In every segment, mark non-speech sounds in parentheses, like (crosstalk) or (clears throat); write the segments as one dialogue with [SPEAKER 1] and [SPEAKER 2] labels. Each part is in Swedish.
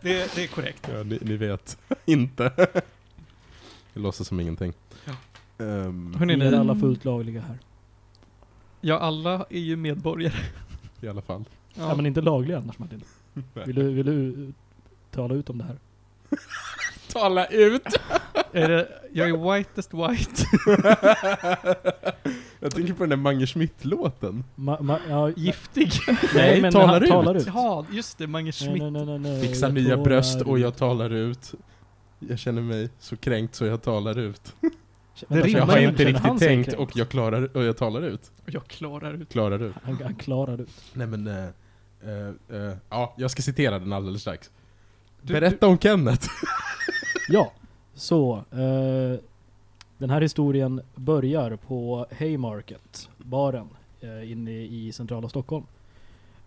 [SPEAKER 1] det, det är korrekt.
[SPEAKER 2] Ja, ni, ni vet (laughs) inte. Jag låtsas som ingenting.
[SPEAKER 1] Ja.
[SPEAKER 2] Ehm,
[SPEAKER 1] Hörrni,
[SPEAKER 3] Vi är
[SPEAKER 1] ni,
[SPEAKER 3] alla fullt lagliga här.
[SPEAKER 1] ja, alla är ju medborgare.
[SPEAKER 2] I alla fall.
[SPEAKER 3] Ja.
[SPEAKER 1] Ja.
[SPEAKER 3] men inte lagliga annars Martin. Vill du, vill du tala ut om det här?
[SPEAKER 2] Tala ut!
[SPEAKER 1] (laughs) Är det, jag är whitest white.
[SPEAKER 2] (laughs) Jag tänker på den där Mange Schmidt-låten.
[SPEAKER 3] Ma, ma, ja,
[SPEAKER 1] Giftig.
[SPEAKER 2] Nej,
[SPEAKER 3] men
[SPEAKER 2] talar
[SPEAKER 3] han
[SPEAKER 2] ut.
[SPEAKER 3] Talar ut.
[SPEAKER 1] Ja, just det, Mange
[SPEAKER 3] Nej,
[SPEAKER 1] Schmidt.
[SPEAKER 3] nej, nej, nej, nej.
[SPEAKER 2] Fixa
[SPEAKER 3] Jag
[SPEAKER 2] nya
[SPEAKER 3] talar
[SPEAKER 2] bröst
[SPEAKER 3] ut.
[SPEAKER 2] och jag talar ut. Jag känner mig så kränkt så jag talar ut.
[SPEAKER 3] Vänta,
[SPEAKER 1] rimmer
[SPEAKER 2] Jag
[SPEAKER 3] känner
[SPEAKER 2] har
[SPEAKER 3] han-
[SPEAKER 2] inte
[SPEAKER 3] känner han
[SPEAKER 2] riktigt
[SPEAKER 3] sig
[SPEAKER 2] tänkt
[SPEAKER 3] kränkt?
[SPEAKER 2] och jag, klarar, och jag talar ut.
[SPEAKER 1] Jag klarar ut.
[SPEAKER 2] Klarar ut.
[SPEAKER 3] Han, han klarar ut.
[SPEAKER 2] Nej men, eh, eh, eh, ja, jag ska citera den alldeles strax.
[SPEAKER 1] Du-
[SPEAKER 2] Berätta om Kenneth.
[SPEAKER 3] Ja, så. Eh, den här historien börjar på Haymarket, baren, eh, inne i centrala Stockholm.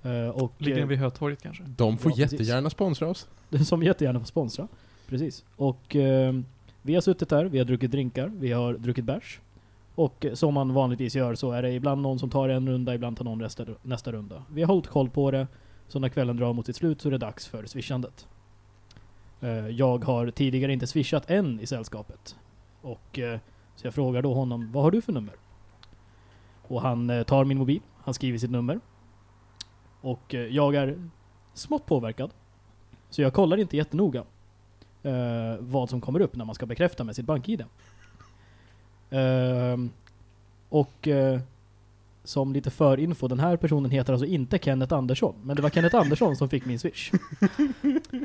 [SPEAKER 3] Eh, och,
[SPEAKER 1] Ligger den
[SPEAKER 3] eh,
[SPEAKER 1] vid Hötorget kanske?
[SPEAKER 2] De får
[SPEAKER 3] Ja, precis.
[SPEAKER 2] jättegärna sponsra oss.
[SPEAKER 3] (laughs) som vi jättegärna får sponsra. Precis. Och eh, vi har suttit där, vi har druckit drinkar, vi har druckit bärs. Och eh, som man vanligtvis gör så är det ibland någon som tar en runda, ibland tar någon nästa, nästa runda. Vi har hållit koll på det, så när kvällen drar mot sitt slut så är det dags för swishandet. Eh, jag har tidigare inte swishat en i sällskapet. Och, eh, så jag frågar då honom, vad har du för nummer? Och han eh, tar min mobil, han skriver sitt nummer. Och eh, jag är smått påverkad. Så jag kollar inte jättenoga eh, vad som kommer upp när man ska bekräfta med sitt bank-id. Ehm, och eh, som lite förinfo, den här personen heter alltså inte Kenneth Andersson, men det var Kenneth Andersson som fick
[SPEAKER 2] (laughs)
[SPEAKER 3] min swish.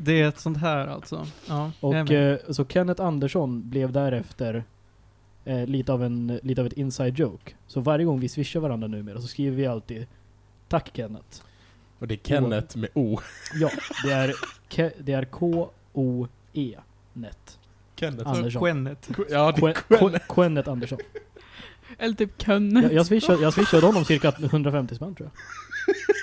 [SPEAKER 1] Det är ett sånt här alltså. Ja, jag är
[SPEAKER 3] Och
[SPEAKER 1] med.
[SPEAKER 3] eh, så Kenneth Andersson blev därefter eh, lite, av en, lite av ett inside joke. Så varje gång vi swishar varandra numera så skriver vi alltid Tack Kenneth.
[SPEAKER 2] Och det är Kenneth med O.
[SPEAKER 3] Ja, det är, Ke- det är E. K-O-E. Net.
[SPEAKER 2] Kenneth.
[SPEAKER 3] Anders. Andersson.
[SPEAKER 1] Quennet.
[SPEAKER 2] Ja, det
[SPEAKER 3] Quen- Quen- Kenneth Andersson.
[SPEAKER 4] Eller typ Könnet.
[SPEAKER 3] Jag, jag, swishade, jag swishade honom cirka 150 spänn tror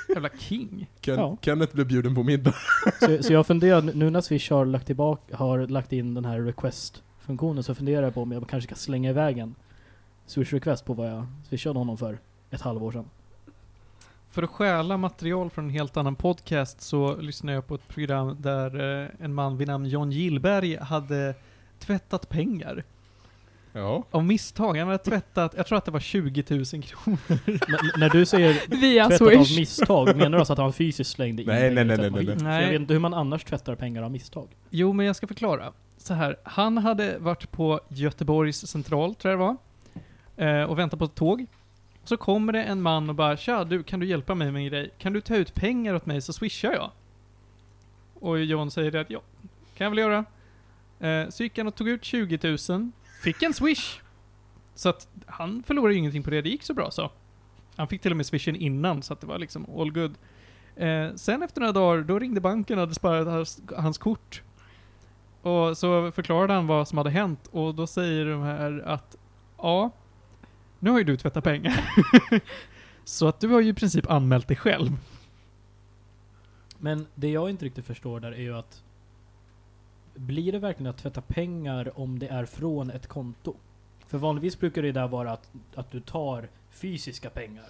[SPEAKER 3] jag.
[SPEAKER 1] Jävla king.
[SPEAKER 2] Ken,
[SPEAKER 3] Ja.
[SPEAKER 2] Kenneth blev bjuden på middag.
[SPEAKER 3] Så, så jag funderar, nu när Swish har lagt, tillbaka, har lagt in den här request-funktionen så funderar jag på om jag kanske ska slänga iväg en Swish request på vad jag swishade honom för ett halvår sedan.
[SPEAKER 1] För att stjäla material från en helt annan podcast så lyssnade jag på ett program där eh, en man vid namn John Gillberg hade tvättat pengar.
[SPEAKER 2] Ja.
[SPEAKER 1] Av misstag. Han hade tvättat, jag tror att det var 20 000 kronor.
[SPEAKER 3] N- n- när du säger
[SPEAKER 4] Via
[SPEAKER 3] tvättat av
[SPEAKER 4] Swish.
[SPEAKER 3] misstag, menar du alltså att han fysiskt slängde in
[SPEAKER 2] Nej,
[SPEAKER 3] pengar
[SPEAKER 2] nej,
[SPEAKER 3] i
[SPEAKER 2] nej,
[SPEAKER 3] tvättmaskin?
[SPEAKER 2] nej, nej.
[SPEAKER 3] För Jag
[SPEAKER 1] Nej.
[SPEAKER 3] vet inte hur man annars tvättar pengar av misstag.
[SPEAKER 1] Jo, men jag ska förklara. Så här, han hade varit på Göteborgs central, tror jag det var, eh, och väntat på ett tåg. Så kommer det en man och bara “Tja, du, kan du hjälpa mig med en grej? Kan du ta ut pengar åt mig så swishar jag?” Och John säger det att “Ja, kan jag väl göra?” eh, Så gick han och tog ut 20 000, fick en swish. Så att han förlorade ju ingenting på det, det gick så bra så. Han fick till och med swishen innan, så att det var liksom all good. Eh, sen efter några dagar, då ringde banken och hade sparat hans, hans kort. Och så förklarade han vad som hade hänt och då säger de här att ja, nu har ju du tvättat pengar. (laughs) så att du har ju i princip anmält dig själv.
[SPEAKER 3] Men det jag inte riktigt förstår där är ju att blir det verkligen att tvätta pengar om det är från ett konto? För vanligtvis brukar det där vara att, att du tar fysiska pengar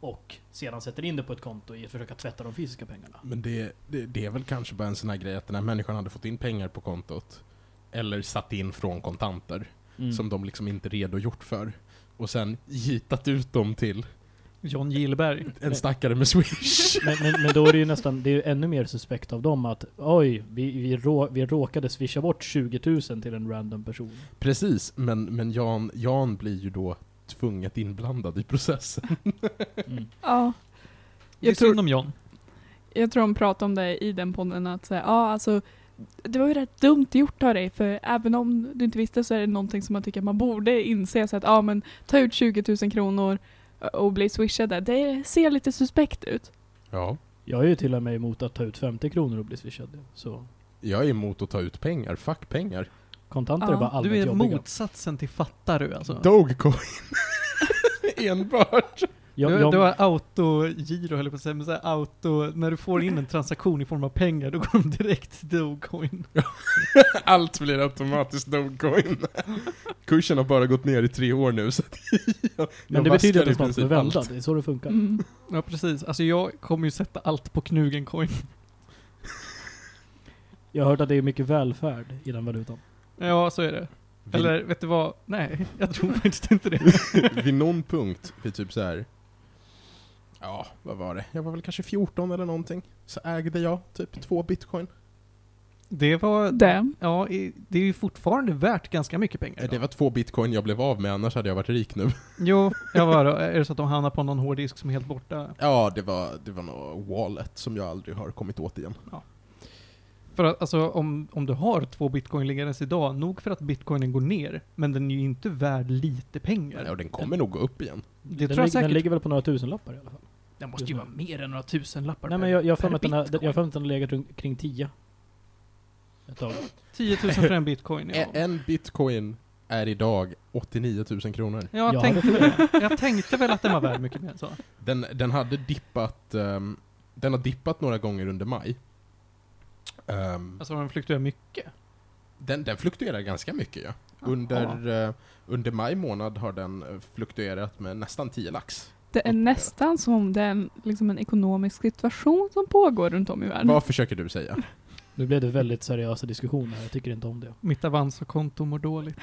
[SPEAKER 3] och sedan sätter in det på ett konto i att försöka tvätta de fysiska pengarna.
[SPEAKER 2] Men det, det, det är väl kanske bara en sån här grej att den här människan hade fått in pengar på kontot. Eller satt in från kontanter.
[SPEAKER 1] Mm.
[SPEAKER 2] Som de liksom inte redogjort för. Och sen gitat ut dem till
[SPEAKER 1] John Gillberg.
[SPEAKER 2] en stackare med (laughs) Swish.
[SPEAKER 3] Men, men, men då är det ju nästan, det är ju ännu mer suspekt av dem att oj, vi, vi, rå, vi råkade swisha bort 20 000 till en random person.
[SPEAKER 2] Precis, men, men Jan, Jan blir ju då tvunget inblandad i processen.
[SPEAKER 1] Mm.
[SPEAKER 4] Ja.
[SPEAKER 1] Det är
[SPEAKER 4] Jag tror,
[SPEAKER 1] synd om John.
[SPEAKER 4] jag tror de pratade om det i den podden att säga, ja alltså det var ju rätt dumt gjort av dig för även om du inte visste så är det någonting som man tycker att man borde inse så att ja men ta ut 20 000 kronor och bli swishad där. Det ser lite suspekt ut.
[SPEAKER 2] Ja.
[SPEAKER 3] Jag är ju till och med emot att ta ut 50 kronor och bli swishad. Så
[SPEAKER 2] Jag är emot att ta ut pengar. Fuck pengar.
[SPEAKER 3] kontanter är
[SPEAKER 4] Ja,
[SPEAKER 3] bara
[SPEAKER 1] Du
[SPEAKER 3] allmänt
[SPEAKER 1] är
[SPEAKER 3] jobbiga.
[SPEAKER 1] motsatsen till fattar du alltså.
[SPEAKER 2] Dogecoin. (laughs) Enbart.
[SPEAKER 3] Jag,
[SPEAKER 1] du,
[SPEAKER 3] jag,
[SPEAKER 1] du har autogiro höll jag på att säga, men så här auto, när du får in en transaktion i form av pengar då går de direkt till Dogecoin.
[SPEAKER 2] Allt blir automatiskt Dogecoin. (laughs) Kursen har bara gått ner i tre år nu. Så att jag,
[SPEAKER 3] men det betyder att det snart kommer vända. Det är så det funkar.
[SPEAKER 4] Mm.
[SPEAKER 1] Ja precis, alltså jag kommer ju sätta allt på Knugencoin.
[SPEAKER 3] Jag har hört att det är mycket välfärd i den valutan.
[SPEAKER 1] Ja, så är det. Eller vet du vad? Nej, jag (laughs) tror faktiskt inte det.
[SPEAKER 2] (laughs) vid någon punkt, vid typ så här. Ja, vad var det? Jag var väl kanske 14 eller någonting. Så ägde jag typ två bitcoin.
[SPEAKER 1] Det var...
[SPEAKER 4] Damn.
[SPEAKER 1] Ja, i- det är ju fortfarande värt ganska mycket pengar.
[SPEAKER 2] Eh, Det
[SPEAKER 1] idag.
[SPEAKER 2] var två bitcoin jag blev av med, annars hade jag varit rik nu. (laughs)
[SPEAKER 1] Jo, jag var Är det så att de hamnar på någon hårddisk som är helt borta?
[SPEAKER 2] Ja, det var, det var något wallet som jag aldrig har kommit åt igen.
[SPEAKER 1] För att alltså, om, om du har två bitcoin liggandes idag, nog för att bitcoinen går ner, men den är ju inte värd lite pengar.
[SPEAKER 2] Ja, och den kommer nog gå upp igen.
[SPEAKER 1] Det
[SPEAKER 3] den,
[SPEAKER 1] tror jag
[SPEAKER 3] lig-
[SPEAKER 1] säkert.
[SPEAKER 3] den ligger väl på några tusenlappar i alla fall.
[SPEAKER 1] Den måste ju
[SPEAKER 3] Just
[SPEAKER 1] vara mer än några tusen lappar
[SPEAKER 3] Nej men jag, jag har för
[SPEAKER 1] per
[SPEAKER 3] mig att den har- jag har
[SPEAKER 1] bitcoin.
[SPEAKER 3] för mig att den har legat runt- kring 10. Ett tag.
[SPEAKER 1] 10 000 för en bitcoin, ja.
[SPEAKER 3] (laughs)
[SPEAKER 2] E- En bitcoin är idag 89 000 kronor.
[SPEAKER 1] Jag,
[SPEAKER 3] Ja,
[SPEAKER 1] tänkte,
[SPEAKER 3] det tror
[SPEAKER 1] väl- (laughs) jag tänkte väl att den var värd mycket mer än så.
[SPEAKER 2] Den, den hade dippat, ehm, den har dippat några gånger under maj. Ehm,
[SPEAKER 1] Alltså den fluktuerar mycket.
[SPEAKER 2] den, den fluktuerar ganska mycket ja. Under, eh, under maj månad har den eh, fluktuerat med nästan 10 lax.
[SPEAKER 4] Det är nästan som den, liksom en ekonomisk situation som pågår runt om i världen.
[SPEAKER 2] Vad försöker du säga?
[SPEAKER 3] Nu blev det väldigt seriösa diskussioner, jag tycker inte om det.
[SPEAKER 1] Mitt Avanza-konto mår dåligt.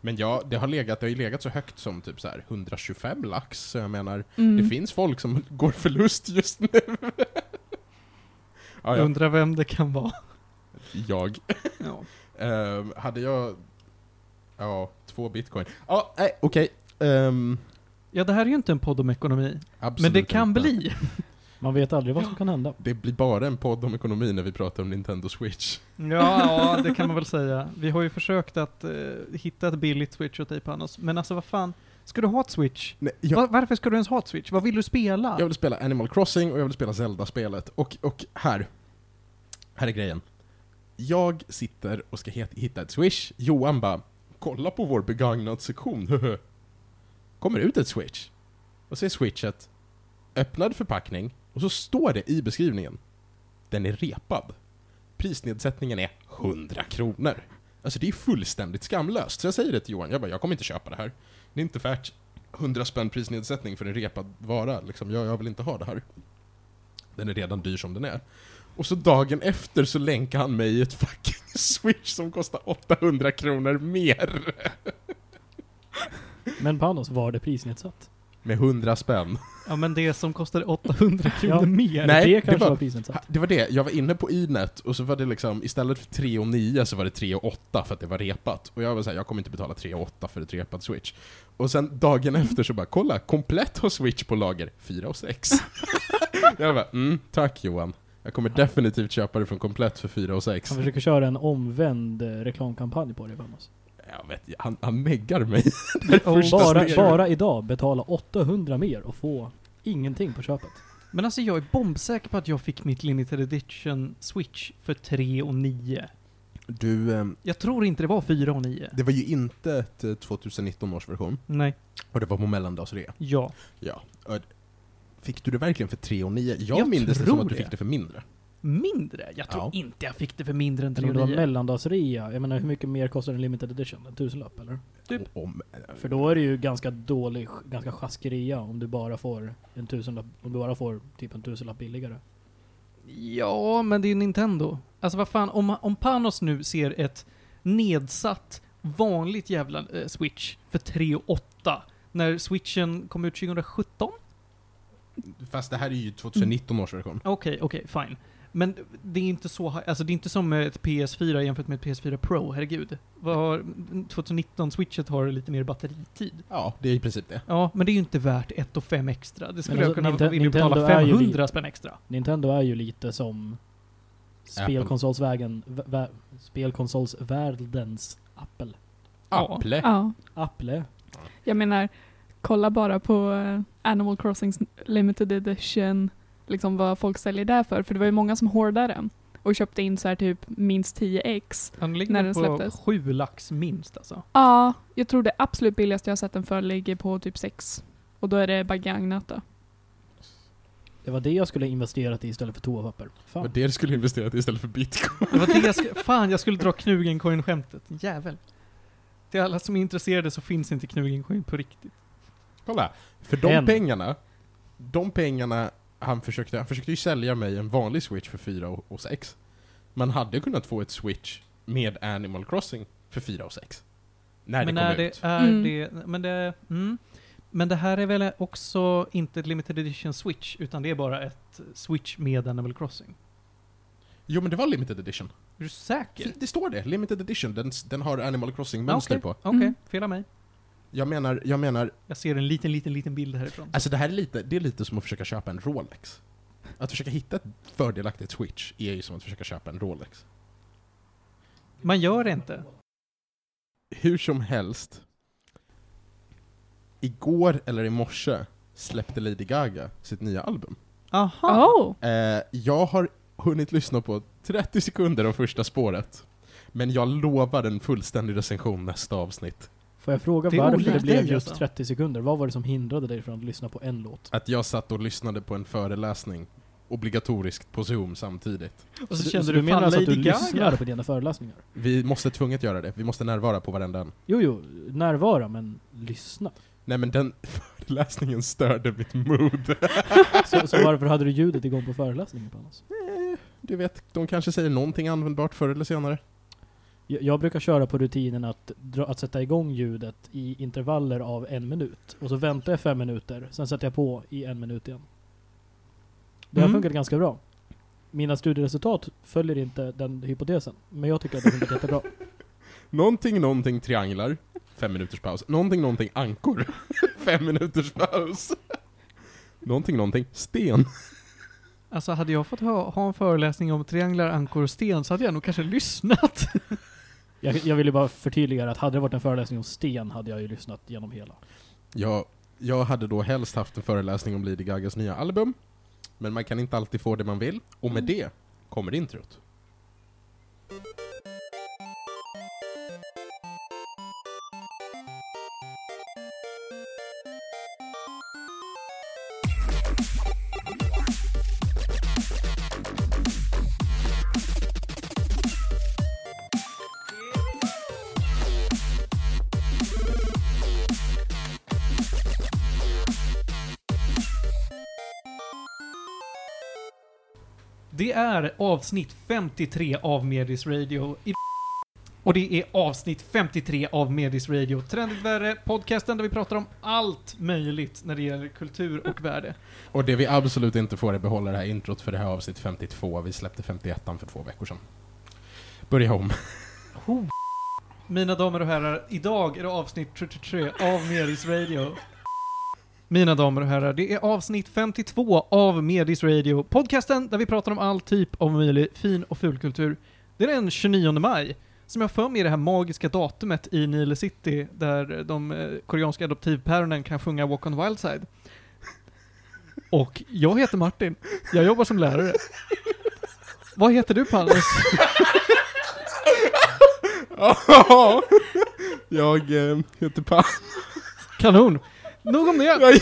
[SPEAKER 2] Men ja, det har, legat, det har ju legat så högt som typ så här 125 lax, så jag menar,
[SPEAKER 4] Mm.
[SPEAKER 2] det finns folk som (laughs) går förlust just nu. (laughs) ja, ja,
[SPEAKER 1] Undrar vem det kan vara. (laughs)
[SPEAKER 2] jag.
[SPEAKER 1] Ja.
[SPEAKER 2] Ehm, hade jag... Ja, två bitcoin. Ja, nej, okej. Ehm,
[SPEAKER 1] ja, det här är ju inte en podd om ekonomi.
[SPEAKER 2] absolut
[SPEAKER 1] Men det kan
[SPEAKER 2] inte.
[SPEAKER 1] bli.
[SPEAKER 3] Man vet aldrig vad som kan hända.
[SPEAKER 2] Det blir bara en podd om ekonomi när vi pratar om Nintendo Switch.
[SPEAKER 1] Ja, ja, det kan man väl säga. Vi har ju försökt att eh, hitta ett billigt Switch och tejpa annars. Men alltså vad fan, ska du ha ett Switch?
[SPEAKER 2] Nej, jag,
[SPEAKER 1] Va- varför ska du ens ha ett Switch? Vad vill du spela?
[SPEAKER 2] jag vill spela Animal Crossing och jag vill spela Zelda-spelet. Och, och här. Här är grejen. Jag sitter och ska het, hitta ett Switch. Johan bara, kolla på vår begagnad-sektion. (laughs) Kommer ut ett Switch. Och så är Switchet öppnad förpackning och så står det i beskrivningen. Den är repad. Prisnedsättningen är 100 kronor. Alltså det är fullständigt skamlöst. Så jag säger det till Johan, jag bara, jag kommer inte köpa det här. Det är inte värt 100 spänn prisnedsättning för en repad vara. Liksom, jag, jag vill inte ha det här. Den är redan dyr som den är. Och så dagen efter så länkar han mig i ett fucking (laughs) switch som kostar 800 kronor mer.
[SPEAKER 3] Men Panos, var det prisnedsatt?
[SPEAKER 2] Med 100 spänn.
[SPEAKER 1] Ja, men det som kostar 800 kronor
[SPEAKER 3] Ja.
[SPEAKER 1] mer.
[SPEAKER 2] Nej,
[SPEAKER 3] det
[SPEAKER 2] det
[SPEAKER 3] kanske
[SPEAKER 2] var-
[SPEAKER 3] var, prisnedsatt.
[SPEAKER 2] Det var det, jag var inne på inet och så var det liksom istället för 3 och 9 så var det 3 och 8 för att det var repat. Och jag var såhär, jag kommer inte betala 3 och 8 för ett repat switch. Och sen dagen efter så bara, kolla, komplett har switch på lager 4 och (laughs) 6. jag bara, mm, tack Johan. Jag kommer definitivt köpa det från komplett för 4 och 6.
[SPEAKER 3] Han försöker köra en omvänd eh, reklamkampanj på det Panos.
[SPEAKER 2] Jag vet, han, han neggar mig.
[SPEAKER 1] Oh,
[SPEAKER 2] Första
[SPEAKER 3] Bara,
[SPEAKER 2] steget.
[SPEAKER 3] bara idag betala 800 mer och få ingenting på köpet.
[SPEAKER 1] Men alltså jag är bombsäker på att jag fick mitt limited edition Switch för 3 och 9.
[SPEAKER 2] Du, ehm,
[SPEAKER 1] Jag tror inte det var 4 och 9.
[SPEAKER 2] det var ju inte ett eh, 2019 års version
[SPEAKER 1] Nej.
[SPEAKER 2] och det var på mellandagsrea.
[SPEAKER 1] Ja.
[SPEAKER 2] Ja. Och Fick du det verkligen för 3 och 9? Jag,
[SPEAKER 1] Jag
[SPEAKER 2] minns det
[SPEAKER 1] tror
[SPEAKER 2] som att du
[SPEAKER 1] det.
[SPEAKER 2] fick det för mindre.
[SPEAKER 1] Mindre? Jag tror
[SPEAKER 2] Ja.
[SPEAKER 1] inte jag fick det för mindre än
[SPEAKER 3] Men
[SPEAKER 1] 3
[SPEAKER 3] om
[SPEAKER 1] och
[SPEAKER 3] det var
[SPEAKER 1] 9.
[SPEAKER 3] mellandagsrea, jag menar hur mycket mer kostar en limited edition? En tusenlapp eller?
[SPEAKER 1] Typ.
[SPEAKER 2] Och Om,
[SPEAKER 3] För då är det ju ganska dålig, ganska sjaskig om du bara får en tusenlapp, om du bara får typ en tusenlapp billigare.
[SPEAKER 1] Ja, men det är ju Nintendo. Alltså vad fan, om, om Panos nu ser ett nedsatt vanligt jävla eh, Switch för 3 8 när Switchen kom ut 2017?
[SPEAKER 2] fast det här är ju 2019 års version.
[SPEAKER 1] Okej, okej, fine. Men det är inte så, hi- alltså det är inte som ett PS4 jämfört med ett PS4 Pro, herregud. Vad har, 2019-switchet har lite mer batteritid.
[SPEAKER 2] Ja, det är i princip det.
[SPEAKER 1] Ja, men det är ju inte värt 1 och 5 extra. Det skulle
[SPEAKER 3] Men alltså,
[SPEAKER 1] jag kunna
[SPEAKER 3] Ninte-
[SPEAKER 1] vilja
[SPEAKER 3] Nintendo
[SPEAKER 1] betala
[SPEAKER 3] är ju
[SPEAKER 1] 500 spänn extra.
[SPEAKER 3] Nintendo är ju lite som spelkonsolsvägen, vä, vä, spelkonsolsvärldens Apple.
[SPEAKER 1] Ja.
[SPEAKER 2] Apple.
[SPEAKER 4] Ja.
[SPEAKER 3] Apple.
[SPEAKER 4] Jag menar, kolla bara på eh, Animal Crossings Limited Edition, liksom vad folk säljer där för. För det var ju många som hoardade den och köpte in så här typ minst 10 ex.
[SPEAKER 1] Den ligger
[SPEAKER 4] När
[SPEAKER 1] väl
[SPEAKER 4] den
[SPEAKER 1] på
[SPEAKER 4] släpptes.
[SPEAKER 1] 7 lax minst alltså.
[SPEAKER 4] Ja, jag tror det absolut billigaste jag har sett den för ligger på typ 6. Och då är det begagnat då.
[SPEAKER 3] Det var det jag skulle ha investerat i istället för toapapper.
[SPEAKER 2] Det var
[SPEAKER 3] Fan.
[SPEAKER 2] det du skulle investera i istället för bitcoin.
[SPEAKER 1] Det var det jag skulle, fan jag skulle dra Knugencoin-skämtet. Jävel. Till alla som är intresserade så finns inte Knugencoin på riktigt.
[SPEAKER 2] Kolla, för de
[SPEAKER 3] En.
[SPEAKER 2] pengarna, de pengarna han försökte, han försökte ju sälja mig en vanlig switch för 4 och 6. Man hade kunnat få ett Switch med Animal Crossing för 4 och 6. När
[SPEAKER 1] men
[SPEAKER 2] det
[SPEAKER 1] är
[SPEAKER 2] kom
[SPEAKER 1] det,
[SPEAKER 2] ut.
[SPEAKER 1] är
[SPEAKER 4] Mm.
[SPEAKER 1] det, men det, mm. Men det här är väl också inte ett limited edition switch, utan det är bara ett switch med Animal Crossing?
[SPEAKER 2] Jo men det var Limited Edition.
[SPEAKER 1] Är du säker?
[SPEAKER 2] Det står det, Limited Edition. Den, den har Animal Crossing-mönster
[SPEAKER 1] Ah,
[SPEAKER 2] på.
[SPEAKER 1] Okej,
[SPEAKER 4] Mm.
[SPEAKER 1] fela mig.
[SPEAKER 2] Jag menar, jag menar,
[SPEAKER 1] Jag ser en liten, liten, liten bild härifrån.
[SPEAKER 2] alltså det här är lite, det är lite som att försöka köpa en Rolex. Att försöka hitta ett fördelaktigt Switch är ju som att försöka köpa en Rolex.
[SPEAKER 1] Man gör det inte.
[SPEAKER 2] Hur som helst. Igår eller i morse släppte Lady Gaga sitt nya album.
[SPEAKER 1] Aha!
[SPEAKER 4] Oh!
[SPEAKER 2] Eh, jag har hunnit lyssna på 30 sekunder av första spåret. Men jag lovar en fullständig recension nästa avsnitt.
[SPEAKER 3] Får jag fråga
[SPEAKER 1] Det är
[SPEAKER 3] varför
[SPEAKER 1] olikt
[SPEAKER 3] det blev
[SPEAKER 1] dig,
[SPEAKER 3] just
[SPEAKER 1] alltså.
[SPEAKER 3] 30 sekunder? Vad var det som hindrade dig från att lyssna på en låt?
[SPEAKER 2] Att jag satt och lyssnade på en föreläsning obligatoriskt på Zoom samtidigt.
[SPEAKER 1] Och så,
[SPEAKER 3] du-
[SPEAKER 1] kände
[SPEAKER 3] så
[SPEAKER 1] du,
[SPEAKER 3] du menar
[SPEAKER 1] fan
[SPEAKER 3] alltså att
[SPEAKER 1] Lady
[SPEAKER 3] du lyssnar
[SPEAKER 1] Gaga?
[SPEAKER 3] på dina föreläsningar?
[SPEAKER 2] Vi måste tvunget göra det, vi måste närvara på varenda en.
[SPEAKER 3] Jo, jo, närvara, men lyssna.
[SPEAKER 2] Nej men den (laughs) föreläsningen störde mitt mood.
[SPEAKER 3] Så, så varför hade du ljudet igång på föreläsningen på annars?
[SPEAKER 2] Du vet, de kanske säger någonting användbart förr eller senare.
[SPEAKER 3] Jag, jag brukar köra på rutinen att, dra, att sätta igång ljudet i intervaller av en minut. Och så väntar jag fem minuter, sen sätter jag på i en minut igen. Det har
[SPEAKER 1] Mm.
[SPEAKER 3] funkat ganska bra. Mina studieresultat följer inte den hypotesen, men jag tycker att det har funkat jättebra.
[SPEAKER 2] Någonting, någonting trianglar. Fem minuters paus. Någonting, någonting ankor. (laughs) Fem minuters paus. Någonting, någonting sten.
[SPEAKER 1] Alltså hade jag fått ha, ha en föreläsning om trianglar, ankor och sten så hade jag nog kanske lyssnat.
[SPEAKER 3] Jag, jag ville bara förtydliga att hade det varit en föreläsning om sten hade jag ju lyssnat genom hela.
[SPEAKER 2] Jag, jag hade då helst haft en föreläsning om Lady Gagas nya album. Men man kan inte alltid få det man vill. Och med det kommer introt.
[SPEAKER 1] Det är avsnitt 53 av Medis Radio. I och det är avsnitt 53 av Medis Radio. Trendigt värre, podcasten där vi pratar om allt möjligt när det gäller kultur och värde.
[SPEAKER 2] Och det vi absolut inte får är behålla det här introt för det här avsnitt 52. Vi släppte 51 för två veckor sedan. Börja om.
[SPEAKER 1] Ho. Mina damer och herrar, idag är det avsnitt 33 av Medis Radio. Mina damer och herrar, det är avsnitt 52 av Medis Radio. Podcasten där vi pratar om all typ av möjlig fin och fulkultur. Det är den 29 maj, som jag för mig är det här magiska datumet i Nile City där de eh, koreanska adoptivpäronen kan sjunga Walk on the Wild Side. Och jag heter Martin, jag jobbar som lärare. Vad heter du Palles?
[SPEAKER 2] jag eh, heter Pa.
[SPEAKER 1] Kanon! Nog om det!
[SPEAKER 2] Jag,
[SPEAKER 1] (laughs)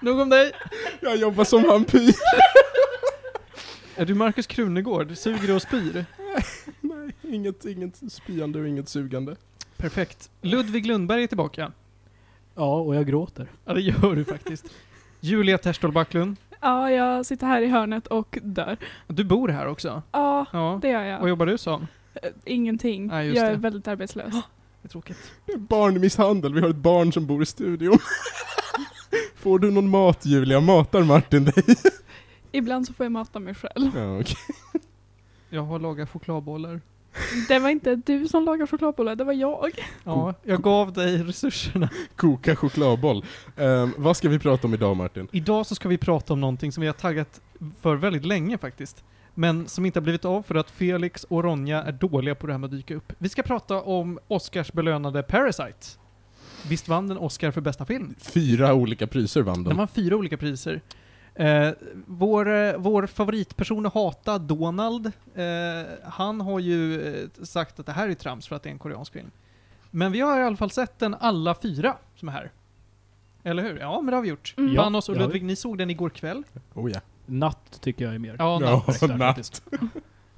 [SPEAKER 1] Nog om dig!
[SPEAKER 2] jag jobbar som vampyr.
[SPEAKER 1] Är du Markus Krunegård? Suger du och spyr?
[SPEAKER 2] Nej, inget, inget spyande och inget sugande.
[SPEAKER 1] Perfekt. Ludvig Lundberg är tillbaka.
[SPEAKER 3] Ja, och jag gråter.
[SPEAKER 1] Ja, det gör du faktiskt. Julia Terstol Backlund,
[SPEAKER 4] Ja, jag sitter här i hörnet och dör.
[SPEAKER 1] du bor här också.
[SPEAKER 4] Ja,
[SPEAKER 1] Ja.
[SPEAKER 4] det gör
[SPEAKER 1] Vad
[SPEAKER 4] jag.
[SPEAKER 1] jobbar du som?
[SPEAKER 4] Eh, Ingenting.
[SPEAKER 1] Nej, just
[SPEAKER 4] jag är
[SPEAKER 1] det.
[SPEAKER 4] väldigt arbetslös.
[SPEAKER 1] Det är tråkigt.
[SPEAKER 2] Det är barnmisshandel, vi har ett barn som bor i studion. Får du någon mat Julia? Matar Martin dig?
[SPEAKER 4] (gasps) Ibland så får jag mata mig själv.
[SPEAKER 2] Ja, okej.
[SPEAKER 1] Jag har lagat chokladbollar.
[SPEAKER 4] Det var inte du som lagade chokladbollar, det var (laughs) jag.
[SPEAKER 1] Ja, jag gav dig resurserna.
[SPEAKER 2] Koka chokladboll. Ehm, vad ska vi prata om idag Martin?
[SPEAKER 1] Idag så ska vi prata om någonting som vi har taggat för väldigt länge faktiskt. Men som inte har blivit av för att Felix och Ronja är dåliga på det här med att dyka upp. Vi ska prata om Oscars belönade Parasite. Visst vann den Oscar för bästa film?
[SPEAKER 2] Fyra olika priser vann
[SPEAKER 1] De
[SPEAKER 2] de.
[SPEAKER 1] har fyra olika priser. Eh, vår, eh, vår favoritperson att hata, Donald, eh, han har ju eh, sagt att det här är trams för att det är en koreansk film. Men vi har i alla fall sett den alla fyra som är här. Eller hur? Ja, men det har vi gjort.
[SPEAKER 4] Mm.
[SPEAKER 3] Ja,
[SPEAKER 1] Panos och
[SPEAKER 3] det har
[SPEAKER 1] Ludvig, ni såg den igår kväll.
[SPEAKER 2] Oh ja.
[SPEAKER 3] Natt tycker jag är mer.
[SPEAKER 1] Ja,
[SPEAKER 2] Ja.
[SPEAKER 1] natt.
[SPEAKER 3] Extra,
[SPEAKER 2] natt.
[SPEAKER 3] faktiskt.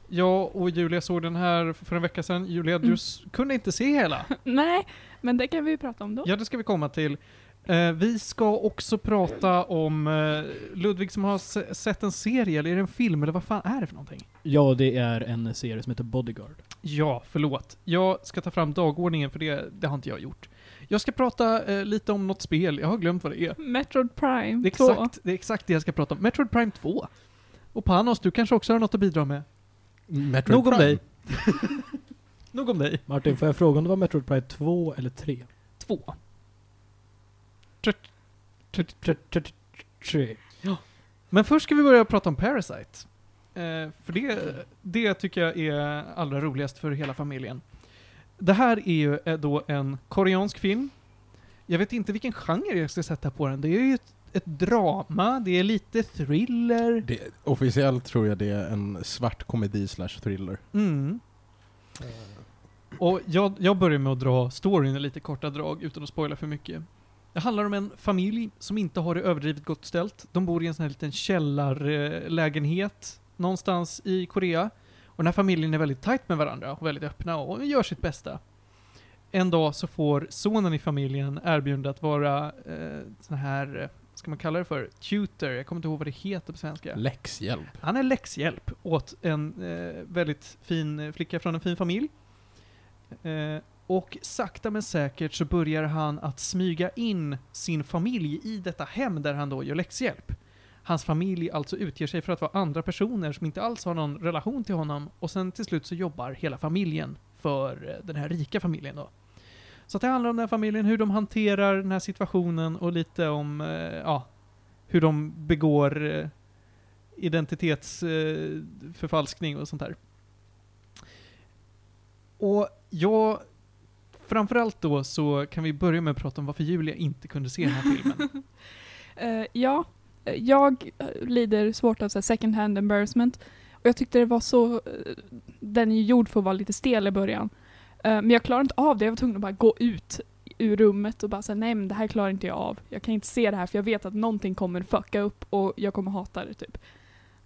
[SPEAKER 1] Jag och Julia såg den här för en vecka sedan. Julia, du
[SPEAKER 4] Mm. (laughs)
[SPEAKER 1] s- kunde inte se hela.
[SPEAKER 4] Nej, men det kan vi ju prata om då.
[SPEAKER 1] Ja, det ska vi komma till. Eh, vi ska också prata om eh, Ludvig som har se- sett en serie, eller är det en film, eller vad fan är det för någonting?
[SPEAKER 3] Ja, det är en serie som heter Bodyguard.
[SPEAKER 1] Ja, förlåt. Jag ska ta fram dagordningen för det, det har inte jag gjort. Jag ska prata eh, lite om något spel, jag har glömt vad det är.
[SPEAKER 4] Metroid Prime
[SPEAKER 1] Det är,
[SPEAKER 4] 2.
[SPEAKER 1] exakt, det är exakt det jag ska prata om. Metroid Prime 2. Och Panos, du kanske också har något att bidra med?
[SPEAKER 2] Metroid
[SPEAKER 1] Nog om
[SPEAKER 2] Prime.
[SPEAKER 1] dig. (laughs) Nog om dig.
[SPEAKER 3] Martin, får jag fråga om det var Metroid Prime 2 eller 3?
[SPEAKER 1] Två.
[SPEAKER 3] 3.
[SPEAKER 1] Men först ska vi börja prata om Parasite. Eh, för det, det tycker jag är allra roligast för hela familjen. Det här är ju eh, då en koreansk film. Jag vet inte vilken genre jag ska sätta på den. Det är ju ett, ett drama, det är lite thriller.
[SPEAKER 2] Det, officiellt tror jag det är en svart komedi slash thriller.
[SPEAKER 1] Mm. Och jag, jag börjar med att dra storyn i lite korta drag utan att spoila för mycket. Det handlar om en familj som inte har det överdrivet gott ställt. De bor i en sån här liten källarlägenhet någonstans i Korea. Och den här familjen är väldigt tajt med varandra och väldigt öppna och gör sitt bästa. En dag så får sonen i familjen erbjudandet att vara eh, sån här, eh, vad ska man kalla det för, tutor, jag kommer inte ihåg vad det heter på svenska.
[SPEAKER 2] Läxhjälp.
[SPEAKER 1] Han är läxhjälp åt en eh, väldigt fin eh, flicka från en fin familj. Eh, och sakta men säkert så börjar han att smyga in sin familj i detta hem där han då gör läxhjälp. Hans familj alltså utger sig för att vara andra personer som inte alls har någon relation till honom och sen till slut så jobbar hela familjen för eh, den här rika familjen då. Så att det handlar om den här familjen, hur de hanterar den här situationen och lite om, eh, ja, hur de begår eh, identitetsförfalskning eh, och sånt där. Och jag, framförallt då så kan vi börja med att prata om varför Julia inte kunde se den här filmen.
[SPEAKER 4] Eh, ja, Eh, jag eh, lider svårt av så här second hand embarrassment. Och jag tyckte det var så... eh, den är ju gjord för att vara lite stel i början. Eh, men jag klarade inte av det. Jag var tvungen att bara gå ut ur rummet och bara säga nej men det här klarar inte jag av. Jag kan inte se det här för jag vet att någonting kommer fucka upp och jag kommer hata det typ.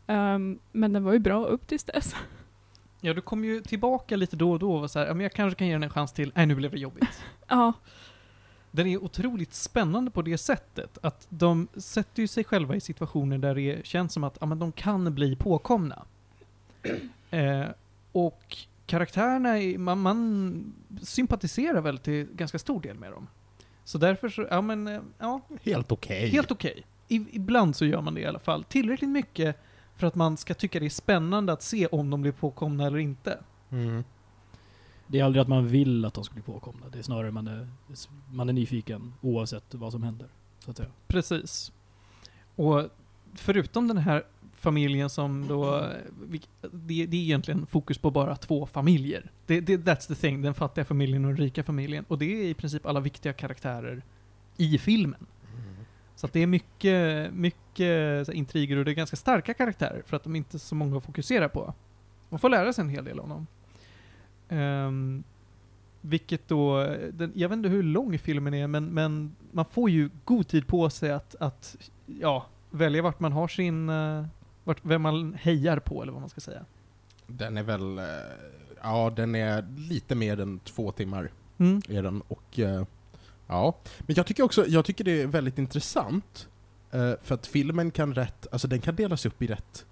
[SPEAKER 4] Ehm, men den var ju bra upp tills dess. (laughs)
[SPEAKER 1] Ja, du kom ju tillbaka lite då och då och var så här, "Ja, men jag kanske kan ge den en chans till. Nej, nu blev det jobbigt.
[SPEAKER 4] ja,
[SPEAKER 1] Den är otroligt spännande på det sättet att de sätter ju sig själva i situationer där det känns som att ja, men de kan bli påkomna. (clears throat) Eh, och karaktärerna, är, man, man sympatiserar väl till ganska stor del med dem. Så därför så, ja men, eh, ja,
[SPEAKER 2] Helt okej.
[SPEAKER 1] helt okej. I- Ibland så gör man det i alla fall. Tillräckligt mycket för att man ska tycka det är spännande att se om de blir påkomna eller inte.
[SPEAKER 2] Mm.
[SPEAKER 3] Det är aldrig att man vill att de ska bli påkomna. Det är snarare man är, man är nyfiken oavsett vad som händer. Så att säga.
[SPEAKER 1] Precis. Och förutom den här familjen som då, vilk- det, det är egentligen fokus på bara två familjer. Det, det, that's the thing, den fattiga familjen och den rika familjen. Och det är i princip alla viktiga karaktärer i filmen. Så att det är mycket, mycket så här intriger och det är ganska starka karaktärer för att de inte är så många att fokusera på. Man får lära sig en hel del av dem. Ehm, vilket då, den, jag vet inte hur lång filmen är, men, men man får ju god tid på sig att, att ja, välja vart man har sin, eh, vart, vem man hejar på eller vad man ska säga.
[SPEAKER 2] Den är väl, eh, ja den är lite mer än två timmar.
[SPEAKER 1] Mm.
[SPEAKER 2] är den. Och, eh, ja. Men jag tycker också, jag tycker det är väldigt intressant, eh, för att filmen kan rätt, alltså den kan delas upp i rätt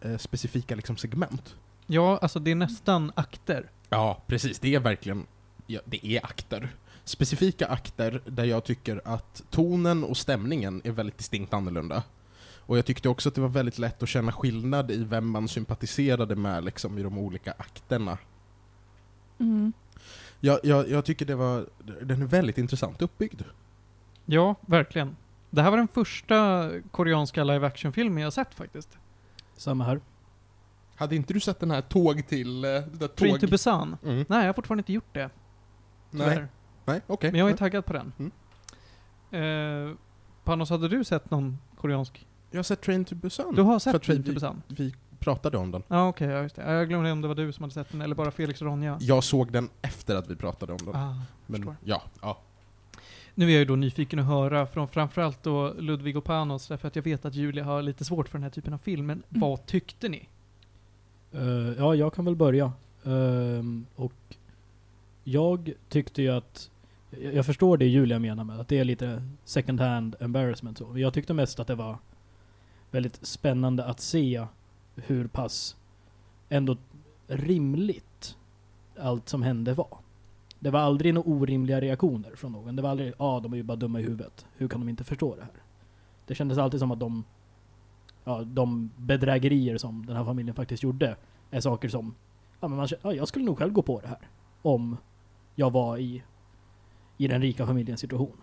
[SPEAKER 2] eh, specifika liksom, segment.
[SPEAKER 1] Ja, alltså det är nästan akter.
[SPEAKER 2] Ja, precis. Det är verkligen, ja, det är akter. Specifika akter där jag tycker att tonen och stämningen är väldigt distinkt annorlunda. Och jag tyckte också att det var väldigt lätt att känna skillnad i vem man sympatiserade med liksom, i de olika akterna.
[SPEAKER 4] mm.
[SPEAKER 2] Jag, jag, jag tycker det var, den är väldigt intressant uppbyggd.
[SPEAKER 1] Ja, verkligen. Det här var den första koreanska live action-filmen jag sett faktiskt.
[SPEAKER 3] Samma här.
[SPEAKER 2] Hade inte du sett den här tåg till... eh, Det där
[SPEAKER 1] Train
[SPEAKER 2] tåg...
[SPEAKER 1] to Busan.
[SPEAKER 2] Mm.
[SPEAKER 1] Nej, jag har fortfarande inte gjort det.
[SPEAKER 2] Nej,
[SPEAKER 1] tyvärr.
[SPEAKER 2] nej, Mm. okej.
[SPEAKER 1] Men jag är taggad på den.
[SPEAKER 2] Mm.
[SPEAKER 1] Eh, Panos, hade du sett någon koreansk?
[SPEAKER 2] Jag har sett Train to Busan.
[SPEAKER 1] Du har sett
[SPEAKER 2] att vi-
[SPEAKER 1] Train to Busan?
[SPEAKER 2] Vi pratade om den.
[SPEAKER 1] Ja, okej, ja, just det. Ja, Jag glömde om det var du som hade sett den, eller bara Felix och Ronja.
[SPEAKER 2] Jag såg den efter att vi pratade om den.
[SPEAKER 1] Ah.
[SPEAKER 2] Men,
[SPEAKER 1] förstår.
[SPEAKER 2] ja, ja.
[SPEAKER 1] Nu är jag ju då nyfiken att höra från framförallt då Ludvig och Panos, därför att jag vet att Julia har lite svårt för den här typen av film, men vad tyckte ni?
[SPEAKER 3] Eh, ja, jag kan väl börja. Ehm, och jag tyckte ju att Jag, jag förstår det Julia menar med att det är lite second hand embarrassment. Så. Jag tyckte mest att det var väldigt spännande att se hur pass ändå rimligt allt som hände var. Det var aldrig några orimliga reaktioner från någon. Det var aldrig ah, de är ju bara dumma i huvudet. Hur kan de inte förstå det här? Det kändes alltid som att de, ja, de bedrägerier som den här familjen faktiskt gjorde är saker som ja, men man, känner, ja, jag skulle nog själv gå på det här om jag var i, i den rika familjens situation.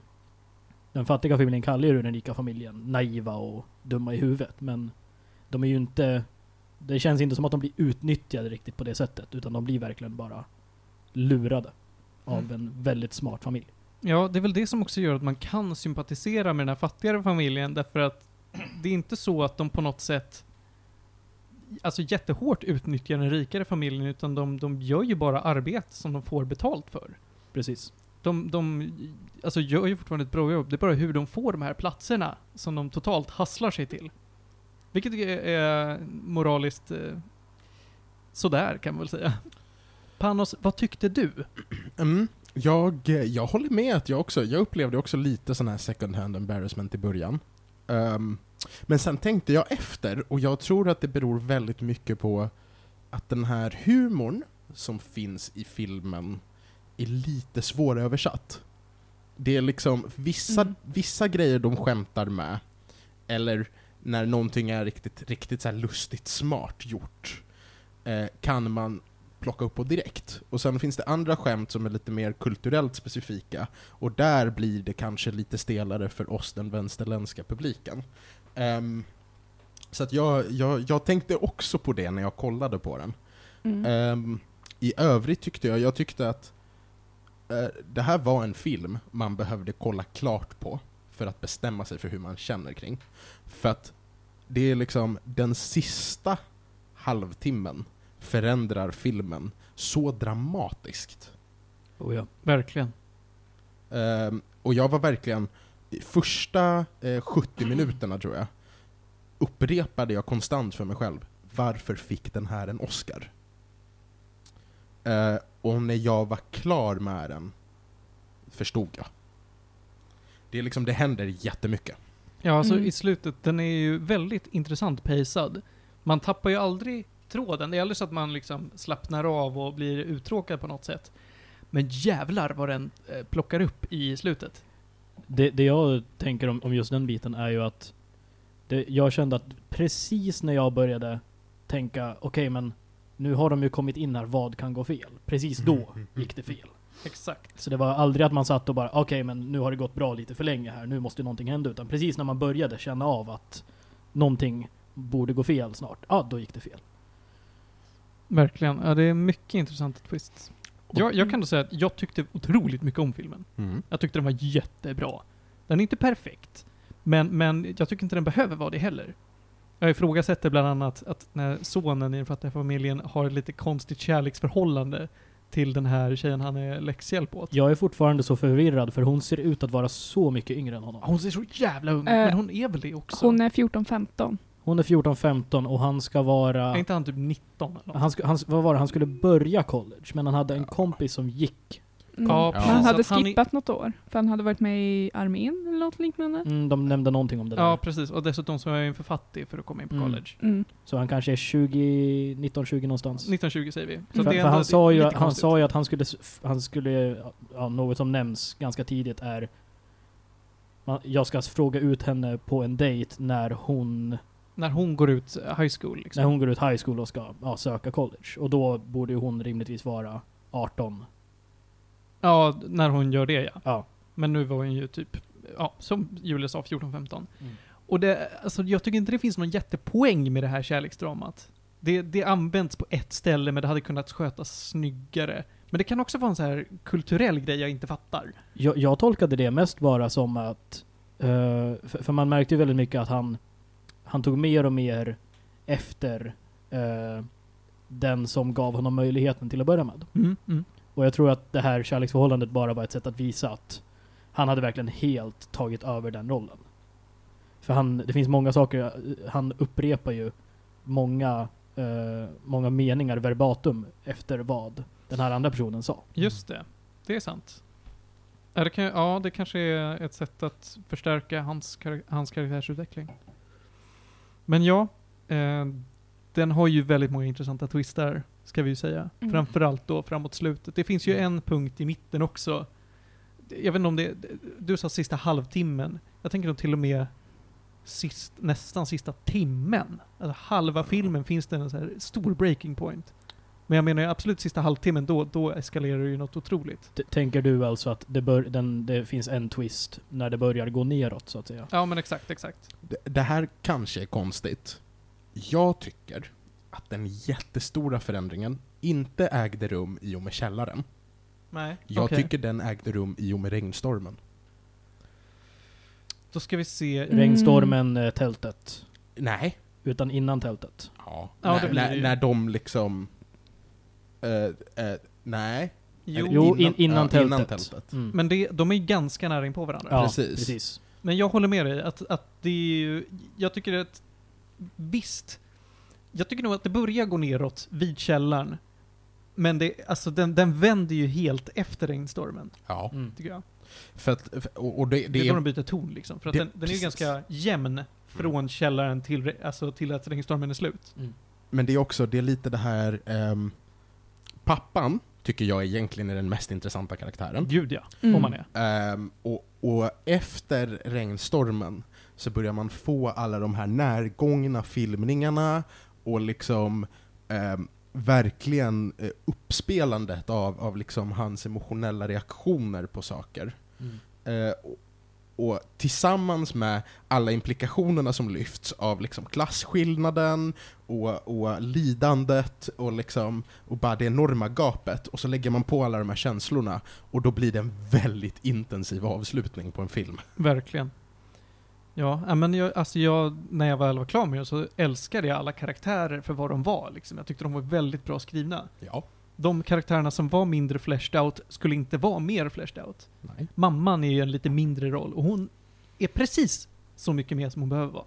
[SPEAKER 3] Den fattiga familjen kallar ju den rika familjen naiva och dumma i huvudet, men de är ju inte... Det känns inte som att de blir utnyttjade riktigt på det sättet, utan de blir verkligen bara lurade av
[SPEAKER 1] Mm.
[SPEAKER 3] en väldigt smart familj.
[SPEAKER 1] Ja, det är väl det som också gör att man kan sympatisera med den här fattigare familjen, därför att det är inte så att de på något sätt alltså jättehårt utnyttjar den rikare familjen, utan de, de gör ju bara arbete som de får betalt för.
[SPEAKER 3] Precis.
[SPEAKER 1] De, de alltså gör ju fortfarande ett bra jobb, det är bara hur de får de här platserna som de totalt hasslar sig till. Vilket är- är moraliskt eh, sådär, kan man väl säga. Panos, vad tyckte du?
[SPEAKER 2] Mm. Jag, eh, jag håller med att jag också, jag upplevde också lite sån här second hand embarrassment i början. Ehm, men sen tänkte jag efter och jag tror att det beror väldigt mycket på att den här humorn som finns i filmen är lite svåröversatt. Det är liksom vissa,
[SPEAKER 4] Mm.
[SPEAKER 2] vissa grejer de skämtar med, eller när någonting är riktigt, riktigt så här lustigt smart gjort, eh, kan man plocka upp på direkt. Och sen finns det andra skämt som är lite mer kulturellt specifika, och där blir det kanske lite stelare för oss, den vänsterländska publiken. Ehm, så att jag, jag, jag tänkte också på det när jag kollade på den.
[SPEAKER 4] Mm.
[SPEAKER 2] Ehm, I övrigt tyckte jag, jag tyckte att eh, det här var en film man behövde kolla klart på för att bestämma sig för hur man känner kring. För att det är liksom den sista halvtimmen förändrar filmen så dramatiskt.
[SPEAKER 3] Oh, ja.
[SPEAKER 1] Verkligen.
[SPEAKER 2] Ehm, och jag var verkligen, i första eh, 70 minuterna tror jag, upprepade jag konstant för mig själv, varför fick den här en Oscar? Eh, och när jag var klar med den, förstod jag. Det är liksom, det händer jättemycket.
[SPEAKER 1] Ja, alltså
[SPEAKER 4] Mm.
[SPEAKER 1] i slutet, den är ju väldigt intressant pejsad. Man tappar ju aldrig tråden. Det är aldrig så att man liksom slappnar av och blir uttråkad på något sätt. Men jävlar vad den eh, plockar upp i slutet.
[SPEAKER 3] Det, det jag tänker om, om just den biten är ju att det, jag kände att precis när jag började tänka okej men nu har de ju kommit in här, vad kan gå fel? Precis då
[SPEAKER 2] Mm.
[SPEAKER 3] gick det fel.
[SPEAKER 1] Exakt.
[SPEAKER 3] Så det var aldrig att man satt och bara okej men nu har det gått bra lite för länge här, nu måste ju någonting hända. Utan precis när man började känna av att någonting borde gå fel snart, ja då gick det fel.
[SPEAKER 1] Verkligen. Ja, det är mycket intressanta twists. Jag, jag kan då säga att jag tyckte otroligt mycket om filmen.
[SPEAKER 2] Mm.
[SPEAKER 1] Jag tyckte den var jättebra. Den är inte perfekt, men, men jag tycker inte den behöver vara det heller. Jag ifrågasätter bland annat att när sonen i den fattiga familjen har ett lite konstigt kärleksförhållande till den här tjejen han är läxhjälp åt.
[SPEAKER 3] Jag är fortfarande så förvirrad för hon ser ut att vara så mycket yngre än honom.
[SPEAKER 1] Hon ser så jävla ung ut,
[SPEAKER 4] Eh,
[SPEAKER 1] men hon är väl det också?
[SPEAKER 4] Hon är 14-15.
[SPEAKER 3] Hon är 14-15 och han ska vara...
[SPEAKER 1] Är inte han typ 19 eller något?
[SPEAKER 3] Han, sk- han, s- vad var det? han skulle börja college, men han hade en kompis som gick.
[SPEAKER 4] Mm.
[SPEAKER 1] Ja,
[SPEAKER 4] Men
[SPEAKER 2] precis.
[SPEAKER 4] han hade
[SPEAKER 1] Att han är-
[SPEAKER 4] skippat något år, för han hade varit med i armén eller något liknande.
[SPEAKER 3] Mm, de nämnde någonting om det
[SPEAKER 1] Ja,
[SPEAKER 3] där.
[SPEAKER 1] precis. Och dessutom så är han ju för fattig för att komma in på
[SPEAKER 3] Mm.
[SPEAKER 1] college.
[SPEAKER 4] Mm.
[SPEAKER 3] Så han kanske är 20, 19-20 någonstans.
[SPEAKER 1] 1920 säger vi. Så
[SPEAKER 3] För,
[SPEAKER 1] det är
[SPEAKER 3] Mm. för
[SPEAKER 1] ändå
[SPEAKER 3] han, sa ju,
[SPEAKER 1] lite
[SPEAKER 3] han
[SPEAKER 1] konstigt.
[SPEAKER 3] sa ju att han skulle, s- f- han skulle, ja, något som nämns ganska tidigt är man- jag ska fråga ut henne på en dejt när hon,
[SPEAKER 1] När hon går ut high school liksom.
[SPEAKER 3] när hon går ut high school och ska ja, söka college. Och då borde ju hon rimligtvis vara 18.
[SPEAKER 1] Ja, när hon gör det ja.
[SPEAKER 3] Ja.
[SPEAKER 1] Men nu var hon ju typ, ja, som Julia sa, 14-15.
[SPEAKER 3] Mm.
[SPEAKER 1] Och det, alltså jag tycker inte det finns någon jättepoäng med det här kärleksdramat. Det, det används på ett ställe, men det hade kunnat skötas snyggare. Men det kan också vara en så här kulturell grej jag inte fattar.
[SPEAKER 3] Jag, jag tolkade det mest bara som att, eh, för, för man märkte ju väldigt mycket att han, han tog mer och mer efter eh, den som gav honom möjligheten till att börja med.
[SPEAKER 1] Mm, mm.
[SPEAKER 3] Och jag tror att det här kärleksförhållandet bara var ett sätt att visa att han hade verkligen helt tagit över den rollen. För han, det finns många saker, eh, han upprepar ju många, eh, många meningar verbatim efter vad den här andra personen sa.
[SPEAKER 1] Just det. Det är sant. Ja, det, kan, ja, det kanske är ett sätt att förstärka hans, kar- hans karaktärsutveckling. Men ja, eh, den har ju väldigt många intressanta twistar, ska vi ju säga.
[SPEAKER 4] Mm.
[SPEAKER 1] Framförallt då framåt slutet. Det finns ju en punkt i mitten också. Jag vet inte om det... Du sa sista halvtimmen. Jag tänker nog till och med sist, nästan sista timmen. Alltså halva filmen finns det en så här stor breaking point. Men jag menar ju absolut sista halvtimmen, då, då eskalerar det ju något otroligt.
[SPEAKER 3] T- Tänker du alltså att det, bör, den, det finns en twist när det börjar gå neråt så att säga?
[SPEAKER 1] Ja men exakt, exakt.
[SPEAKER 2] Det, det här kanske är konstigt. Jag tycker att den jättestora förändringen inte ägde rum i och med källaren.
[SPEAKER 1] Nej.
[SPEAKER 2] Jag
[SPEAKER 1] Okej.
[SPEAKER 2] tycker den ägde rum i och med regnstormen.
[SPEAKER 1] Då ska vi se.
[SPEAKER 4] Mm.
[SPEAKER 3] Regnstormen, eh, tältet.
[SPEAKER 2] Nej.
[SPEAKER 3] Utan innan tältet.
[SPEAKER 2] Ja.
[SPEAKER 1] Ja, det
[SPEAKER 2] när,
[SPEAKER 1] blir det
[SPEAKER 2] när,
[SPEAKER 1] ju.
[SPEAKER 2] när de liksom... eh, eh, nej.
[SPEAKER 1] Jo.
[SPEAKER 2] Eller
[SPEAKER 3] Jo, in,
[SPEAKER 2] innan-
[SPEAKER 3] innan,
[SPEAKER 2] ja,
[SPEAKER 3] tältet.
[SPEAKER 2] innan tältet.
[SPEAKER 3] Mm.
[SPEAKER 1] Men det, de är ju ganska nära in på varandra.
[SPEAKER 3] ja,
[SPEAKER 2] precis.
[SPEAKER 3] precis.
[SPEAKER 1] Men jag håller med dig att, att det är ju, jag tycker att visst, jag tycker nog att det börjar gå neråt vid källaren. Men det, alltså den, den vänder ju helt efter regnstormen,
[SPEAKER 2] Ja.
[SPEAKER 3] Mm.
[SPEAKER 1] tycker jag.
[SPEAKER 2] För att, för- och och det,
[SPEAKER 1] Det är
[SPEAKER 2] det
[SPEAKER 1] då de
[SPEAKER 2] är...
[SPEAKER 1] byter ton liksom. För att
[SPEAKER 2] det-
[SPEAKER 1] den, den är ju
[SPEAKER 2] precis. Mm.
[SPEAKER 1] ganska jämn från källaren till, re- alltså, till att regnstormen är slut.
[SPEAKER 2] Men det är också, det är lite det här... ehm, pappan tycker jag egentligen är den mest intressanta karaktären.
[SPEAKER 1] Gud ja,
[SPEAKER 4] Mm.
[SPEAKER 1] om man är.
[SPEAKER 2] Ehm, och, och efter regnstormen så börjar man få alla de här närgångna filmningarna och liksom ehm, verkligen eh, uppspelandet av, av liksom hans emotionella reaktioner på saker.
[SPEAKER 3] Mm.
[SPEAKER 2] Eh, och, och tillsammans med alla implikationerna som lyfts av liksom klasskillnaden och, och lidandet och, liksom, och bara det enorma gapet och så lägger man på alla de här känslorna och då blir det en väldigt intensiv avslutning på en film.
[SPEAKER 1] Verkligen. Ja, ja, men jag, alltså jag, när jag väl var klar med det så älskade jag alla karaktärer för vad de var. Liksom. Jag tyckte de var väldigt bra skrivna.
[SPEAKER 2] Ja.
[SPEAKER 1] De karaktärerna som var mindre fleshed out skulle inte vara mer fleshed out.
[SPEAKER 2] Nej.
[SPEAKER 1] Mamman är ju en lite mindre roll och hon är precis så mycket mer som hon behöver vara.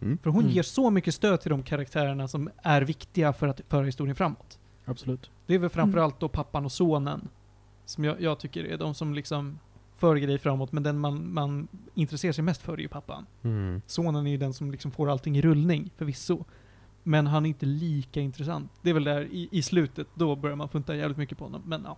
[SPEAKER 2] Mm.
[SPEAKER 1] För hon
[SPEAKER 3] Mm.
[SPEAKER 1] ger så mycket stöd till de karaktärerna som är viktiga för att föra historien framåt.
[SPEAKER 3] Absolut.
[SPEAKER 1] Det är väl framförallt då pappan och sonen. Som jag, jag tycker är de som liksom för grejer framåt, men den man, man intresserar sig mest för är ju pappan. Sonen är ju den som liksom får allting i rullning, förvisso. Men han är inte lika intressant. Det är väl där i, i slutet, då börjar man funta jävligt mycket på honom. Men ja,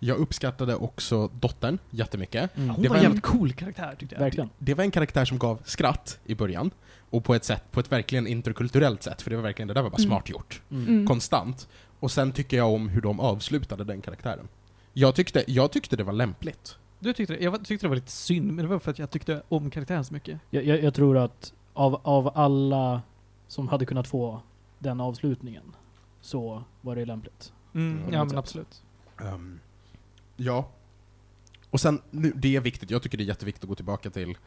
[SPEAKER 2] Jag uppskattade också dottern jättemycket.
[SPEAKER 3] Mm.
[SPEAKER 1] hon var
[SPEAKER 2] Det var
[SPEAKER 1] en
[SPEAKER 2] en-
[SPEAKER 1] jävligt cool karaktär tyckte jag.
[SPEAKER 3] Verkligen.
[SPEAKER 2] Det var en karaktär som gav skratt i början, och på ett sätt, på ett verkligen interkulturellt sätt, för det var verkligen, det där var bara
[SPEAKER 4] Mm.
[SPEAKER 2] smart gjort.
[SPEAKER 3] Mm.
[SPEAKER 4] Mm.
[SPEAKER 2] konstant. Och sen tycker jag om hur de avslutade den karaktären. Jag tyckte, jag tyckte det var lämpligt.
[SPEAKER 1] Du tyckte det, jag var- tyckte det var lite synd, men det var för att jag tyckte om karaktären så mycket.
[SPEAKER 3] Jag, jag, jag tror att av, av alla som hade kunnat få den avslutningen så var det lämpligt.
[SPEAKER 2] Mm.
[SPEAKER 1] ja,
[SPEAKER 3] På
[SPEAKER 1] men
[SPEAKER 3] något
[SPEAKER 1] absolut.
[SPEAKER 2] Ehm, ja. Och sen, nu, det är viktigt, jag tycker det är jätteviktigt att gå tillbaka till,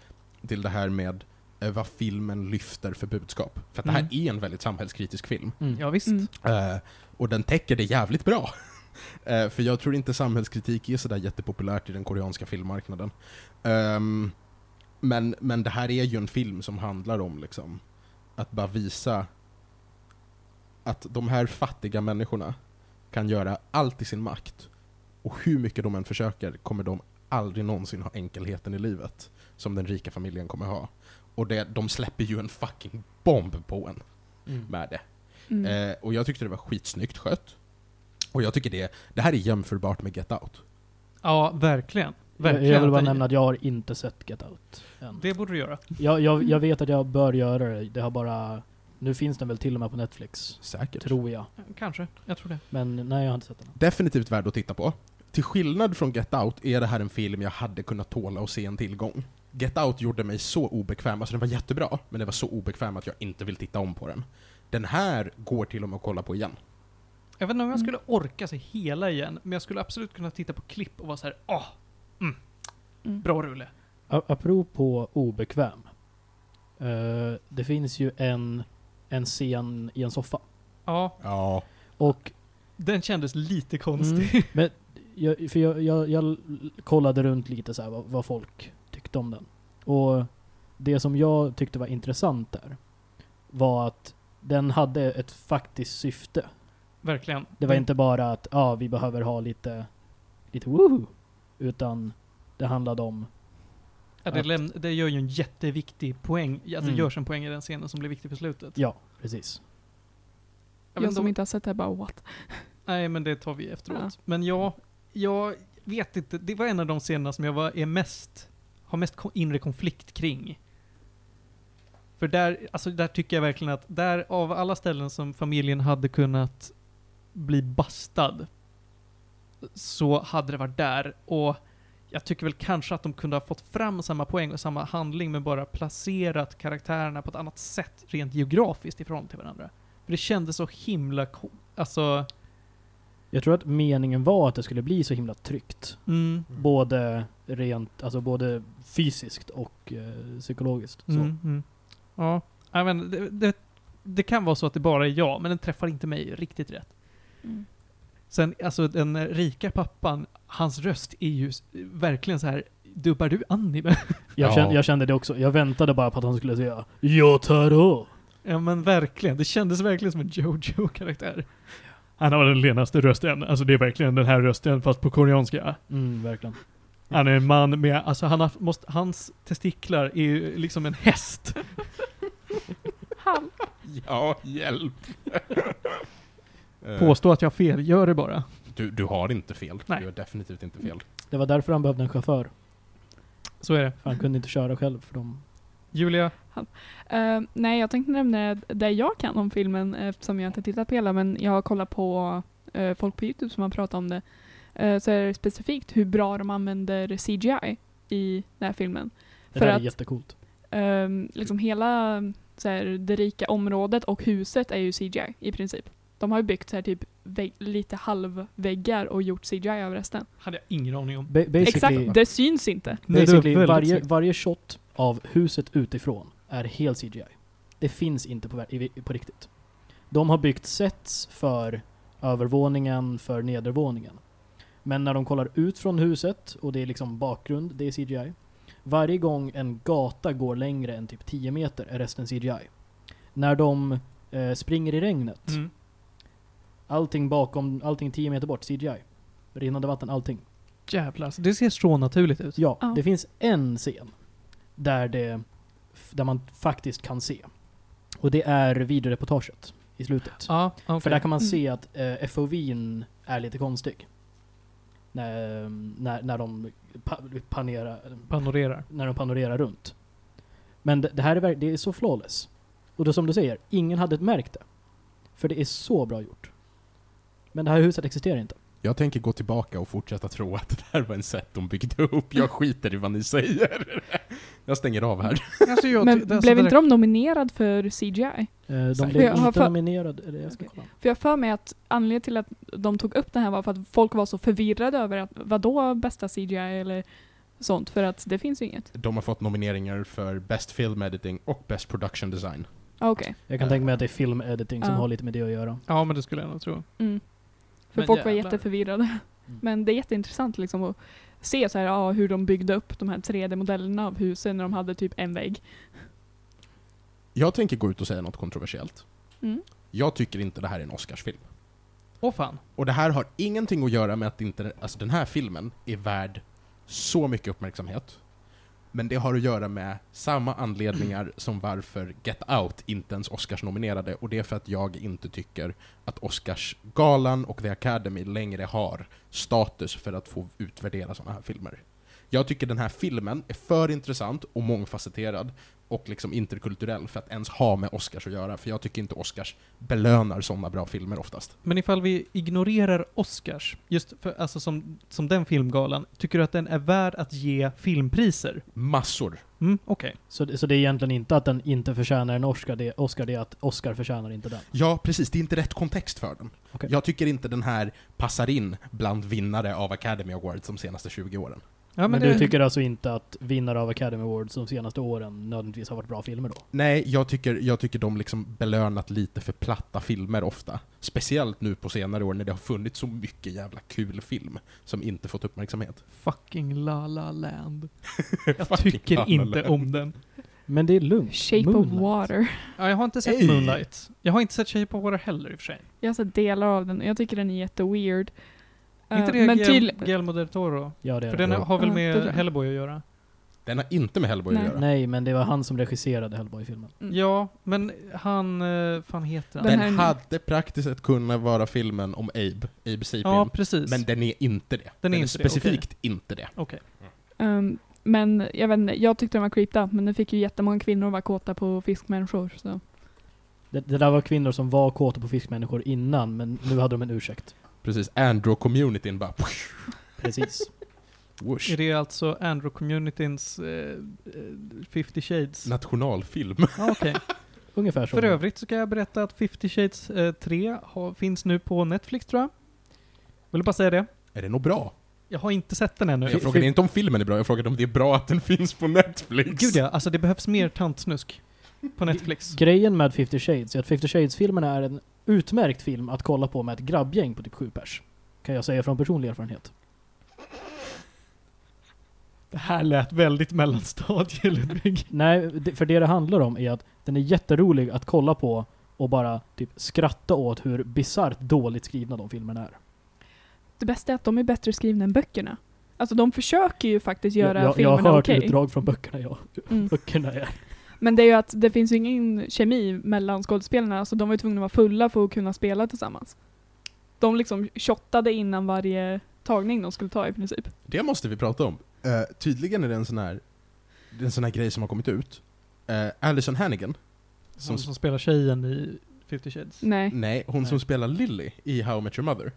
[SPEAKER 2] till det här med eh, vad filmen lyfter för budskap. För att det här
[SPEAKER 1] Mm.
[SPEAKER 2] är en väldigt samhällskritisk film.
[SPEAKER 3] Mm.
[SPEAKER 1] Ja, visst.
[SPEAKER 4] Mm.
[SPEAKER 2] Eh, och den täcker det jävligt bra. (laughs) Eh, för jag tror inte samhällskritik är sådär jättepopulärt i den koreanska filmmarknaden. Ehm, men, men det här är ju en film som handlar om liksom, att bara visa att de här fattiga människorna kan göra allt i sin makt. Och hur mycket de än försöker kommer de aldrig någonsin ha enkelheten i livet som den rika familjen kommer ha. Och det, de släpper ju en fucking bomb på en
[SPEAKER 3] Mm.
[SPEAKER 2] med det.
[SPEAKER 4] Mm.
[SPEAKER 2] Eh, och jag tyckte det var skitsnyggt skött. Och jag tycker det, det här är jämförbart med Get Out.
[SPEAKER 1] Ja, verkligen.
[SPEAKER 3] Jag,
[SPEAKER 1] verkligen.
[SPEAKER 3] jag vill bara
[SPEAKER 1] Den-
[SPEAKER 3] nämna att jag har inte sett Get Out än.
[SPEAKER 1] Det borde du göra.
[SPEAKER 3] Jag, jag, jag vet att jag bör göra det. Det har bara... Nu finns den väl till och med på Netflix.
[SPEAKER 2] Säkert.
[SPEAKER 3] Tror jag.
[SPEAKER 1] Kanske. Jag tror det.
[SPEAKER 3] Men nej, jag har inte sett den. än.
[SPEAKER 2] Definitivt värd att titta på. Till skillnad från Get Out är det här en film jag hade kunnat tåla och se en tillgång. Get Out gjorde mig så obekväm, alltså den var jättebra, men den var så obekväm att jag inte vill titta om på den. Den här går till och med att kolla på igen.
[SPEAKER 1] Jag vet inte om jag
[SPEAKER 4] Mm.
[SPEAKER 1] skulle orka se hela igen, men jag skulle absolut kunna titta på klipp och vara så här, åh,
[SPEAKER 4] Mm.
[SPEAKER 1] bra rulle.
[SPEAKER 3] A- Apropå obekväm. Eh, det finns ju en, en scen i en soffa.
[SPEAKER 1] Ja,
[SPEAKER 2] Ja.
[SPEAKER 3] Och
[SPEAKER 1] den kändes lite
[SPEAKER 3] Ah, Mm.
[SPEAKER 1] konstig.
[SPEAKER 3] men, jag, för jag, jag, jag kollade runt lite så här vad, vad folk tyckte om den. Och det som jag tyckte var intressant där var att den hade ett faktiskt syfte.
[SPEAKER 1] Verkligen.
[SPEAKER 3] Det var
[SPEAKER 1] Den-
[SPEAKER 3] inte bara att ja, vi behöver ha lite, lite woohoo. Utan Det handlade om...
[SPEAKER 1] Ja, det,
[SPEAKER 3] Att-
[SPEAKER 1] läm- det gör ju en jätteviktig poäng. Alltså
[SPEAKER 3] Mm.
[SPEAKER 1] görs en poäng i den scenen som blir viktig för slutet.
[SPEAKER 3] Ja, precis.
[SPEAKER 1] Ja,
[SPEAKER 4] Jag,
[SPEAKER 1] men
[SPEAKER 4] som
[SPEAKER 1] de-
[SPEAKER 4] inte har sett det här bara what?
[SPEAKER 1] Nej, men det tar vi efteråt. Men jag, jag vet inte. Det var en av de scenerna som jag var, är mest, har mest ko- inre konflikt kring. För där, alltså där tycker jag verkligen att, där av alla ställen som familjen hade kunnat bli bastad, så hade det varit där. Och jag tycker väl kanske att de kunde ha fått fram samma poäng och samma handling, men bara placerat karaktärerna på ett annat sätt rent geografiskt i förhållande till varandra. För det kändes så himla, ko- alltså,
[SPEAKER 3] Jag tror att meningen var att det skulle bli så himla tryggt.
[SPEAKER 1] mm,
[SPEAKER 3] Både rent, alltså både fysiskt och eh, psykologiskt. Så.
[SPEAKER 1] Mm, mm. Ja, jag men det, det, det kan vara så att det bara är jag, men den träffar inte mig riktigt rätt.
[SPEAKER 4] Mm.
[SPEAKER 1] Sen, alltså den eh, rika pappan, hans röst är ju s- verkligen så här dubbar du anime? (laughs)
[SPEAKER 3] Jag,
[SPEAKER 2] Ja.
[SPEAKER 3] kände, jag kände det också. Jag väntade bara på att han skulle säga Jag tar av."
[SPEAKER 1] ja men verkligen, det kändes verkligen som en Jojo-karaktär. Han har den lenaste rösten, alltså det är verkligen den här rösten fast på koreanska.
[SPEAKER 3] Mm, verkligen.
[SPEAKER 1] Han är en man med, alltså han har, måste, hans testiklar är ju liksom en häst.
[SPEAKER 4] Han.
[SPEAKER 2] Ja, hjälp. Eh,
[SPEAKER 1] Påstå att jag har fel, gör det bara.
[SPEAKER 2] du, du har inte fel.
[SPEAKER 1] Nej.
[SPEAKER 2] Du har definitivt inte fel.
[SPEAKER 3] Det var därför han behövde en chaufför.
[SPEAKER 1] Så är det.
[SPEAKER 3] För han kunde inte köra själv för de...
[SPEAKER 1] Julia,
[SPEAKER 4] Eh, nej, jag tänkte nämna det jag kan om filmen eftersom jag inte tittat på hela men jag har kollat på eh, folk på Youtube som har pratat om det. Eh, så är det specifikt hur bra de använder CGI i den här filmen.
[SPEAKER 3] Det
[SPEAKER 4] För
[SPEAKER 3] där är
[SPEAKER 4] att-
[SPEAKER 3] jättecoolt.
[SPEAKER 4] Ehm, liksom hela så här, det rika området och huset är ju CGI i princip. De har ju byggt så här, typ vägg, lite halvväggar och gjort CGI över resten.
[SPEAKER 1] hade jag ingen aning om.
[SPEAKER 3] Ba- basically,
[SPEAKER 4] Exakt, det syns inte.
[SPEAKER 1] Nej, det var
[SPEAKER 3] basically
[SPEAKER 1] väldigt
[SPEAKER 3] varje,
[SPEAKER 1] snyggt.
[SPEAKER 3] varje shot av huset utifrån är helt CGI. Det finns inte på, ver- i- på riktigt. De har byggt sets för övervåningen, för nedervåningen. Men när de kollar ut från huset och det är liksom bakgrund, det är CGI. Varje gång en gata går längre än typ 10 meter är resten CGI. När de eh, springer i regnet,
[SPEAKER 1] Mm.
[SPEAKER 3] allting bakom, allting 10 meter bort, CGI. Rinnande vatten, allting.
[SPEAKER 1] Jävlar, alltså, det ser så naturligt ut.
[SPEAKER 3] Ja,
[SPEAKER 4] Ja.
[SPEAKER 3] det finns en scen där, det, där man faktiskt kan se. Och det är videoreportaget i slutet.
[SPEAKER 1] Ja, okej.
[SPEAKER 3] För där kan man
[SPEAKER 4] Mm.
[SPEAKER 3] se att eh, FOV'n är lite konstig. När, när, när, de pa, panerar,
[SPEAKER 1] panorerar.
[SPEAKER 3] när de panorerar runt. Men det, det här är, verk- det är så flawless. Och då som du säger, ingen hade märkt det. För det är så bra gjort. Men det här huset existerar inte.
[SPEAKER 2] Jag tänker gå tillbaka och fortsätta tro att det här var en set de byggde upp. Jag skiter i vad ni säger. Jag stänger av här.
[SPEAKER 1] (laughs) Alltså, jag,
[SPEAKER 4] Men blev inte de nominerad för CGI?
[SPEAKER 3] Eh,
[SPEAKER 2] Säkert.
[SPEAKER 3] De blev
[SPEAKER 4] Jag har
[SPEAKER 3] inte
[SPEAKER 4] för-
[SPEAKER 3] nominerade. Eller jag ska kolla.
[SPEAKER 4] För jag har för mig att anledningen till att de tog upp det här var för att folk var så förvirrade över att vadå bästa CGI eller sånt för att det finns ju inget.
[SPEAKER 2] De har fått nomineringar för Best Film Editing och Best Production Design.
[SPEAKER 4] Ah, Okej.
[SPEAKER 3] Jag kan tänka mig att det är filmediting som
[SPEAKER 4] Ja.
[SPEAKER 3] har lite med det att göra.
[SPEAKER 1] Ja, men det skulle jag nog tro.
[SPEAKER 4] Mm. För
[SPEAKER 1] Men
[SPEAKER 4] folk var
[SPEAKER 1] jävlar.
[SPEAKER 4] jätteförvirrade.
[SPEAKER 3] Mm.
[SPEAKER 4] Men det är jätteintressant liksom att se så här, ja, hur de byggde upp de här 3D-modellerna av husen när de hade typ en vägg.
[SPEAKER 2] Jag tänker gå ut och säga något kontroversiellt.
[SPEAKER 4] Mm.
[SPEAKER 2] Jag tycker inte det här är en Oscarsfilm.
[SPEAKER 1] Åh fan.
[SPEAKER 2] Och det här har ingenting att göra med att inte, alltså den här filmen är värd så mycket uppmärksamhet. Men det har att göra med samma anledningar som varför Get Out inte ens Oscars nominerade och det är för att jag inte tycker att Oscarsgalan och The Academy längre har status för att få utvärdera sådana här filmer. Jag tycker den här filmen är för intressant och mångfacetterad och liksom interkulturell för att ens ha med Oscars att göra, för jag tycker inte Oscars belönar sådana bra filmer oftast.
[SPEAKER 1] Men ifall vi ignorerar Oscars, just för, alltså som, som den filmgalan, tycker du att den är värd att ge filmpriser?
[SPEAKER 2] Massor
[SPEAKER 1] Mm, okej.
[SPEAKER 3] Så, det- så det är egentligen inte att den inte förtjänar en Oscar, det är, Oscar, det är att Oscar förtjänar inte den.
[SPEAKER 2] Ja, precis. Det är inte rätt kontext för den.
[SPEAKER 3] Okej.
[SPEAKER 2] Jag tycker inte den här passar in bland vinnare av Academy Awards de senaste 20 åren.
[SPEAKER 1] Ja,
[SPEAKER 3] men du tycker alltså inte att vinnare av Academy Awards de senaste åren nödvändigtvis har varit bra filmer då?
[SPEAKER 2] Nej, jag tycker, jag tycker de liksom belönat lite för platta filmer ofta. Speciellt nu på senare år när det har funnits så mycket jävla kul film som inte fått uppmärksamhet.
[SPEAKER 1] Fucking La La Land. (laughs) Jag
[SPEAKER 2] Fucking La La
[SPEAKER 1] tycker inte
[SPEAKER 2] Land.
[SPEAKER 1] om den.
[SPEAKER 3] Men det är lugnt.
[SPEAKER 4] Shape of water. (laughs)
[SPEAKER 1] Ja, jag har inte sett
[SPEAKER 2] Ey.
[SPEAKER 1] Moonlight. Jag har inte sett Shape of Water heller i och för sig.
[SPEAKER 4] Jag har sett delar av den och jag tycker den är jätteweird.
[SPEAKER 1] inte
[SPEAKER 4] Eh,
[SPEAKER 1] det
[SPEAKER 4] men
[SPEAKER 1] Guill-
[SPEAKER 4] till,
[SPEAKER 1] Guillermo del Toro?
[SPEAKER 3] Ja, det är
[SPEAKER 1] För
[SPEAKER 3] det.
[SPEAKER 1] den
[SPEAKER 2] Ja.
[SPEAKER 1] har väl
[SPEAKER 4] Ja, det
[SPEAKER 1] med
[SPEAKER 4] tror jag.
[SPEAKER 1] Hellboy att göra?
[SPEAKER 2] Den har inte med Hellboy
[SPEAKER 4] Nej.
[SPEAKER 2] att göra.
[SPEAKER 3] Nej, men det var han som regisserade Hellboy-filmen.
[SPEAKER 4] Mm.
[SPEAKER 1] Ja, men han... eh, fan heter han?
[SPEAKER 4] Den
[SPEAKER 2] Den,
[SPEAKER 4] här-
[SPEAKER 2] hade praktiskt sett kunnat vara filmen om Abe, Abe Sapien.
[SPEAKER 1] Ja, precis.
[SPEAKER 2] men den är inte det.
[SPEAKER 1] Den är inte det,
[SPEAKER 2] specifikt inte det.
[SPEAKER 1] Okej.
[SPEAKER 4] ehm, men jag vet inte, jag tyckte den var creeped out, men den fick ju jättemånga kvinnor att vara kåta på fiskmänniskor. Så.
[SPEAKER 3] Det, det där var kvinnor som var kåta på fiskmänniskor innan, men nu hade de en ursäkt.
[SPEAKER 2] Precis, Andro-communityn bara...
[SPEAKER 3] (laughs) Precis.
[SPEAKER 2] Whoosh.
[SPEAKER 1] Är det alltså Andrew-communityns eh, eh, 50 shades?
[SPEAKER 2] Nationalfilm.
[SPEAKER 1] Ja,
[SPEAKER 2] (laughs)
[SPEAKER 1] okej.
[SPEAKER 3] Ungefär så.
[SPEAKER 1] För övrigt så kan jag berätta att 50 shades eh, 3 har, finns nu på Netflix tror jag. Vill bara säga det.
[SPEAKER 2] Är det nog bra?
[SPEAKER 1] Jag har inte sett den ännu.
[SPEAKER 2] Jag frågade inte om filmen är bra, jag frågade om det är bra att den finns på Netflix.
[SPEAKER 1] Gud ja, alltså det behövs mer tantsnusk på Netflix.
[SPEAKER 3] Grejen med 50 Shades är att 50 Shades-filmerna är en utmärkt film att kolla på med ett grabbgäng på typ sju pers. Kan jag säga från personlig erfarenhet.
[SPEAKER 1] Det här lät väldigt mellanstadie, Ludvig.
[SPEAKER 3] Nej, det- för det det handlar om är att den är jätterolig att kolla på och bara typ skratta åt hur bisarrt dåligt skrivna de filmerna är.
[SPEAKER 4] Det bästa är att de är bättre skrivna än böckerna. Alltså de försöker ju faktiskt göra
[SPEAKER 3] jag, jag, jag
[SPEAKER 4] filmerna
[SPEAKER 3] har hört
[SPEAKER 4] okej.
[SPEAKER 3] utdrag från böckerna, ja. (laughs)
[SPEAKER 4] Mm.
[SPEAKER 3] Böckerna är...
[SPEAKER 4] Men det är ju att det finns ju ingen kemi mellan skådespelarna, så de var ju tvungna att vara fulla för att kunna spela tillsammans. De liksom shottade innan varje tagning de skulle ta i princip.
[SPEAKER 2] Det måste vi prata om. Eh, tydligen är det en sån här, det är en sån här grej som har kommit ut. Eh, Alison Hannigan,
[SPEAKER 1] Som,
[SPEAKER 2] Som- Mm.
[SPEAKER 1] som spelar tjejen i 50 shades.
[SPEAKER 4] Nej.
[SPEAKER 2] nej, hon
[SPEAKER 3] Nej.
[SPEAKER 2] som spelar Lily i How I Met Your Mother,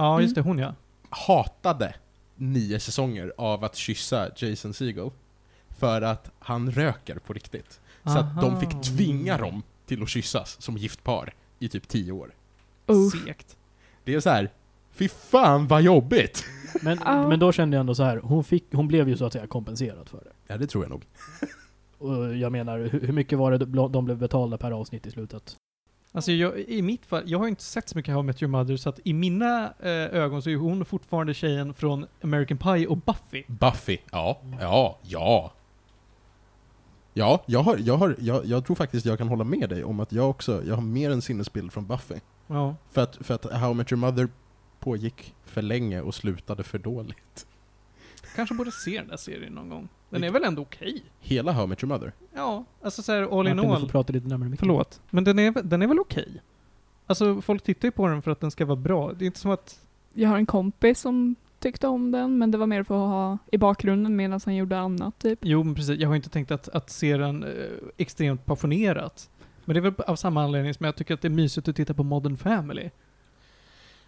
[SPEAKER 1] Ja, just det.
[SPEAKER 4] Mm.
[SPEAKER 1] Hon ja.
[SPEAKER 2] hatade nio säsonger av att kyssa Jason Segel för att han röker på riktigt. Så att de
[SPEAKER 1] Aha.
[SPEAKER 2] fick tvinga dem till att kyssas som gift par i typ tio år.
[SPEAKER 4] Uff.
[SPEAKER 1] Segt.
[SPEAKER 2] Det är så här. fy fan vad jobbigt!
[SPEAKER 3] Men,
[SPEAKER 4] Ja.
[SPEAKER 3] men då kände jag ändå så här, hon, fick, hon blev ju så att säga kompenserad för det.
[SPEAKER 2] Ja, det tror jag nog.
[SPEAKER 3] Och jag menar, hur, hur mycket var det de de blev betalda per avsnitt i slutet?
[SPEAKER 1] Alltså jag, i mitt fall, jag har ju inte sett så mycket How I Met Your Mother så att i mina eh, ögon så är hon fortfarande tjejen från American Pie och Buffy.
[SPEAKER 2] Buffy, ja, ja, ja. Ja, jag, har, jag, har, jag, jag tror faktiskt jag kan hålla med dig om att jag också, jag har mer en sinnesbild från Buffy.
[SPEAKER 1] Ja.
[SPEAKER 2] För att, för att How I Met Your Mother pågick för länge och slutade för dåligt.
[SPEAKER 1] Kanske borde se den där serien någon gång. Den är väl ändå okej?
[SPEAKER 2] Hela How I Met Your Mother.
[SPEAKER 1] Ja, alltså såhär all in
[SPEAKER 3] Martin, du får
[SPEAKER 1] all.
[SPEAKER 3] prata lite närmare micken.
[SPEAKER 1] Förlåt, men den är, den är väl okej? Alltså folk tittar ju på den för att den ska vara bra. Det är inte som att,
[SPEAKER 4] Jag har en kompis som tyckte om den, men det var mer för att ha i bakgrunden medan han gjorde annat typ.
[SPEAKER 1] jo men precis, jag har inte tänkt att, att se den eh, extremt passionerat. Men det är väl av samma anledning som jag tycker att det är mysigt att titta på Modern Family.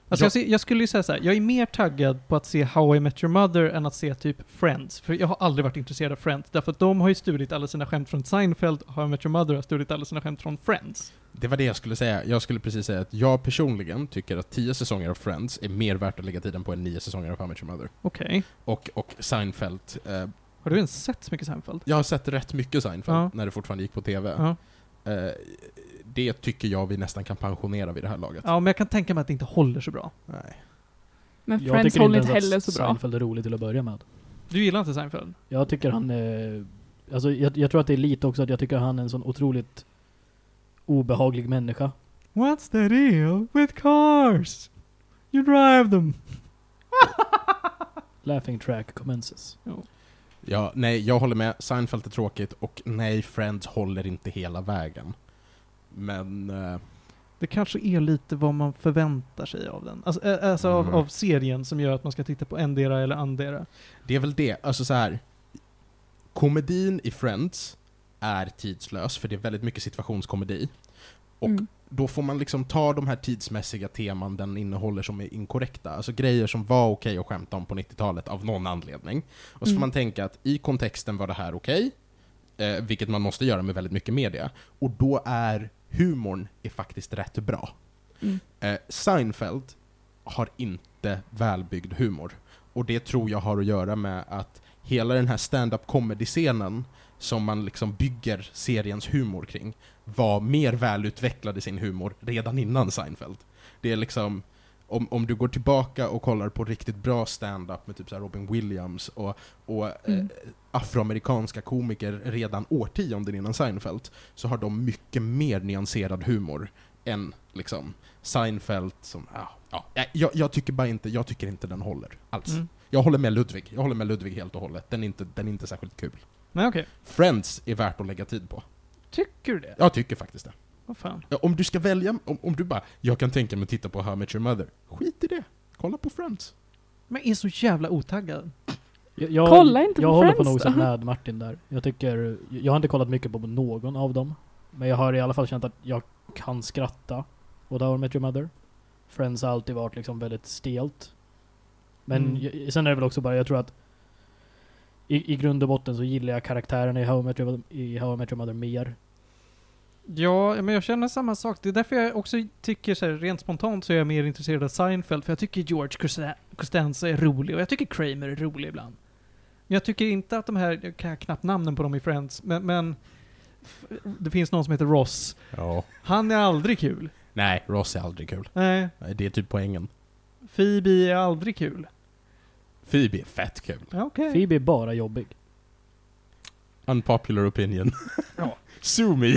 [SPEAKER 1] Alltså
[SPEAKER 2] Ja.
[SPEAKER 1] jag, ser, jag skulle ju säga så här, jag är mer taggad på att se How I Met Your Mother än att se typ Friends. För jag har aldrig varit intresserad av Friends, därför att de har ju stulit alla sina skämt från Seinfeld, och How I Met Your Mother har stulit alla sina skämt från Friends.
[SPEAKER 2] Det var det jag skulle säga. Jag skulle precis säga att jag personligen tycker att tio säsonger av Friends är mer värt att lägga tiden på än nio säsonger av How I Met Your Mother.
[SPEAKER 1] Okej.
[SPEAKER 2] Och, och Seinfeld. Eh,
[SPEAKER 1] Har du ens sett så mycket Seinfeld?
[SPEAKER 2] jag har sett rätt mycket Seinfeld
[SPEAKER 1] Ja.
[SPEAKER 2] när det fortfarande gick på TV.
[SPEAKER 1] Ja.
[SPEAKER 2] Eh, det tycker jag vi nästan kan pensionera vid det här laget.
[SPEAKER 1] Ja, men jag kan tänka mig att det inte håller så bra.
[SPEAKER 2] Nej.
[SPEAKER 4] Men
[SPEAKER 3] Jag
[SPEAKER 4] Friends
[SPEAKER 3] tycker
[SPEAKER 4] håller
[SPEAKER 3] ens
[SPEAKER 4] inte
[SPEAKER 3] att
[SPEAKER 4] heller så bra.
[SPEAKER 3] Seinfeld är rolig till att börja med.
[SPEAKER 1] Du gillar inte Seinfeld?
[SPEAKER 3] Jag tycker han... Eh, alltså jag, jag tror att det är lite också att jag tycker han är en sån otroligt obehaglig människa.
[SPEAKER 1] What's the deal with cars? You drive them.
[SPEAKER 3] Laughing track commences.
[SPEAKER 2] Ja, nej, jag håller med. Seinfeld är tråkigt och nej, Friends håller inte hela vägen. Men... Eh,
[SPEAKER 1] Det kanske är lite vad man förväntar sig av den. Alltså, ä- alltså av,
[SPEAKER 2] Mm.
[SPEAKER 1] av serien som gör att man ska titta på endera eller andera.
[SPEAKER 2] Det är väl det, alltså så här. Komedin i Friends är tidslös, för det är väldigt mycket situationskomedi. Och
[SPEAKER 4] Mm.
[SPEAKER 2] Då får man liksom ta de här tidsmässiga teman den innehåller som är inkorrekta, alltså grejer som var okej att skämta om på 90-talet av någon anledning. Och så får
[SPEAKER 4] Mm.
[SPEAKER 2] man tänka att i kontexten var det här okej, eh, vilket man måste göra med väldigt mycket media. Och då är humorn är faktiskt rätt bra.
[SPEAKER 4] Mm.
[SPEAKER 2] Eh, Seinfeld har inte välbyggd humor. Och det tror jag har att göra med att hela den här stand-up comedy-scenen som man liksom bygger seriens humor kring var mer välutvecklad i sin humor redan innan Seinfeld. Det är liksom, om, om du går tillbaka och kollar på riktigt bra stand-up med typ så här Robin Williams och, och
[SPEAKER 4] Mm.
[SPEAKER 2] eh, afroamerikanska komiker redan årtionden innan Seinfeld, så har de mycket mer nyanserad humor än liksom Seinfeld som, ja, ja. Nej, Jag, jag tycker bara inte, jag tycker inte den håller alls.
[SPEAKER 1] Mm.
[SPEAKER 2] Jag håller med Ludvig, jag håller med Ludvig helt och hållet. Den är inte, den är inte särskilt kul.
[SPEAKER 1] Nej okej.
[SPEAKER 2] Friends är värt att lägga tid på.
[SPEAKER 1] Tycker du det?
[SPEAKER 2] Jag tycker faktiskt det.
[SPEAKER 1] Vad fan.
[SPEAKER 2] Ja, Om du ska välja, om, om du bara, jag kan tänka mig att titta på How I Met Your Mother. Skit i det. Kolla på Friends.
[SPEAKER 1] Men är så jävla otaggad.
[SPEAKER 3] Jag, jag,
[SPEAKER 4] Kolla inte
[SPEAKER 3] jag
[SPEAKER 4] på
[SPEAKER 3] håller på
[SPEAKER 4] Friends
[SPEAKER 3] något
[SPEAKER 4] då.
[SPEAKER 3] sätt med Martin där. Jag tycker, jag har inte kollat mycket på någon av dem. Men jag har i alla fall känt att jag kan skratta åt How I Met Your Mother. Friends har alltid varit liksom väldigt stelt. Men
[SPEAKER 1] Mm.
[SPEAKER 3] jag, sen är det väl också bara, jag tror att i, i grund och botten så gillar jag karaktärerna i How I Met Your, i How I Met Your Mother mer.
[SPEAKER 1] Ja, men jag känner samma sak. Det är därför jag också tycker så här, rent spontant så är jag mer intresserad av Seinfeld, för jag tycker George Costa- Costanza är rolig och jag tycker Kramer är rolig ibland. Men jag tycker inte att de här, jag kan knappt namnen på dem i Friends, men, men f- det finns någon som heter Ross.
[SPEAKER 2] Ja.
[SPEAKER 1] Han är aldrig kul.
[SPEAKER 2] Nej, Ross är aldrig kul.
[SPEAKER 1] Nej,
[SPEAKER 2] Nej, det är typ poängen.
[SPEAKER 1] Phoebe är aldrig kul.
[SPEAKER 2] Phoebe är fett kul.
[SPEAKER 1] Ja, Okej.
[SPEAKER 4] Mm.
[SPEAKER 3] Phoebe är bara jobbig.
[SPEAKER 2] Unpopular opinion.
[SPEAKER 1] Ja.
[SPEAKER 2] (laughs) Sue me.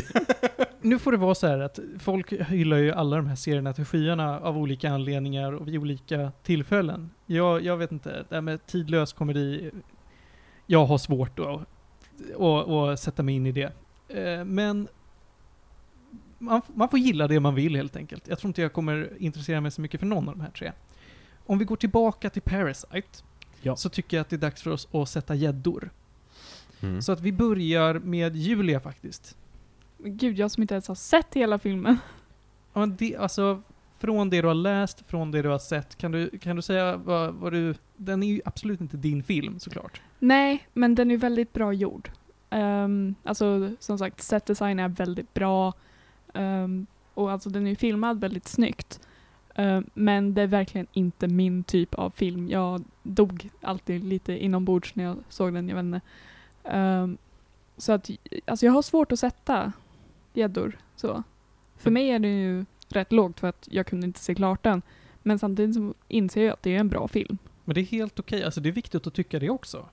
[SPEAKER 1] Nu får det vara så här att folk hyllar ju alla de här serierna till skyarna av olika anledningar och vid olika tillfällen. Jag, jag vet inte, det här med tidlös komedi, jag har svårt att att- att sätta mig in i det. Eh, Men man, f- man får gilla det man vill helt enkelt. Jag tror inte jag kommer intressera mig så mycket för någon av de här tre. Om vi går tillbaka till Parasite,
[SPEAKER 3] Ja.
[SPEAKER 1] så tycker jag att det är dags för oss att sätta gäddor.
[SPEAKER 2] Mm.
[SPEAKER 1] Så att vi börjar med Julia faktiskt.
[SPEAKER 4] Gud, jag som inte ens har sett hela filmen.
[SPEAKER 1] Ja, men det, alltså, från det du har läst, från det du har sett, kan du, kan du säga vad, vad du... Den är ju absolut inte din film såklart.
[SPEAKER 4] Nej, men den är väldigt bra gjord. Um, alltså, som sagt, set design är väldigt bra. Ehm, och alltså den är ju filmad väldigt snyggt. Ehm, men det är verkligen inte min typ av film. Jag dog alltid lite inombords när jag såg den, jag vet inte. Ehm, så att, alltså jag har svårt att sätta gäddor så. För mig är det ju rätt lågt för att jag kunde inte se klart den. Men samtidigt så inser jag att det är en bra film.
[SPEAKER 1] Men det är helt okej, alltså det är viktigt att tycka det också.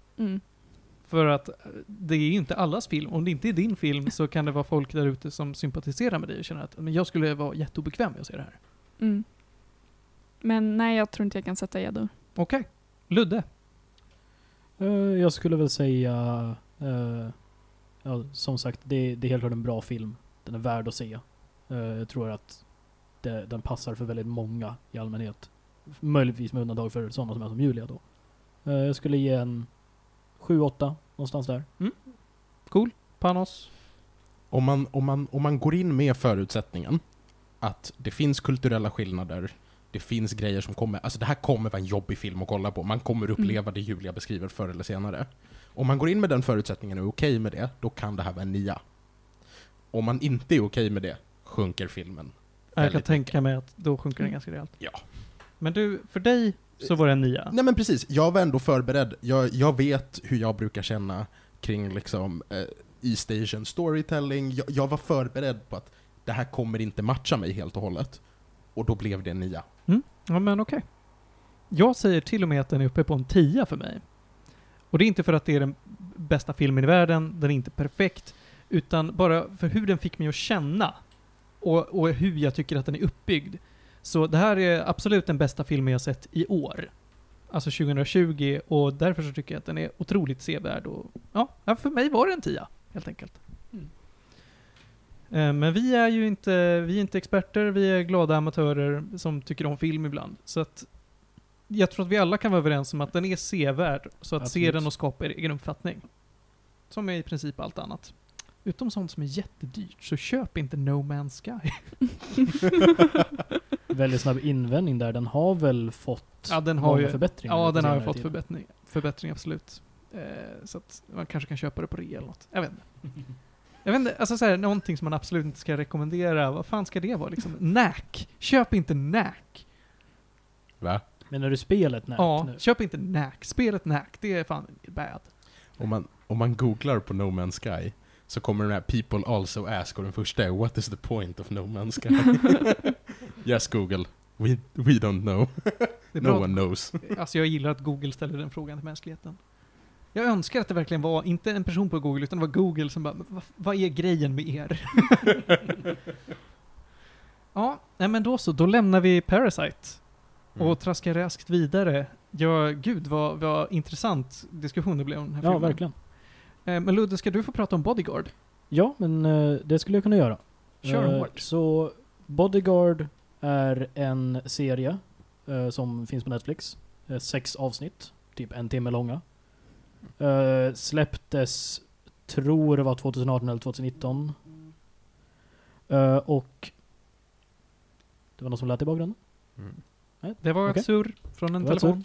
[SPEAKER 1] För att eh, det är ju inte allas film. Om det inte är din film så kan det vara folk där ute som sympatiserar med dig och känner att men jag skulle vara jätteobekväm med att se det här.
[SPEAKER 4] Mm. Men nej, jag tror inte jag kan sätta gäddor.
[SPEAKER 1] Okej. Ludde.
[SPEAKER 3] Eh, jag skulle väl säga, eh, ja, som sagt, det, det är helt klart en bra film. Den är värd att se. Eh, jag tror att det, den passar för väldigt många i allmänhet. Möjligtvis med undantag för sådana som är som Julia då. Eh, jag skulle ge en 7-8, någonstans där.
[SPEAKER 1] Panos.
[SPEAKER 2] Om man, om, man, om man går in med förutsättningen att det finns kulturella skillnader, det finns grejer som kommer, alltså det här kommer vara en jobbig film att kolla på, man kommer uppleva det Julia beskriver förr eller senare. Om man går in med den förutsättningen och är okej med det, då kan det här vara en nia. Om man inte är okej med det, sjunker filmen.
[SPEAKER 1] Jag kan
[SPEAKER 2] Väldigt Mm.
[SPEAKER 1] tänka mig att då sjunker den ganska rejält.
[SPEAKER 2] Ja.
[SPEAKER 1] Men du, för dig så var det en nia.
[SPEAKER 2] Nej men precis, jag var ändå förberedd. Jag, jag vet hur jag brukar känna kring liksom eh, E-station storytelling. Jag, jag var förberedd på att det här kommer inte matcha mig helt och hållet. Och då blev det en nia.
[SPEAKER 1] Ja, men okej. Jag säger till och med att den är uppe på en 10 för mig. Och det är inte för att det är den bästa filmen i världen, den är inte perfekt, utan bara för hur den fick mig att känna och, och hur jag tycker att den är uppbyggd. Så det här är absolut den bästa filmen jag sett i år. Alltså 2020 och därför så tycker jag att den är otroligt sevärd och ja, ja, för mig var det en 10 helt enkelt. Eh, Men vi är ju inte, vi är inte experter, vi är glada amatörer som tycker om film ibland. Så att jag tror att vi alla kan vara överens om att den är sevärd. Så att se
[SPEAKER 3] Absolut.
[SPEAKER 1] den och skapa er egen uppfattning. Som är i princip allt annat. Utom sånt som är jättedyrt, så köp inte No Man's Sky.
[SPEAKER 3] Väldigt snabb invändning där. Den har väl fått
[SPEAKER 1] Ja, den har
[SPEAKER 3] många
[SPEAKER 1] ju...
[SPEAKER 3] förbättringar?
[SPEAKER 1] Ja,
[SPEAKER 3] på
[SPEAKER 1] den har ju
[SPEAKER 3] senare
[SPEAKER 1] fått
[SPEAKER 3] tid.
[SPEAKER 1] förbättring, förbättring absolut. Eh, så att man kanske kan köpa det på rea eller något. Jag vet inte. Jag vet inte, alltså så här, någonting som man absolut inte ska rekommendera, vad fan ska det vara liksom? Nack! Köp inte Nack!
[SPEAKER 2] Va?
[SPEAKER 3] Menar du spelet? Nej,
[SPEAKER 1] Ja,
[SPEAKER 3] nu.
[SPEAKER 1] köp inte Nack. Spelet Nack, det är fan bad.
[SPEAKER 2] Om man, om man googlar på No Man's Sky så kommer den här People also ask och den första är What is the point of No Man's Sky? yes Google, we, we don't know.
[SPEAKER 1] Det är
[SPEAKER 2] no
[SPEAKER 1] bra
[SPEAKER 2] one knows.
[SPEAKER 1] Alltså jag gillar att Google ställer den frågan till mänskligheten. Jag önskar att det verkligen var, inte en person på Google, utan det var Google som bara, "Men vad, vad är grejen med er? Ja, nej men då så. Då lämnar vi Parasite
[SPEAKER 2] Mm.
[SPEAKER 1] och traskar raskt vidare. Ja, gud vad, vad intressant diskussion det blev om den här
[SPEAKER 3] Ja,
[SPEAKER 1] filmen.
[SPEAKER 3] verkligen.
[SPEAKER 1] Eh, Men Ludde, ska du få prata om Bodyguard?
[SPEAKER 3] Ja, men eh, det skulle jag kunna göra.
[SPEAKER 1] Kör
[SPEAKER 3] Eh,
[SPEAKER 1] hårt.
[SPEAKER 3] Så Bodyguard är en serie eh, som finns på Netflix. Eh, sex avsnitt, typ en timme långa. Eh, släpptes, tror det var 2018 eller 2019. Eh, och... Det var någon som lät i bakgrunden.
[SPEAKER 1] Det var
[SPEAKER 3] Okej.
[SPEAKER 1] ett surr från en
[SPEAKER 3] Det var ett
[SPEAKER 1] telefon.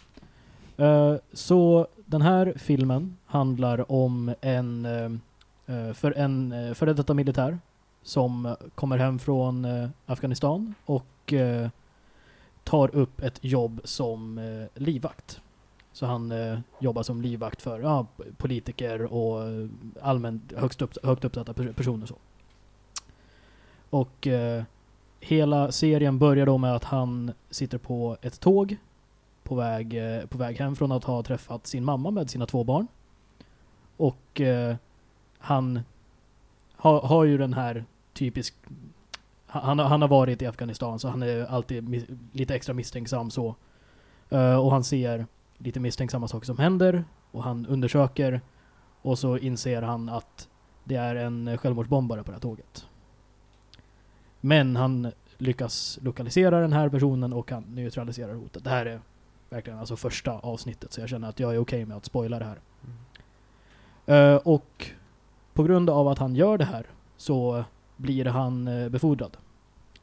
[SPEAKER 3] Eh, så den här filmen handlar om en, eh, eh, för en eh, före detta militär som eh, kommer hem från eh, Afghanistan och eh, tar upp ett jobb som eh, livvakt. Så han eh, jobbar som livvakt för ja, p- politiker och eh, allmänt högst, upp, högt uppsatta pers- personer. Så. Och eh, hela serien börjar då med att han sitter på ett tåg på väg, eh, på väg hem från att ha träffat sin mamma med sina två barn. Och eh, han har, har ju den här typisk... Han, han har- han har varit i Afghanistan så han är alltid mis, lite extra misstänksam så. Eh, och han ser lite misstänksamma saker som händer och han undersöker och så inser han att det är en självmordsbombare på det här tåget. Men han lyckas lokalisera den här personen och han neutraliserar hotet. Det här är verkligen alltså första avsnittet så jag känner att jag är okej med att spoila det här. Eh, och på grund av att han gör det här så blir han eh, befordrad.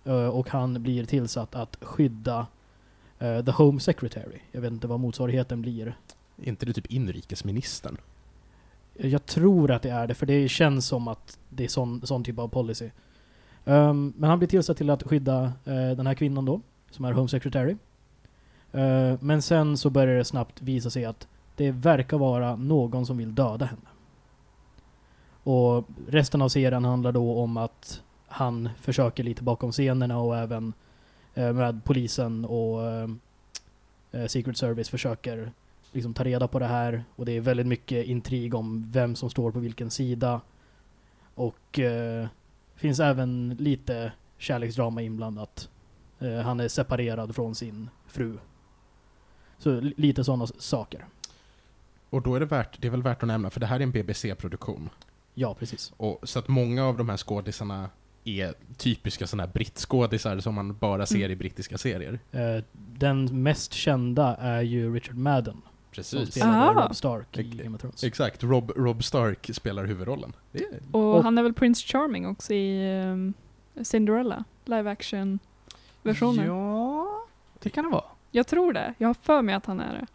[SPEAKER 3] Eh, och han blir tillsatt att skydda eh, The Home Secretary. Jag vet inte vad motsvarigheten blir.
[SPEAKER 2] Är inte det typ inrikesministern?
[SPEAKER 3] Jag tror att det är det, för det känns som att det är sån, sån typ av policy. Ehm, men han blir tillsatt till att skydda eh, den här kvinnan då, som är Home Secretary. Eh, men sen så börjar det snabbt visa sig att det verkar vara någon som vill döda henne. Och resten av serien handlar då om att han försöker lite bakom scenerna och även eh, med polisen och eh, eh, Secret Service försöker liksom ta reda på det här och det är väldigt mycket intrig om vem som står på vilken sida. Och eh, finns även lite kärleksdrama inblandat. Eh, han är separerad från sin fru. Så li- lite sådana saker.
[SPEAKER 2] Och då är det värt, det är väl värt att nämna, för det här är en BBC-produktion.
[SPEAKER 3] Ja, precis.
[SPEAKER 2] Och, så att många av de här skådisarna är typiska sådana här brittskådisar som man bara ser i brittiska serier.
[SPEAKER 3] Eh, den mest kända är ju Richard Madden som
[SPEAKER 2] Precis.
[SPEAKER 3] spelade
[SPEAKER 4] Ah.
[SPEAKER 3] Rob Stark i
[SPEAKER 2] Ex-
[SPEAKER 3] Game of Thrones.
[SPEAKER 2] Exakt, Rob, Rob Stark spelar huvudrollen. Det är,
[SPEAKER 4] Och,
[SPEAKER 3] Och-
[SPEAKER 4] han är väl Prince Charming också i ehm, Cinderella, live action-versionen.
[SPEAKER 1] Ja, det kan det vara.
[SPEAKER 4] Jag tror det. Jag har för mig att han är det.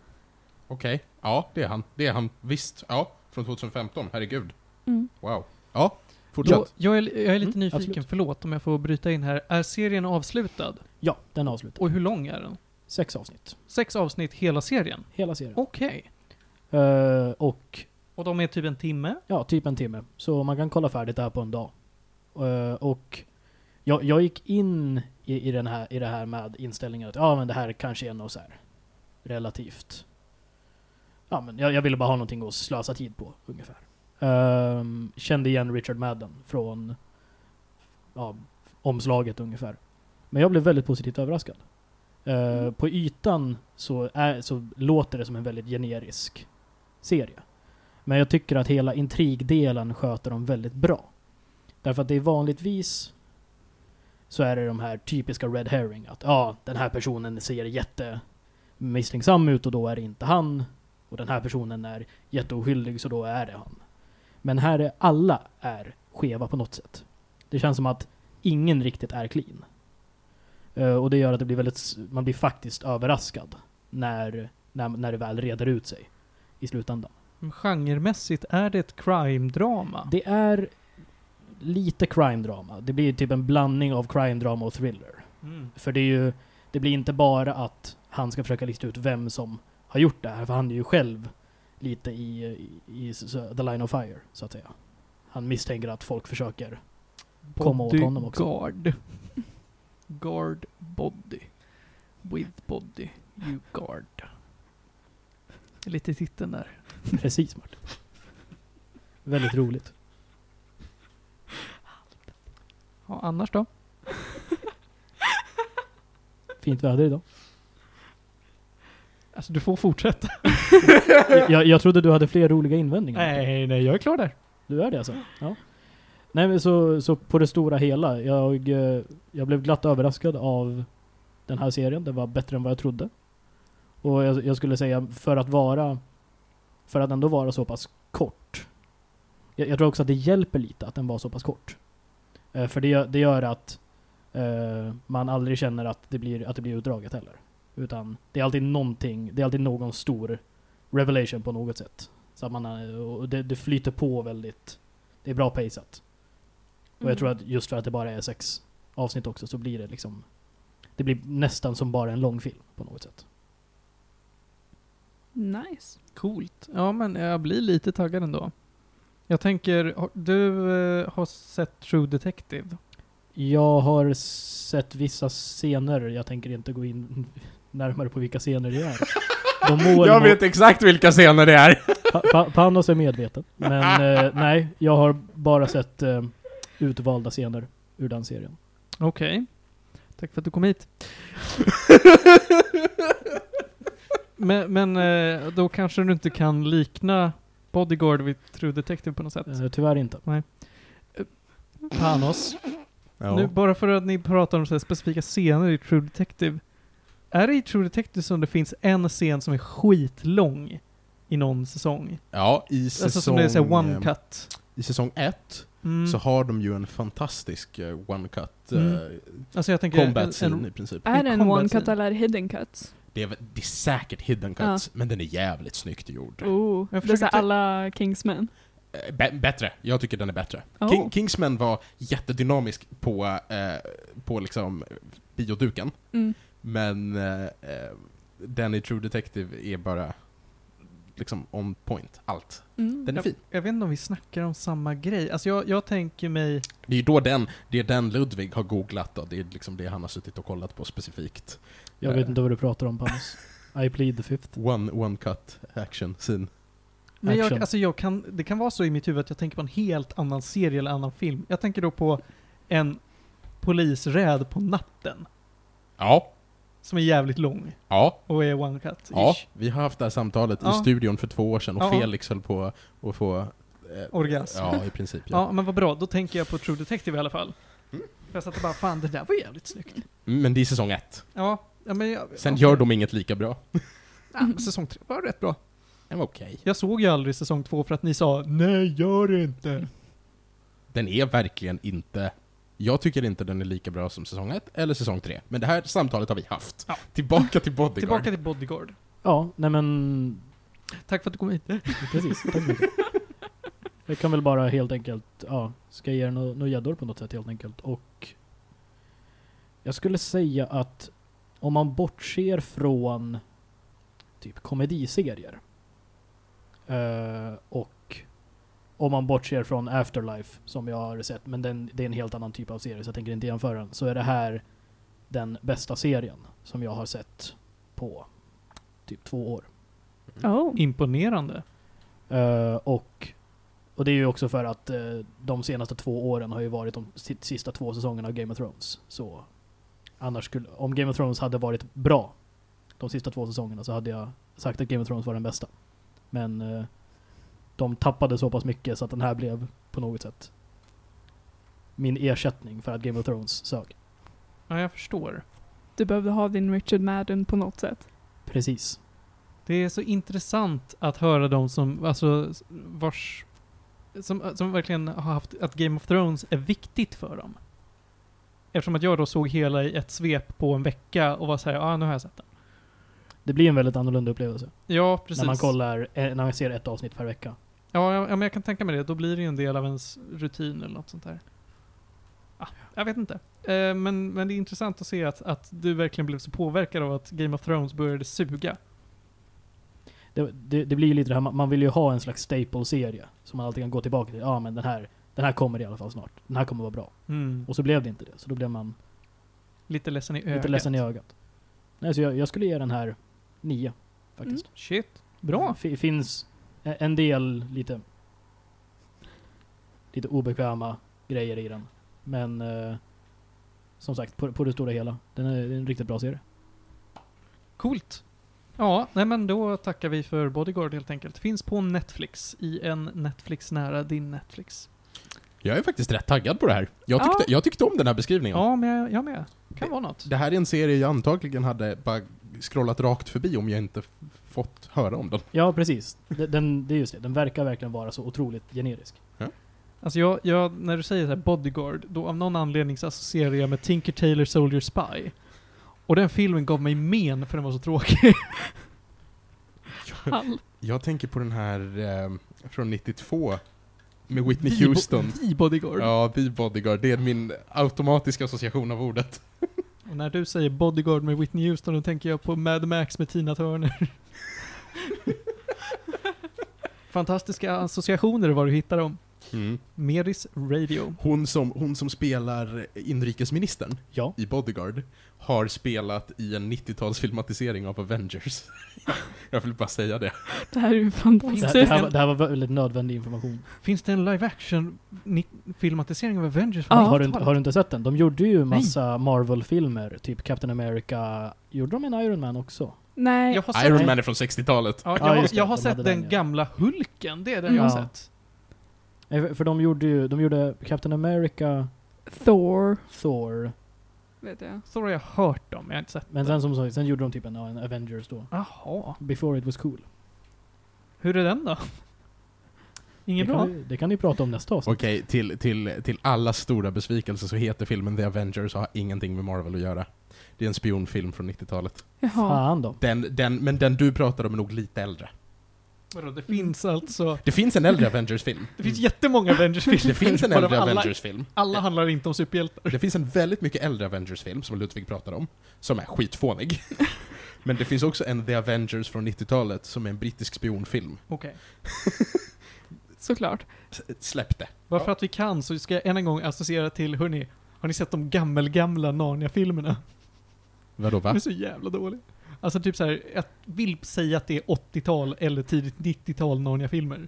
[SPEAKER 2] Okej, ja det är han. Det är han, visst. Ja, från 2015, herregud.
[SPEAKER 4] Mm.
[SPEAKER 2] Wow. Ja,
[SPEAKER 1] Jag,
[SPEAKER 2] fortsätt.
[SPEAKER 1] jag, är, jag är lite
[SPEAKER 3] Mm,
[SPEAKER 1] nyfiken,
[SPEAKER 3] absolut.
[SPEAKER 1] förlåt om jag får bryta in här. Är serien avslutad?
[SPEAKER 3] Ja, den avslutar.
[SPEAKER 1] Och hur lång är den?
[SPEAKER 3] Sex avsnitt.
[SPEAKER 1] Sex avsnitt hela serien?
[SPEAKER 3] Hela serien.
[SPEAKER 1] Okej.
[SPEAKER 3] Eh, och
[SPEAKER 1] Och de är typ en timme?
[SPEAKER 3] Ja, typ en timme. Så man kan kolla färdigt det här på en dag. Eh, och jag, jag gick in i, i, den här, i det här med inställningen att ja, men det här kanske är något så här relativt. Ja, men jag, jag ville bara ha någonting att slösa tid på, ungefär. Ehm, kände igen Richard Madden från ja, omslaget ungefär. Men jag blev väldigt positivt överraskad. Eh, På ytan så, är, så låter det som en väldigt generisk serie. Men jag tycker att hela intrigdelen sköter de väldigt bra. Därför att det är vanligtvis så är det de här typiska red herring. Att ja, den här personen ser jätte misstänksam ut och då är det inte han. Och den här personen är jätteoskyldig så då är det han. Men här är alla är skeva på något sätt. Det känns som att ingen riktigt är clean. Eh, och det gör att det blir väldigt, s- man blir faktiskt överraskad när, när, när det väl reder ut sig i slutändan.
[SPEAKER 1] Men Genremässigt, är det ett crime-drama?
[SPEAKER 3] Det är lite crime-drama. Det blir typ en blandning av crime-drama och thriller.
[SPEAKER 1] Mm.
[SPEAKER 3] För det är ju, det blir inte bara att han ska försöka lista ut vem som har gjort det här, för han är ju själv lite i, i, i s- s- the line of fire, så att säga. Han misstänker att folk försöker. Komma åt honom också.
[SPEAKER 1] Bodyguard. Guard body. With body. You guard. Lite titeln där.
[SPEAKER 3] Precis Martin. Väldigt roligt.
[SPEAKER 1] Ja, annars då?
[SPEAKER 3] Fint väder idag.
[SPEAKER 1] Alltså du får fortsätta.
[SPEAKER 3] Jag, jag trodde du hade fler roliga invändningar.
[SPEAKER 1] Nej, nej, jag är klar där.
[SPEAKER 3] Du är det alltså? Ja. Nej men så, så på det stora hela, jag, eh, jag blev glatt överraskad av den här serien. Den var bättre än vad jag trodde. Och jag, jag skulle säga, för att vara för att ändå vara så pass kort. Jag, jag tror också att det hjälper lite att den var så pass kort. Eh, för det, gör- det gör att eh, man aldrig känner att det, blir, att det blir utdraget heller. Utan det är alltid någonting, det är alltid någon stor revelation på något sätt. Så att man, eh, och det, det flyter på väldigt, det är bra paceat.
[SPEAKER 2] Mm.
[SPEAKER 3] Och jag tror att just för att det bara är sex avsnitt också så blir det liksom, det blir nästan som bara en lång film på något sätt.
[SPEAKER 4] Nice.
[SPEAKER 1] Coolt. Ja, men jag blir lite taggad ändå. Jag tänker, har- du eh, har sett True Detective?
[SPEAKER 3] Jag har sett vissa scener, jag tänker inte gå in (laughs) närmare på vilka scener det är.
[SPEAKER 2] (laughs)
[SPEAKER 3] De mål
[SPEAKER 2] Jag vet exakt vilka scener det är!
[SPEAKER 3] pa pa Panos är medveten,
[SPEAKER 2] (laughs)
[SPEAKER 3] men eh, nej, jag har bara sett eh, utvalda scener ur den serien.
[SPEAKER 1] Okej. Tack för att du kom
[SPEAKER 2] (laughs)
[SPEAKER 1] hit. men men eh, då kanske du inte kan likna Bodyguard vid True Detective på något sätt.
[SPEAKER 3] Eh, tyvärr inte.
[SPEAKER 1] Panos. (laughs) Nu, bara för att ni pratar om så här specifika scener i True Detective. Är det i True Detective som det finns en scen som är skitlång i någon säsong?
[SPEAKER 2] Ja, i säsong...
[SPEAKER 1] alltså som det är såhär one cut.
[SPEAKER 2] I säsong ett
[SPEAKER 1] Mm.
[SPEAKER 2] så har de ju en fantastisk eh, one cut eh,
[SPEAKER 1] Mm. alltså jag tänker...
[SPEAKER 2] combat
[SPEAKER 1] en,
[SPEAKER 2] scene
[SPEAKER 1] en,
[SPEAKER 2] i princip.
[SPEAKER 4] Är det en
[SPEAKER 1] combat
[SPEAKER 4] one cut
[SPEAKER 1] scene.
[SPEAKER 4] eller är det hidden cut?
[SPEAKER 2] Det är, väl- det är säkert hidden cuts, men den är jävligt snyggt gjord.
[SPEAKER 4] Oh,
[SPEAKER 1] Jag
[SPEAKER 4] det är så här
[SPEAKER 1] försöker-
[SPEAKER 4] alla Kingsmen.
[SPEAKER 2] Eh, bä- bättre. Jag tycker den är bättre.
[SPEAKER 4] Oh.
[SPEAKER 2] King, Kingsman var jättedynamisk på, eh, på liksom bioduken,
[SPEAKER 4] Mm.
[SPEAKER 2] men eh, eh, den i True Detective är bara liksom on point, allt.
[SPEAKER 4] Mm.
[SPEAKER 2] Den är fin.
[SPEAKER 1] jag vet inte om vi snackar om samma grej. Alltså jag, jag tänker mig...
[SPEAKER 2] Det är ju då den, det är den Ludvig har googlat och det är liksom det han har suttit och kollat på specifikt.
[SPEAKER 3] Jag vet
[SPEAKER 2] Eh,
[SPEAKER 3] inte vad du pratar om Panos. I plead the fifth.
[SPEAKER 2] One, one cut action scene.
[SPEAKER 1] Men jag,
[SPEAKER 3] Action.
[SPEAKER 1] alltså jag kan, det kan vara så i mitt huvud att jag tänker på en helt annan serie eller annan film. Jag tänker då på en polisräd på natten.
[SPEAKER 2] Ja,
[SPEAKER 1] Som är jävligt lång
[SPEAKER 2] ja,
[SPEAKER 1] och är one cut
[SPEAKER 2] ja. Vi har haft det här samtalet
[SPEAKER 1] Ja.
[SPEAKER 2] i studion för två år sedan och
[SPEAKER 1] Ja.
[SPEAKER 2] Felix höll på att få... eh,
[SPEAKER 1] Orgasm.
[SPEAKER 2] Ja, i princip. Ja.
[SPEAKER 1] Ja, men vad bra. Då tänker jag på True Detective i alla fall. För jag satt och bara, fan det där var jävligt snyggt.
[SPEAKER 2] Mm, Men det är säsong ett.
[SPEAKER 1] Ja, ja men jag,
[SPEAKER 2] Sen
[SPEAKER 1] okej.
[SPEAKER 2] gör de inget lika bra.
[SPEAKER 1] Ja, men säsong tre var rätt bra.
[SPEAKER 2] Den var okej.
[SPEAKER 1] Jag såg ju aldrig säsong två för att ni sa, nej gör det inte.
[SPEAKER 2] Den är verkligen inte... Jag tycker inte den är lika bra som säsong ett eller säsong tre. Men det här samtalet har vi haft.
[SPEAKER 1] Ja.
[SPEAKER 2] Tillbaka till Bodyguard.
[SPEAKER 1] Tillbaka till Bodyguard.
[SPEAKER 3] Ja, nej men
[SPEAKER 1] Tack för att du kom hit.
[SPEAKER 2] Mm.
[SPEAKER 3] precis. Tack så mycket. (laughs) Jag kan väl bara helt enkelt, ja, ska jag ge er nå- några gäddor på något sätt helt enkelt. Och jag skulle säga att om man bortser från typ komediserier eh, och om man bortser från Afterlife som jag har sett, men den, det är en helt annan typ av serie så jag tänker inte jämföra den, så är det här den bästa serien som jag har sett på typ två år.
[SPEAKER 4] Oh.
[SPEAKER 1] Imponerande.
[SPEAKER 3] Eh, och, och det är ju också för att eh, de senaste två åren har ju varit de si- sista två säsongerna av Game of Thrones. Så annars skulle, om Game of Thrones hade varit bra de sista två säsongerna så hade jag sagt att Game of Thrones var den bästa. Men eh, de tappade så pass mycket så att den här blev på något sätt min ersättning för att Game of Thrones sög.
[SPEAKER 1] Ja, jag förstår.
[SPEAKER 4] Du behövde ha din Richard Madden på något sätt.
[SPEAKER 3] Precis.
[SPEAKER 1] Det är så intressant att höra de som, alltså, vars, som, som verkligen har haft, att Game of Thrones är viktigt för dem. Eftersom att jag då såg hela i ett svep på en vecka och var såhär, ja ah, nu har jag sett den.
[SPEAKER 3] Det blir en väldigt annorlunda upplevelse
[SPEAKER 1] Ja, precis.
[SPEAKER 3] när man kollar, eh, när man ser ett avsnitt per vecka.
[SPEAKER 1] Ja, ja, ja, men jag kan tänka mig det. Då blir det ju en del av ens rutin eller något sånt där. Ah, jag vet inte. Eh, men, men det är intressant att se att, att du verkligen blev så påverkad av att Game of Thrones började suga.
[SPEAKER 3] Det, det, det blir ju lite det här, man man vill ju ha en slags staple-serie som man alltid kan gå tillbaka till. Ja, men den här, den här kommer i alla fall snart. Den här kommer vara bra. Och så blev det inte det, så då blev man
[SPEAKER 1] Lite ledsen i ögat.
[SPEAKER 3] Mm. lite ledsen i ögat. Nej, så jag, jag skulle ge den här nio, faktiskt.
[SPEAKER 1] Shit. Mm, Bra.
[SPEAKER 3] F- finns e- en del lite, lite obekväma grejer i den. Men eh, som sagt, på, på det stora hela, den är, det är en riktigt bra serie.
[SPEAKER 1] Coolt. Ja, nej men då tackar vi för Bodyguard helt enkelt. Finns på Netflix, i en Netflix nära din Netflix.
[SPEAKER 2] Jag är faktiskt rätt taggad på det här. Jag tyckte,
[SPEAKER 4] Ja.
[SPEAKER 2] jag tyckte om den här beskrivningen.
[SPEAKER 1] Ja, men jag, jag med. Kan vara något.
[SPEAKER 2] Det här är en serie jag antagligen hade bara scrollat rakt förbi om jag inte f- fått höra om den.
[SPEAKER 3] Ja, precis. Den, den, det är just det. Den verkar verkligen vara så otroligt generisk.
[SPEAKER 1] Alltså jag, jag, när du säger så här Bodyguard, då av någon anledning så associerar jag med Tinker Tailor Soldier Spy. Och den filmen gav mig men för den var så tråkig.
[SPEAKER 4] Hall. (laughs)
[SPEAKER 2] Jag tänker på den här eh, från 92
[SPEAKER 1] (laughs)
[SPEAKER 2] med Whitney
[SPEAKER 1] The Bo-
[SPEAKER 2] Houston.
[SPEAKER 1] The Bodyguard.
[SPEAKER 2] Ja, The Bodyguard. Det är min automatiska association av ordet.
[SPEAKER 1] Och när du säger Bodyguard med Whitney Houston, då tänker jag på Mad Max med Tina
[SPEAKER 2] (laughs)
[SPEAKER 1] Turner. Fantastiska associationer var du hittar dem.
[SPEAKER 2] Mm.
[SPEAKER 1] Meris Radio.
[SPEAKER 2] Hon, som, hon som spelar inrikesministern
[SPEAKER 3] Ja.
[SPEAKER 2] i Bodyguard har spelat i en 90-talsfilmatisering av Avengers. (laughs) jag vill bara säga det.
[SPEAKER 4] Det här är ju
[SPEAKER 3] Det
[SPEAKER 4] fantastiskt.
[SPEAKER 3] här, det, här, var- det här var väldigt nödvändig information.
[SPEAKER 1] Finns det en live action ni- filmatisering av Avengers?
[SPEAKER 4] Ja.
[SPEAKER 1] från
[SPEAKER 3] Har, du, inte-
[SPEAKER 1] 90-talet?
[SPEAKER 3] har du inte sett den? De gjorde ju massa Marvel-filmer, typ Captain America. Gjorde de en Iron Man också?
[SPEAKER 4] Nej,
[SPEAKER 1] Jag har sett,
[SPEAKER 2] Iron Man är från 60-talet.
[SPEAKER 1] Ja,
[SPEAKER 3] Ja,
[SPEAKER 1] jag, har-
[SPEAKER 3] just det.
[SPEAKER 1] jag har
[SPEAKER 3] De
[SPEAKER 1] sett
[SPEAKER 3] hade
[SPEAKER 1] den,
[SPEAKER 3] den, ja.
[SPEAKER 1] gamla Hulken, det är den jag har
[SPEAKER 3] Ja.
[SPEAKER 1] sett.
[SPEAKER 3] Nej, Eh, För för de gjorde ju, de gjorde Captain America,
[SPEAKER 4] Thor
[SPEAKER 3] Thor,
[SPEAKER 4] vet jag.
[SPEAKER 1] Så har jag hört dem, jag har inte sett
[SPEAKER 3] men
[SPEAKER 1] den.
[SPEAKER 3] sen som sagt, sen gjorde de typ en, ja, en Avengers då.
[SPEAKER 1] Jaha.
[SPEAKER 3] Before it was cool.
[SPEAKER 1] Hur är den då?
[SPEAKER 3] Det
[SPEAKER 1] Ingen bra?
[SPEAKER 3] kan, vi, det kan ni prata om nästa avsnitt.
[SPEAKER 2] Okej, till, till, till alla stora besvikelse så heter filmen The Avengers och har ingenting med Marvel att göra. Det är en spionfilm från 90-talet.
[SPEAKER 4] Jaha.
[SPEAKER 3] Fan då.
[SPEAKER 2] Den, den, men den du pratar om är nog lite äldre.
[SPEAKER 1] Vadå, det finns alltså...
[SPEAKER 2] Det finns en äldre Avengers-film.
[SPEAKER 1] Det finns jättemånga Avengers-filmer.
[SPEAKER 2] Det finns en
[SPEAKER 1] Bara
[SPEAKER 2] äldre
[SPEAKER 1] alla,
[SPEAKER 2] Avengers-film.
[SPEAKER 1] alla handlar inte om superhjältar.
[SPEAKER 2] Det finns en väldigt mycket äldre Avengers-film som Ludvig pratar om, som
[SPEAKER 1] (laughs)
[SPEAKER 2] är skitfånig. Men det finns också en The Avengers från 90-talet som är en brittisk spionfilm.
[SPEAKER 1] Okej.
[SPEAKER 4] Såklart.
[SPEAKER 2] S- Släpp det.
[SPEAKER 1] Bara
[SPEAKER 2] Ja.
[SPEAKER 1] för att vi kan så ska jag än en gång associera till, hörni, har ni sett de gammelgamla Narnia-filmerna?
[SPEAKER 2] Vadå
[SPEAKER 1] De
[SPEAKER 2] va?
[SPEAKER 1] är så jävla dåliga. Alltså typ såhär, jag vill säga att det är 80-tal eller tidigt 90-tal Narnia-filmer.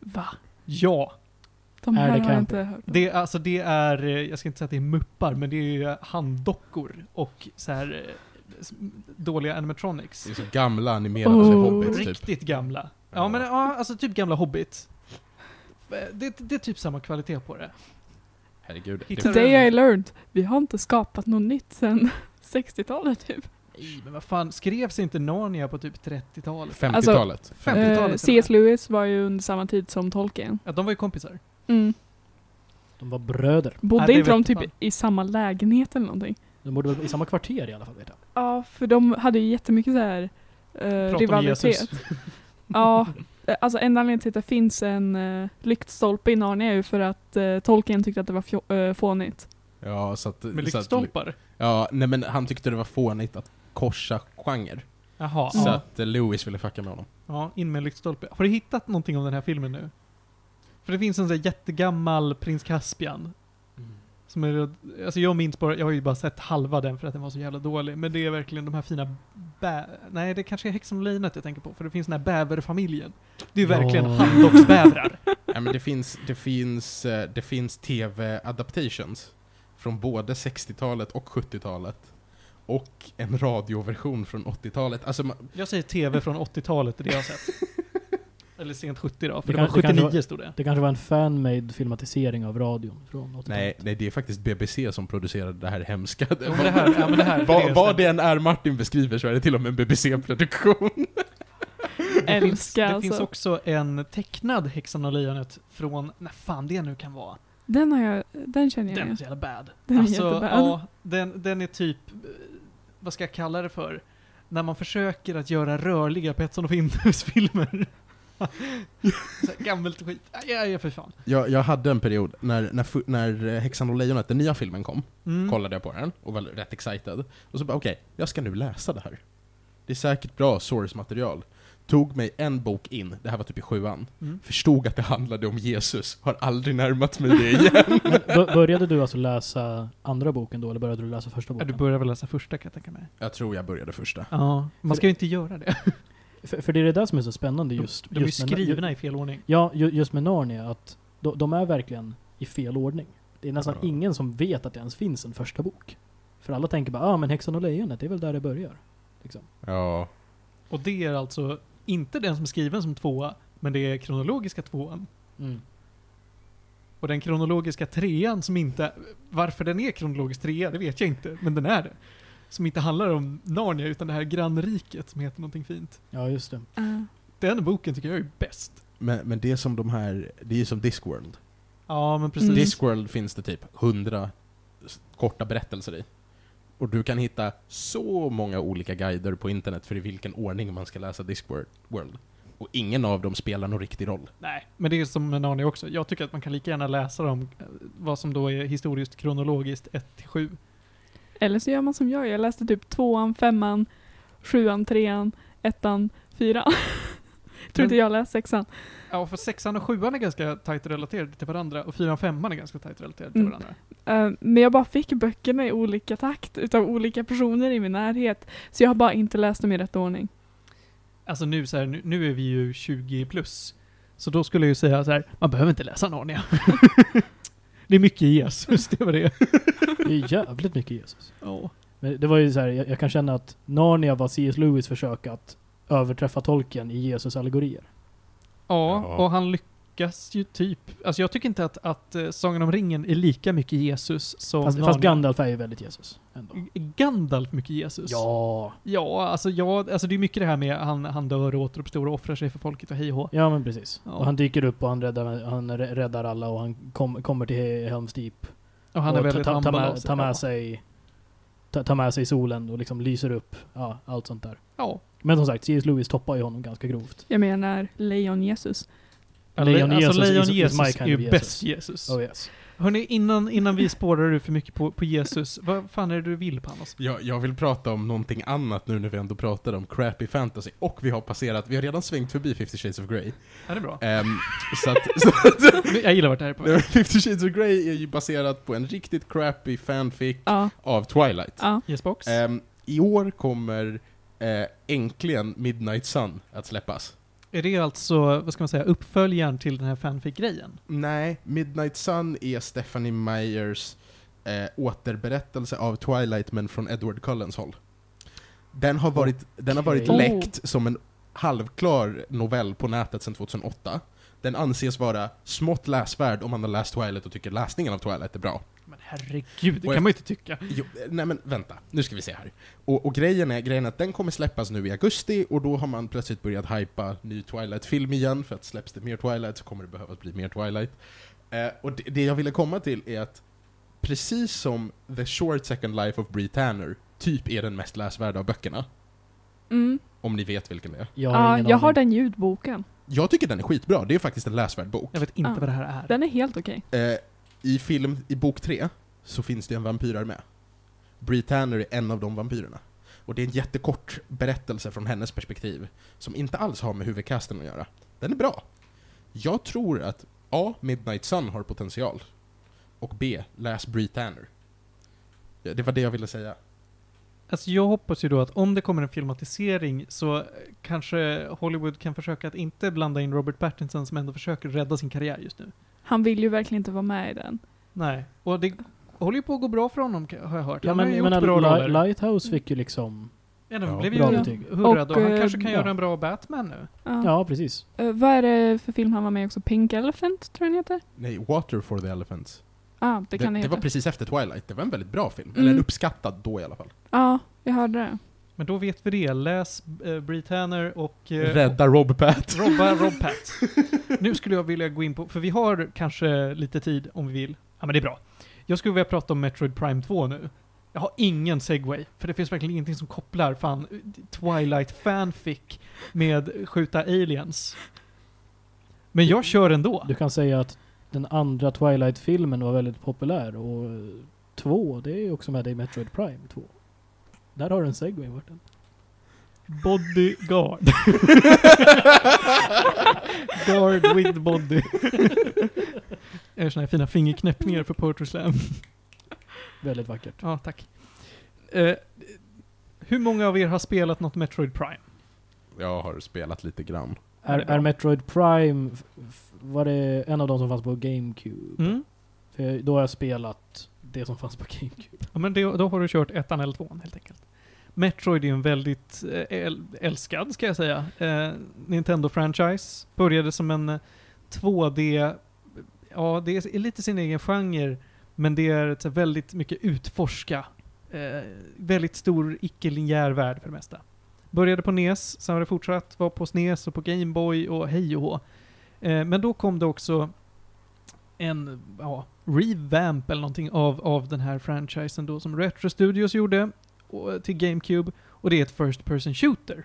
[SPEAKER 4] Va?
[SPEAKER 1] Ja.
[SPEAKER 4] De
[SPEAKER 3] Är
[SPEAKER 4] här
[SPEAKER 3] det
[SPEAKER 4] har jag
[SPEAKER 3] camping?
[SPEAKER 4] inte hört. om.
[SPEAKER 1] Det, är- alltså det är, eh, jag ska inte säga att det är muppar, men det är eh, handdockor och så här eh, s- dåliga animatronics.
[SPEAKER 2] Det är så gamla animerade
[SPEAKER 4] Oh.
[SPEAKER 2] hobbits typ.
[SPEAKER 1] Riktigt gamla. Ja,
[SPEAKER 2] Ja.
[SPEAKER 1] men ja, alltså typ gamla Hobbit. Det, det är typ samma kvalitet på det.
[SPEAKER 2] Herregud. Typ
[SPEAKER 1] Hittar
[SPEAKER 2] Det,
[SPEAKER 4] Today I learned. Vi har inte skapat något nytt sedan (laughs) 60-talet typ.
[SPEAKER 1] Nej, men vad fan, skrevs inte Narnia på typ 30-talet?
[SPEAKER 2] 50-talet.
[SPEAKER 1] 50-talet till och
[SPEAKER 4] Eh,
[SPEAKER 1] med.
[SPEAKER 4] C.S. Lewis var ju under samma tid som Tolkien.
[SPEAKER 1] Ja, de var ju kompisar.
[SPEAKER 4] Mm.
[SPEAKER 3] De var bröder.
[SPEAKER 1] Ja,
[SPEAKER 4] Bodde
[SPEAKER 1] det
[SPEAKER 4] inte de
[SPEAKER 1] vet
[SPEAKER 4] typ
[SPEAKER 1] fan.
[SPEAKER 4] i samma lägenhet eller någonting?
[SPEAKER 3] De bodde väl i samma kvarter i alla fall vet jag.
[SPEAKER 4] Ja, för de hade ju jättemycket så här eh,
[SPEAKER 1] Prata om Jesus.
[SPEAKER 4] rivalitet. ja, eh, alltså en anledning till att det finns en eh, lyktstolpe i Narnia är ju för att eh, Tolkien tyckte att det var fjå- eh, fånigt.
[SPEAKER 2] Ja, så att...
[SPEAKER 1] Med
[SPEAKER 2] så att-
[SPEAKER 1] lyktstolpar.
[SPEAKER 2] Ja, nej men han tyckte det var fånigt att korsa genre.
[SPEAKER 1] Jaha.
[SPEAKER 2] Så
[SPEAKER 1] Ja.
[SPEAKER 2] att eh, Lewis ville fucka med honom.
[SPEAKER 1] ja, in med en lyktstolpe. Har du hittat någonting om den här filmen nu? För det finns en sån där jättegammal Prins Caspian. Mm. Som är, alltså jag minns bara, jag har ju bara sett halva den för att den var så jävla dålig. Men det är verkligen de här fina bä... Nej, det kanske är Häxan och Lejonet jag tänker på. För det finns den här bäverfamiljen. Det är ju
[SPEAKER 3] Ja.
[SPEAKER 1] verkligen handdocksbävrar.
[SPEAKER 2] Ja, men det finns, det finns, eh, det finns tv-adaptations från både 60-talet och 70-talet. Och en radioversion från 80-talet. Alltså, ma-
[SPEAKER 1] Jag säger TV från 80-talet, det är det jag har sett. Eller sent 70 då, för
[SPEAKER 3] Det
[SPEAKER 1] det,
[SPEAKER 3] kan-
[SPEAKER 1] var
[SPEAKER 3] det kan
[SPEAKER 1] 79
[SPEAKER 3] vara-
[SPEAKER 1] stod det.
[SPEAKER 3] Det kanske var en fan-made filmatisering av radion från 80-talet.
[SPEAKER 2] nej, nej, det är faktiskt BBC som producerade det här hemska. (laughs)
[SPEAKER 1] Jo, men det här, ja, men det här
[SPEAKER 2] Vad, vad
[SPEAKER 1] det,
[SPEAKER 2] det än är Martin beskriver så är det till och med en BBC-produktion.
[SPEAKER 1] det finns,
[SPEAKER 4] Älskar
[SPEAKER 1] det
[SPEAKER 4] alltså.
[SPEAKER 1] finns också en tecknad Häxan och Lejonet från, när fan det nu kan vara.
[SPEAKER 4] Den har jag, den känner jag
[SPEAKER 1] Den är
[SPEAKER 4] igen.
[SPEAKER 1] så jävla bad.
[SPEAKER 4] Den är
[SPEAKER 1] alltså,
[SPEAKER 4] jättebad.
[SPEAKER 1] ja, den, den är typ, eh, vad ska jag kalla det för? När man försöker att göra rörliga Petson och
[SPEAKER 4] (laughs)
[SPEAKER 1] Findus-filmer. Så här gammelt skit. Aj, aj, för fan.
[SPEAKER 2] Jag, jag hade en period när, när, fu- när eh, Häxan och Lejonet, den nya filmen kom,
[SPEAKER 1] Mm.
[SPEAKER 2] kollade jag på den och var rätt excited. Och så bara okej, jag ska nu läsa det här. Det är säkert bra source-material. Tog mig en bok in, det här var typ i sjuan,
[SPEAKER 1] Mm.
[SPEAKER 2] förstod att det handlade om Jesus, har aldrig närmat mig
[SPEAKER 1] (laughs)
[SPEAKER 2] det igen.
[SPEAKER 3] Men bör- började du alltså läsa andra boken då, eller började du läsa första
[SPEAKER 1] Ja,
[SPEAKER 3] boken?
[SPEAKER 1] du börjar väl läsa första kan jag tänka mig.
[SPEAKER 2] jag tror jag började första.
[SPEAKER 1] Ja, man ska ju inte göra det.
[SPEAKER 3] för, för det är det där som är så spännande just...
[SPEAKER 1] De är ju
[SPEAKER 3] just med-
[SPEAKER 1] skrivna i fel ordning.
[SPEAKER 3] Ja, ju- just med Narnia, att de, de är verkligen i fel ordning. Det är nästan
[SPEAKER 2] Ja.
[SPEAKER 3] ingen som vet att det ens finns en första bok. För alla tänker bara, ja ah, men Häxan och Lejonet, det är väl där det börjar. Liksom.
[SPEAKER 2] Ja.
[SPEAKER 1] Och det är alltså inte den som är skriven som tvåa, men det är kronologiska tvåan. Mm. Och den kronologiska trean som inte... Varför den är kronologisk trea, det vet jag inte, men den är det. Som inte handlar om Narnia, utan det här grannriket som heter någonting fint.
[SPEAKER 3] Ja, just det.
[SPEAKER 4] Ah.
[SPEAKER 1] Den boken tycker jag är bäst.
[SPEAKER 2] Men, men det är som de här, det är ju som Discworld.
[SPEAKER 1] Ja, men precis.
[SPEAKER 4] Mm.
[SPEAKER 2] Discworld finns det typ hundra korta berättelser i. Och du kan hitta så många olika guider på internet för i vilken ordning man ska läsa Discworld. World. Och ingen av dem spelar någon riktig roll.
[SPEAKER 1] Nej, men det är som med Narnia också. Jag tycker att man kan lika gärna läsa om eh, vad som då är historiskt kronologiskt 1-7.
[SPEAKER 4] Eller så gör man som jag, jag läste typ tvåan, femman, sjuan, trean, ettan, fyran. (laughs) Tror inte jag läste sexan.
[SPEAKER 1] Ja, för sexan och sjuan är ganska tajt relaterade till varandra och fyran och femman är ganska tajt relaterade till
[SPEAKER 4] Mm.
[SPEAKER 1] varandra.
[SPEAKER 4] Eh, men jag bara fick böckerna i olika takt utav olika personer i min närhet. Så jag har bara inte läst dem i rätt ordning.
[SPEAKER 1] Alltså nu, så här, nu, nu är vi ju 20 plus. Så då skulle jag ju säga så här, man behöver inte läsa
[SPEAKER 3] (laughs)
[SPEAKER 1] Narnia. det är mycket Jesus, det var det.
[SPEAKER 3] Det är jävligt mycket Jesus.
[SPEAKER 1] Ja.
[SPEAKER 3] Men det var ju så här, jag, jag kan känna att Narnia var C.S. Lewis försök att överträffa tolken i Jesus allegorier.
[SPEAKER 1] ja,
[SPEAKER 2] Ja.
[SPEAKER 1] och han lyckas ju typ. Alltså jag tycker inte att, att eh, Sagan om ringen är lika mycket Jesus som
[SPEAKER 3] Fast, fast Gandalf är ju väldigt Jesus. Ändå.
[SPEAKER 1] G- Gandalf mycket Jesus?
[SPEAKER 3] Ja.
[SPEAKER 1] Ja, alltså, ja, alltså det är mycket det här med han, han dör och återuppstår och offrar sig för folket och hej och hå.
[SPEAKER 3] Ja men precis.
[SPEAKER 1] Ja.
[SPEAKER 3] Och han dyker upp och han räddar, han rä- räddar alla och han kom, kommer till Helms Deep.
[SPEAKER 1] Och han är
[SPEAKER 3] och
[SPEAKER 1] väldigt
[SPEAKER 3] ta, ta,
[SPEAKER 1] humble
[SPEAKER 3] ta,
[SPEAKER 1] av
[SPEAKER 3] med,
[SPEAKER 1] sig.
[SPEAKER 3] ta
[SPEAKER 1] Ja.
[SPEAKER 3] med sig ta, ta med sig solen och liksom lyser upp. Ja, allt sånt där.
[SPEAKER 1] Ja.
[SPEAKER 3] Men som sagt, C.S. Lewis toppar ju honom ganska grovt.
[SPEAKER 4] Jag menar Lejon Jesus.
[SPEAKER 3] Lejon
[SPEAKER 1] alltså,
[SPEAKER 3] Jesus is-
[SPEAKER 1] Lejon
[SPEAKER 3] is my
[SPEAKER 1] Jesus
[SPEAKER 3] kind
[SPEAKER 1] är ju
[SPEAKER 3] of Jesus.
[SPEAKER 1] bäst Jesus.
[SPEAKER 3] Oh yes.
[SPEAKER 1] Hörni, innan, innan vi spårar ur för mycket på, på Jesus, vad fan är det du vill Panos?
[SPEAKER 2] Jag, jag vill prata om någonting annat nu när vi ändå pratar om crappy fantasy. Och vi har passerat, vi har redan svängt förbi 50 Shades of Grey.
[SPEAKER 1] Är det bra?
[SPEAKER 2] Ehm, så att, så att
[SPEAKER 1] Jag gillar vart det här är på väg.
[SPEAKER 2] 50 Shades of Grey är ju baserat på en riktigt crappy fanfic
[SPEAKER 4] Ja,
[SPEAKER 2] av Twilight.
[SPEAKER 4] ja.
[SPEAKER 1] Yes box.
[SPEAKER 2] Ehm, I år kommer eh, äntligen Midnight Sun att släppas.
[SPEAKER 1] Är det alltså, vad ska man säga, uppföljaren till den här fanfic-grejen?
[SPEAKER 2] Nej, Midnight Sun är Stephanie Meyers eh, återberättelse av Twilight men från Edward Cullens håll. Den har varit, den har varit
[SPEAKER 3] Okej.
[SPEAKER 2] läckt som en halvklar novell på nätet sedan 2008. Den anses vara smått läsvärd om man har läst Twilight och tycker läsningen av Twilight är bra.
[SPEAKER 1] Men herregud, det
[SPEAKER 2] Och
[SPEAKER 1] kan man ju inte tycka.
[SPEAKER 2] Jo, eh, nej men vänta, nu ska vi se här. Och, och grejen, är, grejen är att den kommer släppas nu i augusti och då har man plötsligt börjat hypa ny Twilight-film igen för att släpps det mer Twilight så kommer det behövas bli mer Twilight. Eh, och det, det jag ville komma till är att precis som The Short Second Life of Bree Tanner typ är den mest läsvärda av böckerna,
[SPEAKER 4] Mm.
[SPEAKER 2] om ni vet vilken det är.
[SPEAKER 3] Jag har
[SPEAKER 4] ja
[SPEAKER 3] ingen
[SPEAKER 4] jag har
[SPEAKER 3] aning.
[SPEAKER 4] den ljudboken.
[SPEAKER 2] Jag tycker den är skitbra, det är faktiskt en läsvärd bok.
[SPEAKER 1] Jag vet inte
[SPEAKER 4] Ah.
[SPEAKER 1] vad det här är.
[SPEAKER 4] Den är helt okej.
[SPEAKER 2] Eh, I film, i bok tre, så finns det en vampyrar med. Bree Tanner är en av de vampyrerna. Och det är en jättekort berättelse från hennes perspektiv, som inte alls har med huvudcasten att göra. Den är bra. Jag tror att A. Midnight Sun har potential. Och B. Läs Bree Tanner. Ja, det var det jag ville säga.
[SPEAKER 1] Alltså jag hoppas ju då att om det kommer en filmatisering så eh, kanske Hollywood kan försöka att inte blanda in Robert Pattinson som ändå försöker rädda sin karriär just nu.
[SPEAKER 4] Han vill ju verkligen inte vara med i den.
[SPEAKER 1] Nej, och det håller ju på att gå bra för honom ka- har jag hört.
[SPEAKER 3] Ja
[SPEAKER 1] Han har
[SPEAKER 3] men,
[SPEAKER 1] ju
[SPEAKER 3] men
[SPEAKER 1] gjort bra
[SPEAKER 3] Li-
[SPEAKER 1] roller.
[SPEAKER 3] Lighthouse fick ju liksom...
[SPEAKER 1] ja, den
[SPEAKER 2] Ja,
[SPEAKER 1] blev
[SPEAKER 3] bra
[SPEAKER 1] ju
[SPEAKER 3] betyg.
[SPEAKER 1] hurrad och,
[SPEAKER 4] Och,
[SPEAKER 1] han
[SPEAKER 4] eh,
[SPEAKER 1] kanske kan
[SPEAKER 3] ja.
[SPEAKER 1] göra en bra Batman nu.
[SPEAKER 4] Ja.
[SPEAKER 3] Ja precis.
[SPEAKER 4] Eh, vad är det för film han var med i också? Pink Elephant, tror jag den heter?
[SPEAKER 2] Nej, Water for the Elephants.
[SPEAKER 4] Ja, det kan det,
[SPEAKER 2] det
[SPEAKER 4] heta.
[SPEAKER 2] var precis efter Twilight, det var en väldigt bra film.
[SPEAKER 4] Mm.
[SPEAKER 2] Eller en uppskattad då i alla fall.
[SPEAKER 4] ja, jag hörde det.
[SPEAKER 1] Men då vet vi det. Läs eh, Bree Tanner och... eh,
[SPEAKER 2] Rädda Rob Pat.
[SPEAKER 1] Robba
[SPEAKER 3] (laughs)
[SPEAKER 1] Robpat. Nu skulle jag vilja gå in på, för vi har kanske lite tid om vi vill. Ja men det är bra. Jag skulle vilja prata om Metroid Prime 2 nu. Jag har ingen segway, för det finns verkligen ingenting som kopplar fan Twilight fanfic med skjuta aliens. Men jag kör ändå.
[SPEAKER 3] Du kan säga att den andra Twilight-filmen var väldigt populär och eh, två, det är ju också med i Metroid Prime 2. Där har du en segway Martin.
[SPEAKER 1] (laughs) Bodyguard. Guard with body. (laughs) Jag gör såna här fina fingerknäppningar för Poetry Slam.
[SPEAKER 3] Väldigt vackert.
[SPEAKER 1] Ja, tack. Eh, hur många av er har spelat något Metroid Prime?
[SPEAKER 2] Jag har spelat lite grann.
[SPEAKER 3] Är,
[SPEAKER 1] det är bra.
[SPEAKER 3] är Metroid Prime, f- f- var det en av de som fanns på GameCube?
[SPEAKER 1] Mm.
[SPEAKER 3] För jag- då har jag spelat det som fanns på GameCube.
[SPEAKER 1] Ja, men det, då har du kört ettan eller tvåan helt enkelt. Metroid är ju en väldigt eh, äl- älskad, ska jag säga, eh, Nintendo-franchise. Började som en eh, 2D, ja det är lite sin egen genre, men det är ett så här väldigt mycket utforska. Eh, väldigt stor icke-linjär värld för det mesta. Började på NES, sen har det fortsatt vara på SNES och på Gameboy och hej och hå. Eh, men då kom det också en ja, revamp eller någonting av, av den här franchisen då som Retro Studios gjorde och, till GameCube och det är ett First Person Shooter.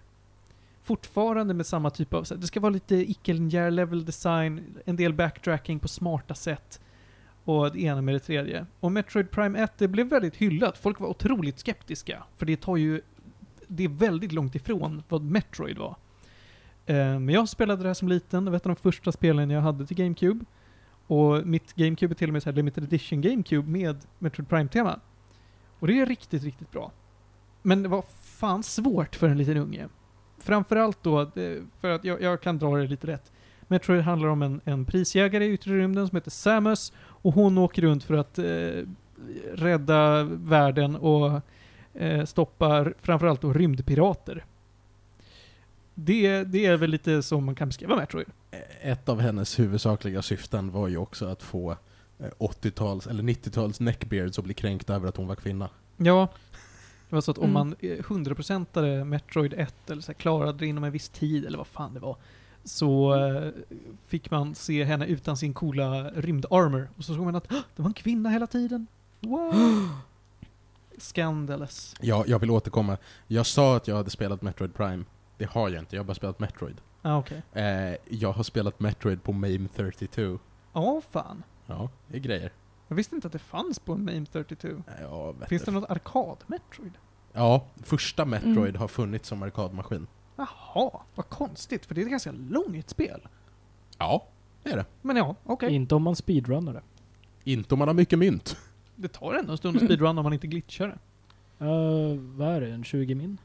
[SPEAKER 1] Fortfarande med samma typ av, så här, det ska vara lite icke-linjär level design, en del backtracking på smarta sätt och det ena med det tredje. Och Metroid Prime 1, det blev väldigt hyllat. Folk var otroligt skeptiska, för det tar ju... Det är väldigt långt ifrån vad Metroid var. Eh, Men jag spelade det här som liten, det var ett av de första spelen jag hade till GameCube. Och mitt GameCube är till och med så här limited edition GameCube med Metroid Prime-tema. Och det är riktigt, riktigt bra. Men det var fan svårt för en liten unge. Framförallt då, det- för att jag, jag kan dra det lite rätt. Metroid handlar om en, en prisjägare i yttre rymden som heter Samus och hon åker runt för att eh, rädda världen och eh, stoppa framförallt då rymdpirater. Det, det är väl lite som man kan beskriva Metroid.
[SPEAKER 2] Ett av hennes huvudsakliga syften var ju också att få eh, 80-tals eller 90-tals neckbeards att bli kränkta över att hon var kvinna.
[SPEAKER 1] Ja. Det var så att om
[SPEAKER 4] Mm.
[SPEAKER 1] man eh, 100%ade Metroid 1 eller så här, klarade det inom en viss tid eller vad fan det var. Så eh, fick man se henne utan sin coola rymdarmor. Och så såg man att "Hå! det var en kvinna hela tiden. Wow! Scandalous.
[SPEAKER 2] Ja, jag vill återkomma. Jag sa att jag hade spelat Metroid Prime. Det har jag inte, jag har bara spelat Metroid.
[SPEAKER 1] Ah, okej.
[SPEAKER 2] Eh, jag har spelat Metroid på MAME 32.
[SPEAKER 1] Ja, fan.
[SPEAKER 2] Ja, det är grejer. Eh,
[SPEAKER 1] Jag visste inte att det fanns på en MAME 32.
[SPEAKER 2] Ja, vet
[SPEAKER 1] Finns
[SPEAKER 2] du.
[SPEAKER 1] det något arkad-Metroid?
[SPEAKER 2] Ja, första Metroid
[SPEAKER 4] Mm.
[SPEAKER 2] har funnits som arkadmaskin.
[SPEAKER 1] Jaha, vad konstigt, för det är ett ganska långt spel.
[SPEAKER 2] Ja, det är det.
[SPEAKER 1] Men ja, okej.
[SPEAKER 3] Inte om man speedrunnar det.
[SPEAKER 2] Inte om man har mycket mynt.
[SPEAKER 1] Det tar ändå en stund att speedrunna om man inte glitchar det.
[SPEAKER 3] Eh, vad är det? En 20 min?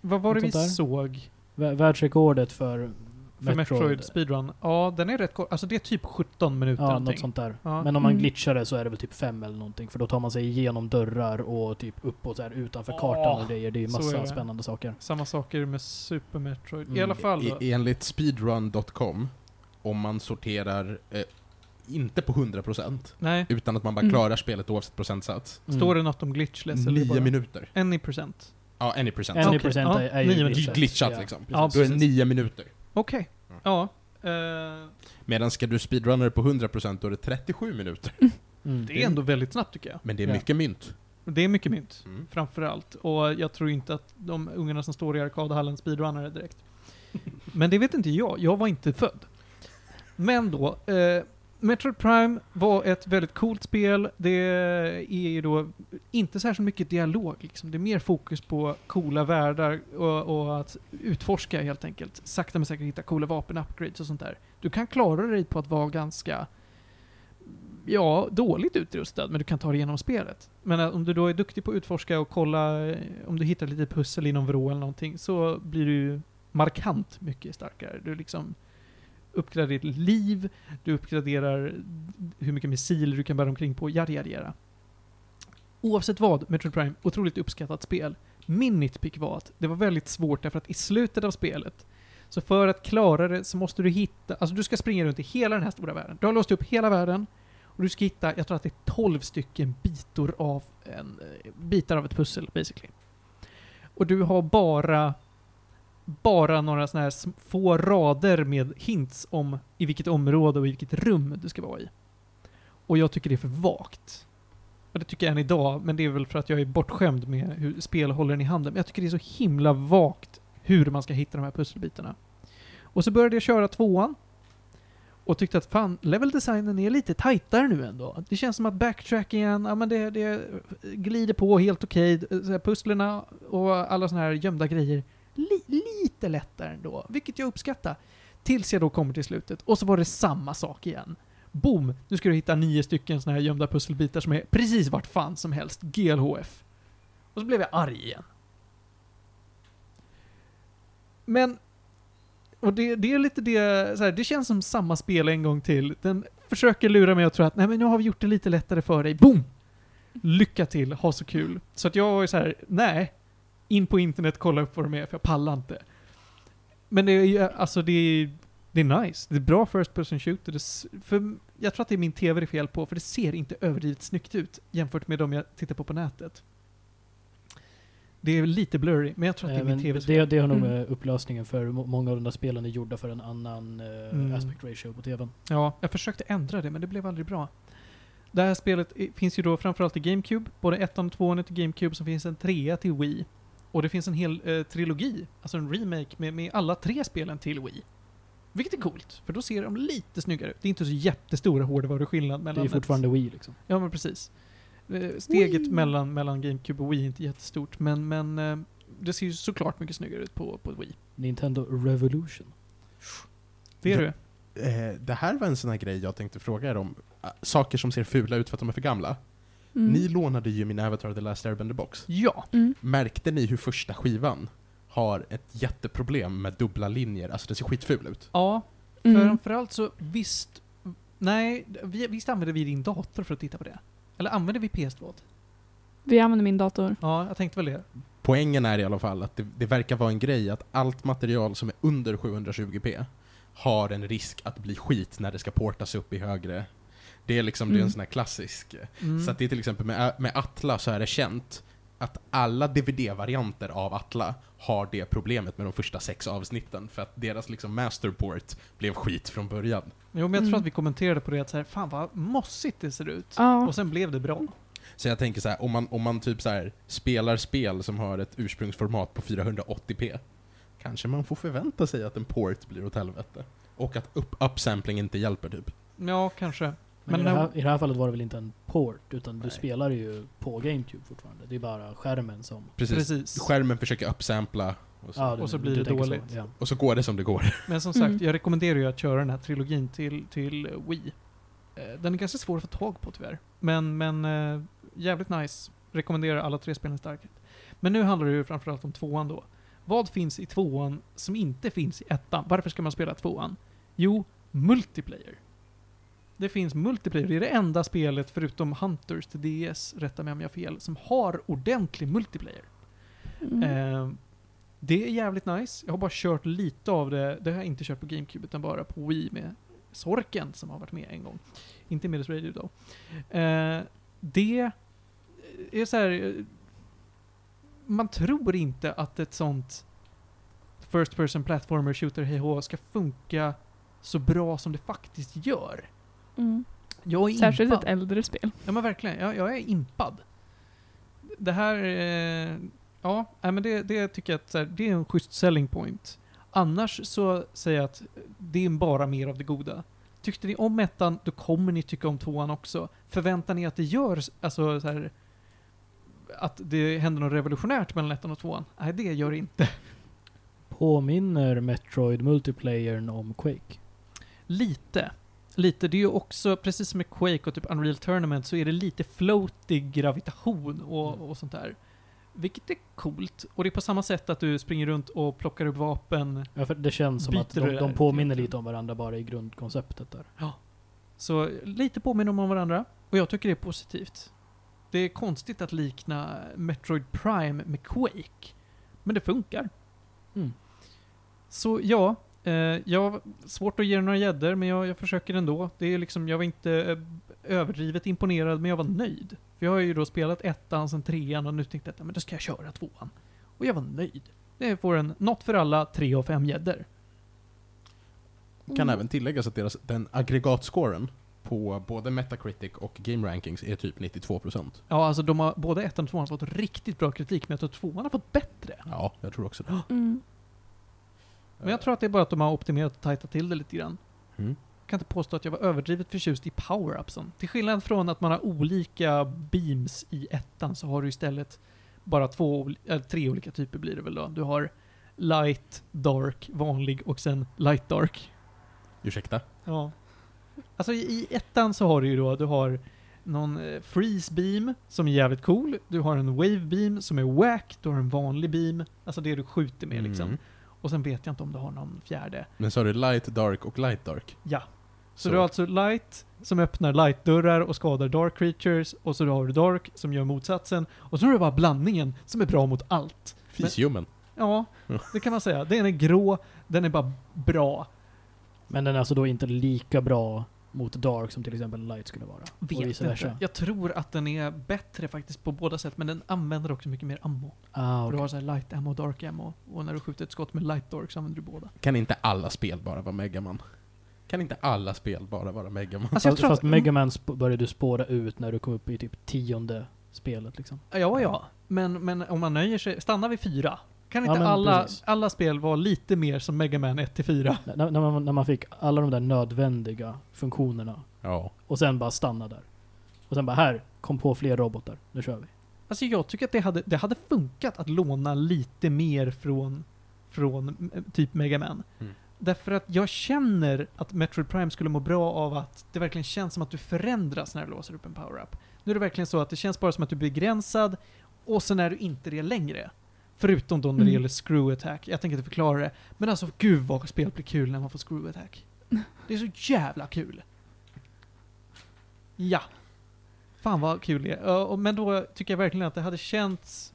[SPEAKER 1] Vad var det vi
[SPEAKER 3] Något sånt där.
[SPEAKER 1] såg?
[SPEAKER 3] Vä- Världsrekordet för,
[SPEAKER 1] För Metroid. Speedrun. Ja, den är rätt kort. Alltså det är typ 17 minuter
[SPEAKER 3] Ja,
[SPEAKER 1] någonting.
[SPEAKER 3] något sånt där.
[SPEAKER 1] Ja.
[SPEAKER 3] Men om man
[SPEAKER 4] Mm.
[SPEAKER 3] glitchar det så är det väl typ fem eller någonting. För då tar man sig igenom dörrar och typ upp och så här utanför
[SPEAKER 1] Åh,
[SPEAKER 3] kartan och grejer. Det är ju
[SPEAKER 1] så är
[SPEAKER 3] massa
[SPEAKER 1] det.
[SPEAKER 3] spännande saker.
[SPEAKER 1] Samma saker med Super Metroid. I
[SPEAKER 3] Mm.
[SPEAKER 1] alla fall då.
[SPEAKER 2] I, enligt speedrun.com, om man sorterar, eh, inte på 100%,
[SPEAKER 1] Nej.
[SPEAKER 2] utan att man bara
[SPEAKER 4] Mm.
[SPEAKER 2] klarar spelet oavsett procentsats.
[SPEAKER 3] Mm.
[SPEAKER 1] Står det något om glitch läser vi bara.
[SPEAKER 2] Nio minuter.
[SPEAKER 1] Any percent.
[SPEAKER 2] Ja, any percent.
[SPEAKER 3] Any
[SPEAKER 1] Okej,
[SPEAKER 3] percent
[SPEAKER 1] ja.
[SPEAKER 3] är, är ju
[SPEAKER 1] Nio minuter.
[SPEAKER 2] Glitchat, glitchat liksom.
[SPEAKER 1] Ja,
[SPEAKER 2] Då är det
[SPEAKER 1] precis.
[SPEAKER 2] nio minuter.
[SPEAKER 1] Okej.
[SPEAKER 2] Mm.
[SPEAKER 1] Ja. Eh,
[SPEAKER 2] Medan ska du speedrunna det på 100% då är det 37 minuter.
[SPEAKER 3] Mm.
[SPEAKER 1] det är ändå väldigt snabbt tycker jag.
[SPEAKER 2] Men det är
[SPEAKER 3] Ja.
[SPEAKER 2] mycket mynt.
[SPEAKER 1] Det är mycket mynt.
[SPEAKER 2] Mm.
[SPEAKER 1] Framförallt. Och jag tror inte att de ungarna som står i arkadhallen speedrunnar det direkt. (laughs) Men det vet inte jag. Jag var inte född. Men då. Eh, Metroid Prime var ett väldigt coolt spel. Det är ju då inte särskilt mycket dialog. Liksom. Det är mer fokus på coola världar och, och att utforska helt enkelt. Sakta men säkert hitta coola vapen, upgrades och sånt där. Du kan klara dig på att vara ganska ja, dåligt utrustad, men du kan ta dig igenom spelet. Men eh, om du då är duktig på att utforska och kolla, eh, om du hittar lite pussel i någon vrå eller någonting, så blir du ju markant mycket starkare. Du liksom uppgraderar ditt liv, du uppgraderar hur mycket missiler du kan bära omkring på, yada yada yada. Oavsett vad, Metroid Prime, otroligt uppskattat spel. Min nitpick var att det var väldigt svårt därför att i slutet av spelet, så för att klara det så måste du hitta, alltså du ska springa runt i hela den här stora världen. Du har låst upp hela världen, och du ska hitta, jag tror att det är 12 stycken bitor av en, eh, bitar av ett pussel basically. Och du har bara, bara några sådana här sm- få rader med hints om i vilket område och i vilket rum du ska vara i. Och jag tycker det är för vagt. Och det tycker jag än idag, men det är väl för att jag är bortskämd med hur spel håller den i handen. Men jag tycker det är så himla vagt hur man ska hitta de här pusselbitarna. Och så började jag köra tvåan. Och tyckte att fan, leveldesignen är lite tajtare nu ändå. Det känns som att backtrackingen, ja men det, det glider på helt okej. Så här, Pusslerna och alla såna här gömda grejer, li, lite lättare ändå. Vilket jag uppskattar. Tills jag då kommer till slutet och så var det samma sak igen. Boom! Nu ska du hitta nio stycken såna här gömda pusselbitar som är precis vart fan som helst. GLHF. Och så blev jag arg igen. Men och det, det är lite det, så här, det känns som samma spel en gång till. Den försöker lura mig att tro att nej men nu har vi gjort det lite lättare för dig. Boom! Lycka till, ha så kul. Så att jag var ju så här, nej. in på internet, kolla upp vad de är, för jag pallar inte. Men det är ju, alltså det är, det är nice. Det är bra first person shooter. Det, s- för jag tror att det är min TV det är fel på, för det ser inte överdrivet snyggt ut jämfört med de jag tittar på på nätet. Det är lite blurry, men jag tror att
[SPEAKER 3] Nej,
[SPEAKER 1] det är
[SPEAKER 3] men
[SPEAKER 1] min TVs fel.
[SPEAKER 3] det, det har nog
[SPEAKER 4] Mm.
[SPEAKER 3] med upplösningen för må- många av de där spelen är gjorda för en annan eh,
[SPEAKER 1] Mm.
[SPEAKER 3] aspect ratio på tvn.
[SPEAKER 1] Ja, jag försökte ändra det, men det blev aldrig bra. Det här spelet i- finns ju då framförallt i GameCube. Både ettan och tvåan är till GameCube, så finns en trea till Wii. Och det finns en hel eh, trilogi, alltså en remake med, med alla tre spelen till Wii. Vilket är coolt, för då ser de lite snyggare ut. Det är inte så jättestora hårdvaruskillnad
[SPEAKER 3] Det är
[SPEAKER 1] mellan...
[SPEAKER 3] ju fortfarande Wii liksom.
[SPEAKER 1] Ja, men precis. Eh, Steget
[SPEAKER 4] Wii.
[SPEAKER 1] mellan, mellan GameCube och Wii är inte jättestort, men, men eh, det ser ju såklart mycket snyggare ut på, på Wii.
[SPEAKER 3] Nintendo Revolution.
[SPEAKER 1] Det är
[SPEAKER 2] Ja.
[SPEAKER 1] du.
[SPEAKER 2] Eh, det här var en sån här grej jag tänkte fråga er om. Eh, Saker som ser fula ut för att de är för gamla.
[SPEAKER 4] Mm.
[SPEAKER 2] Ni lånade ju min Avatar The Last Airbender box.
[SPEAKER 1] Ja.
[SPEAKER 4] Mm.
[SPEAKER 2] Märkte ni hur första skivan har ett jätteproblem med dubbla linjer? Alltså det ser skitful ut.
[SPEAKER 1] Ja,
[SPEAKER 4] Mm.
[SPEAKER 1] Framförallt så visst... Nej, vi, visst använde vi din dator för att titta på det? Eller använde vi PS2?
[SPEAKER 4] Vi använder min dator.
[SPEAKER 1] Ja, jag tänkte väl det.
[SPEAKER 2] Poängen är i alla fall att det, det verkar vara en grej att allt material som är under 720p har en risk att bli skit när det ska portas upp i högre. Det är liksom, det är en
[SPEAKER 4] Mm.
[SPEAKER 2] sån här klassisk. eh,
[SPEAKER 1] Mm.
[SPEAKER 2] Så att det är till exempel med, med Atla så är det känt att alla DVD-varianter av Atla har det problemet med de första sex avsnitten för att deras liksom masterport blev skit från början.
[SPEAKER 1] Jo, men jag tror
[SPEAKER 4] Mm.
[SPEAKER 1] att vi kommenterade på det att så här, fan vad mossigt det ser ut.
[SPEAKER 4] Ja.
[SPEAKER 1] Och sen blev det bra.
[SPEAKER 2] Så jag tänker så här, om man, om man typ så här spelar spel som har ett ursprungsformat på 480p, kanske man får förvänta sig att en port blir åt helvete. Och att upp- upsampling inte hjälper typ.
[SPEAKER 1] Ja, kanske.
[SPEAKER 3] Men,
[SPEAKER 1] Men
[SPEAKER 3] i, det
[SPEAKER 1] när-
[SPEAKER 3] här, i det här fallet var det väl inte en port, utan
[SPEAKER 2] Nej.
[SPEAKER 3] du spelar ju på GameCube fortfarande. Det är bara skärmen som...
[SPEAKER 2] Precis.
[SPEAKER 1] Precis.
[SPEAKER 2] Skärmen försöker upsampla och så,
[SPEAKER 3] Ja,
[SPEAKER 1] Och så
[SPEAKER 3] du-
[SPEAKER 1] blir
[SPEAKER 3] du
[SPEAKER 1] det
[SPEAKER 3] tänker så,
[SPEAKER 1] dåligt.
[SPEAKER 3] Ja.
[SPEAKER 2] och så går det som det går.
[SPEAKER 1] Men som sagt,
[SPEAKER 4] Mm.
[SPEAKER 1] jag rekommenderar ju att köra den här trilogin till, till Wii. Eh, Den är ganska svår att få tag på tyvärr. Men, men eh, jävligt nice. Rekommenderar alla tre spelen starkt. Men nu handlar det ju framförallt om tvåan då. Vad finns i tvåan som inte finns i ettan? Varför ska man spela tvåan? Jo, multiplayer. Det finns multiplayer. Det är det enda spelet förutom Hunters till DS, rätta mig om jag har fel, som har ordentlig multiplayer.
[SPEAKER 4] Mm.
[SPEAKER 1] Eh, det är jävligt nice. Jag har bara kört lite av det. Det har jag inte kört på GameCube utan bara på Wii med Sorken som har varit med en gång. Inte Medus Radio då. Eh, det är så här. eh, Man tror inte att ett sånt First Person Platformer Shooter hej hå, ska funka så bra som det faktiskt gör.
[SPEAKER 4] Mm.
[SPEAKER 1] Jag är
[SPEAKER 4] Särskilt
[SPEAKER 1] impad.
[SPEAKER 4] ett äldre spel.
[SPEAKER 1] Ja men verkligen, jag, jag är impad. Det här, eh, ja, nej, men det, det tycker jag att så här, det är en schysst selling point. Annars så säger jag att det är bara mer av det goda. Tyckte ni om ettan, då kommer ni tycka om tvåan också. Förväntar ni att det gör, alltså så här, att det händer något revolutionärt mellan ettan och tvåan? Nej, det gör det inte.
[SPEAKER 3] Påminner Metroid Multiplayern om Quake?
[SPEAKER 1] Lite. Lite. Det är ju också, precis som med Quake och typ Unreal Tournament, så är det lite floatig gravitation och, och sånt där. Vilket är coolt. Och det är på samma sätt att du springer runt och plockar upp vapen.
[SPEAKER 3] Ja, för det känns som att
[SPEAKER 1] Byter
[SPEAKER 3] de,
[SPEAKER 1] det där
[SPEAKER 3] de påminner
[SPEAKER 1] egentligen.
[SPEAKER 3] lite om varandra bara i grundkonceptet där.
[SPEAKER 1] Så lite påminner om varandra. Och jag tycker det är positivt. Det är konstigt att likna Metroid Prime med Quake. Men det funkar.
[SPEAKER 3] Mm.
[SPEAKER 1] Så ja, eh, jag svårt att ge några gäddor, men jag, jag försöker ändå. Det är liksom, jag var inte eh, överdrivet imponerad, men jag var nöjd. För jag har ju då spelat ettan, sen trean och nu tänkte jag att "Ja, men då ska jag köra tvåan. Och jag var nöjd. Det får en, något för alla, tre av fem gäddor.
[SPEAKER 2] Kan
[SPEAKER 1] Mm.
[SPEAKER 2] även tilläggas att deras, den aggregatscoren på både Metacritic och Game Rankings är typ 92%.
[SPEAKER 1] Ja, alltså de har, både ettan och tvåan har fått riktigt bra kritik, men jag tror tvåan har fått bättre.
[SPEAKER 2] Ja, eh. jag tror också det.
[SPEAKER 4] Mm.
[SPEAKER 1] (gasps) Men jag tror att det är bara att de har optimerat och tajtat till det lite grann.
[SPEAKER 2] Mm.
[SPEAKER 1] Jag kan inte påstå att jag var överdrivet förtjust i power-upsen. Till skillnad från att man har olika beams i ettan så har du istället bara två, ol- eller tre olika typer blir det väl då. Du har light, dark, vanlig och sen light dark.
[SPEAKER 2] Ursäkta?
[SPEAKER 1] Ja. Alltså i i ettan så har du ju då, du har någon eh, freeze beam som är jävligt cool, du har en wave beam som är wack, du har en vanlig beam, alltså det du skjuter med liksom.
[SPEAKER 2] Mm.
[SPEAKER 1] Och sen vet jag inte om du har någon fjärde.
[SPEAKER 2] Men så har du light, dark och light dark.
[SPEAKER 1] Ja. Så,
[SPEAKER 2] Så,
[SPEAKER 1] du har alltså light som öppnar light-dörrar och skadar dark creatures och så har du dark som gör motsatsen och så har du bara blandningen som är bra mot allt.
[SPEAKER 2] Fisiummen.
[SPEAKER 1] Ja, det kan man säga. Den är grå, den är bara bra.
[SPEAKER 3] Men den är alltså då inte lika bra mot Dark som till exempel Light skulle vara. och vice versa.
[SPEAKER 1] Jag tror att den är bättre faktiskt på båda sätt, men den använder också mycket mer ammo. För
[SPEAKER 3] Ah,
[SPEAKER 1] Du
[SPEAKER 3] okej.
[SPEAKER 1] har så här light ammo och dark ammo. Och när du skjuter ett skott med light dark så använder du båda.
[SPEAKER 2] Kan inte alla spel bara vara Megaman? Kan inte alla spel bara vara Megaman?
[SPEAKER 1] Alltså, jag
[SPEAKER 3] fast
[SPEAKER 1] tror
[SPEAKER 3] fast
[SPEAKER 1] att-
[SPEAKER 3] Mega Man sp- började du spåra ut när du kom upp i typ tionde spelet liksom.
[SPEAKER 1] Ja, ja. Men, men om man nöjer sig, stanna vid fyra. Kan
[SPEAKER 3] Ja,
[SPEAKER 1] inte
[SPEAKER 3] men
[SPEAKER 1] alla,
[SPEAKER 3] precis.
[SPEAKER 1] alla spel vara lite mer som Mega Man 1-4?
[SPEAKER 3] N- när, när, man, när man fick alla de där nödvändiga funktionerna
[SPEAKER 2] Ja.
[SPEAKER 3] och sen bara stanna där. Och sen bara här, kom på fler robotar. Nu kör vi.
[SPEAKER 1] Alltså jag tycker att det hade, det hade funkat att låna lite mer från, från eh, typ Mega Man.
[SPEAKER 2] Mm.
[SPEAKER 1] Därför att jag känner att Metroid Prime skulle må bra av att det verkligen känns som att du förändras när du låser upp en power-up. Nu är det verkligen så att det känns bara som att du är begränsad och sen är du inte det längre. Förutom då när det
[SPEAKER 4] Mm.
[SPEAKER 1] gäller screw attack. Jag tänker inte förklara det. Men alltså gud vad spelet blir kul när man får screw attack. Det är så jävla kul. Ja. Fan vad kul det är. Ja, och- Men då tycker jag verkligen att det hade känts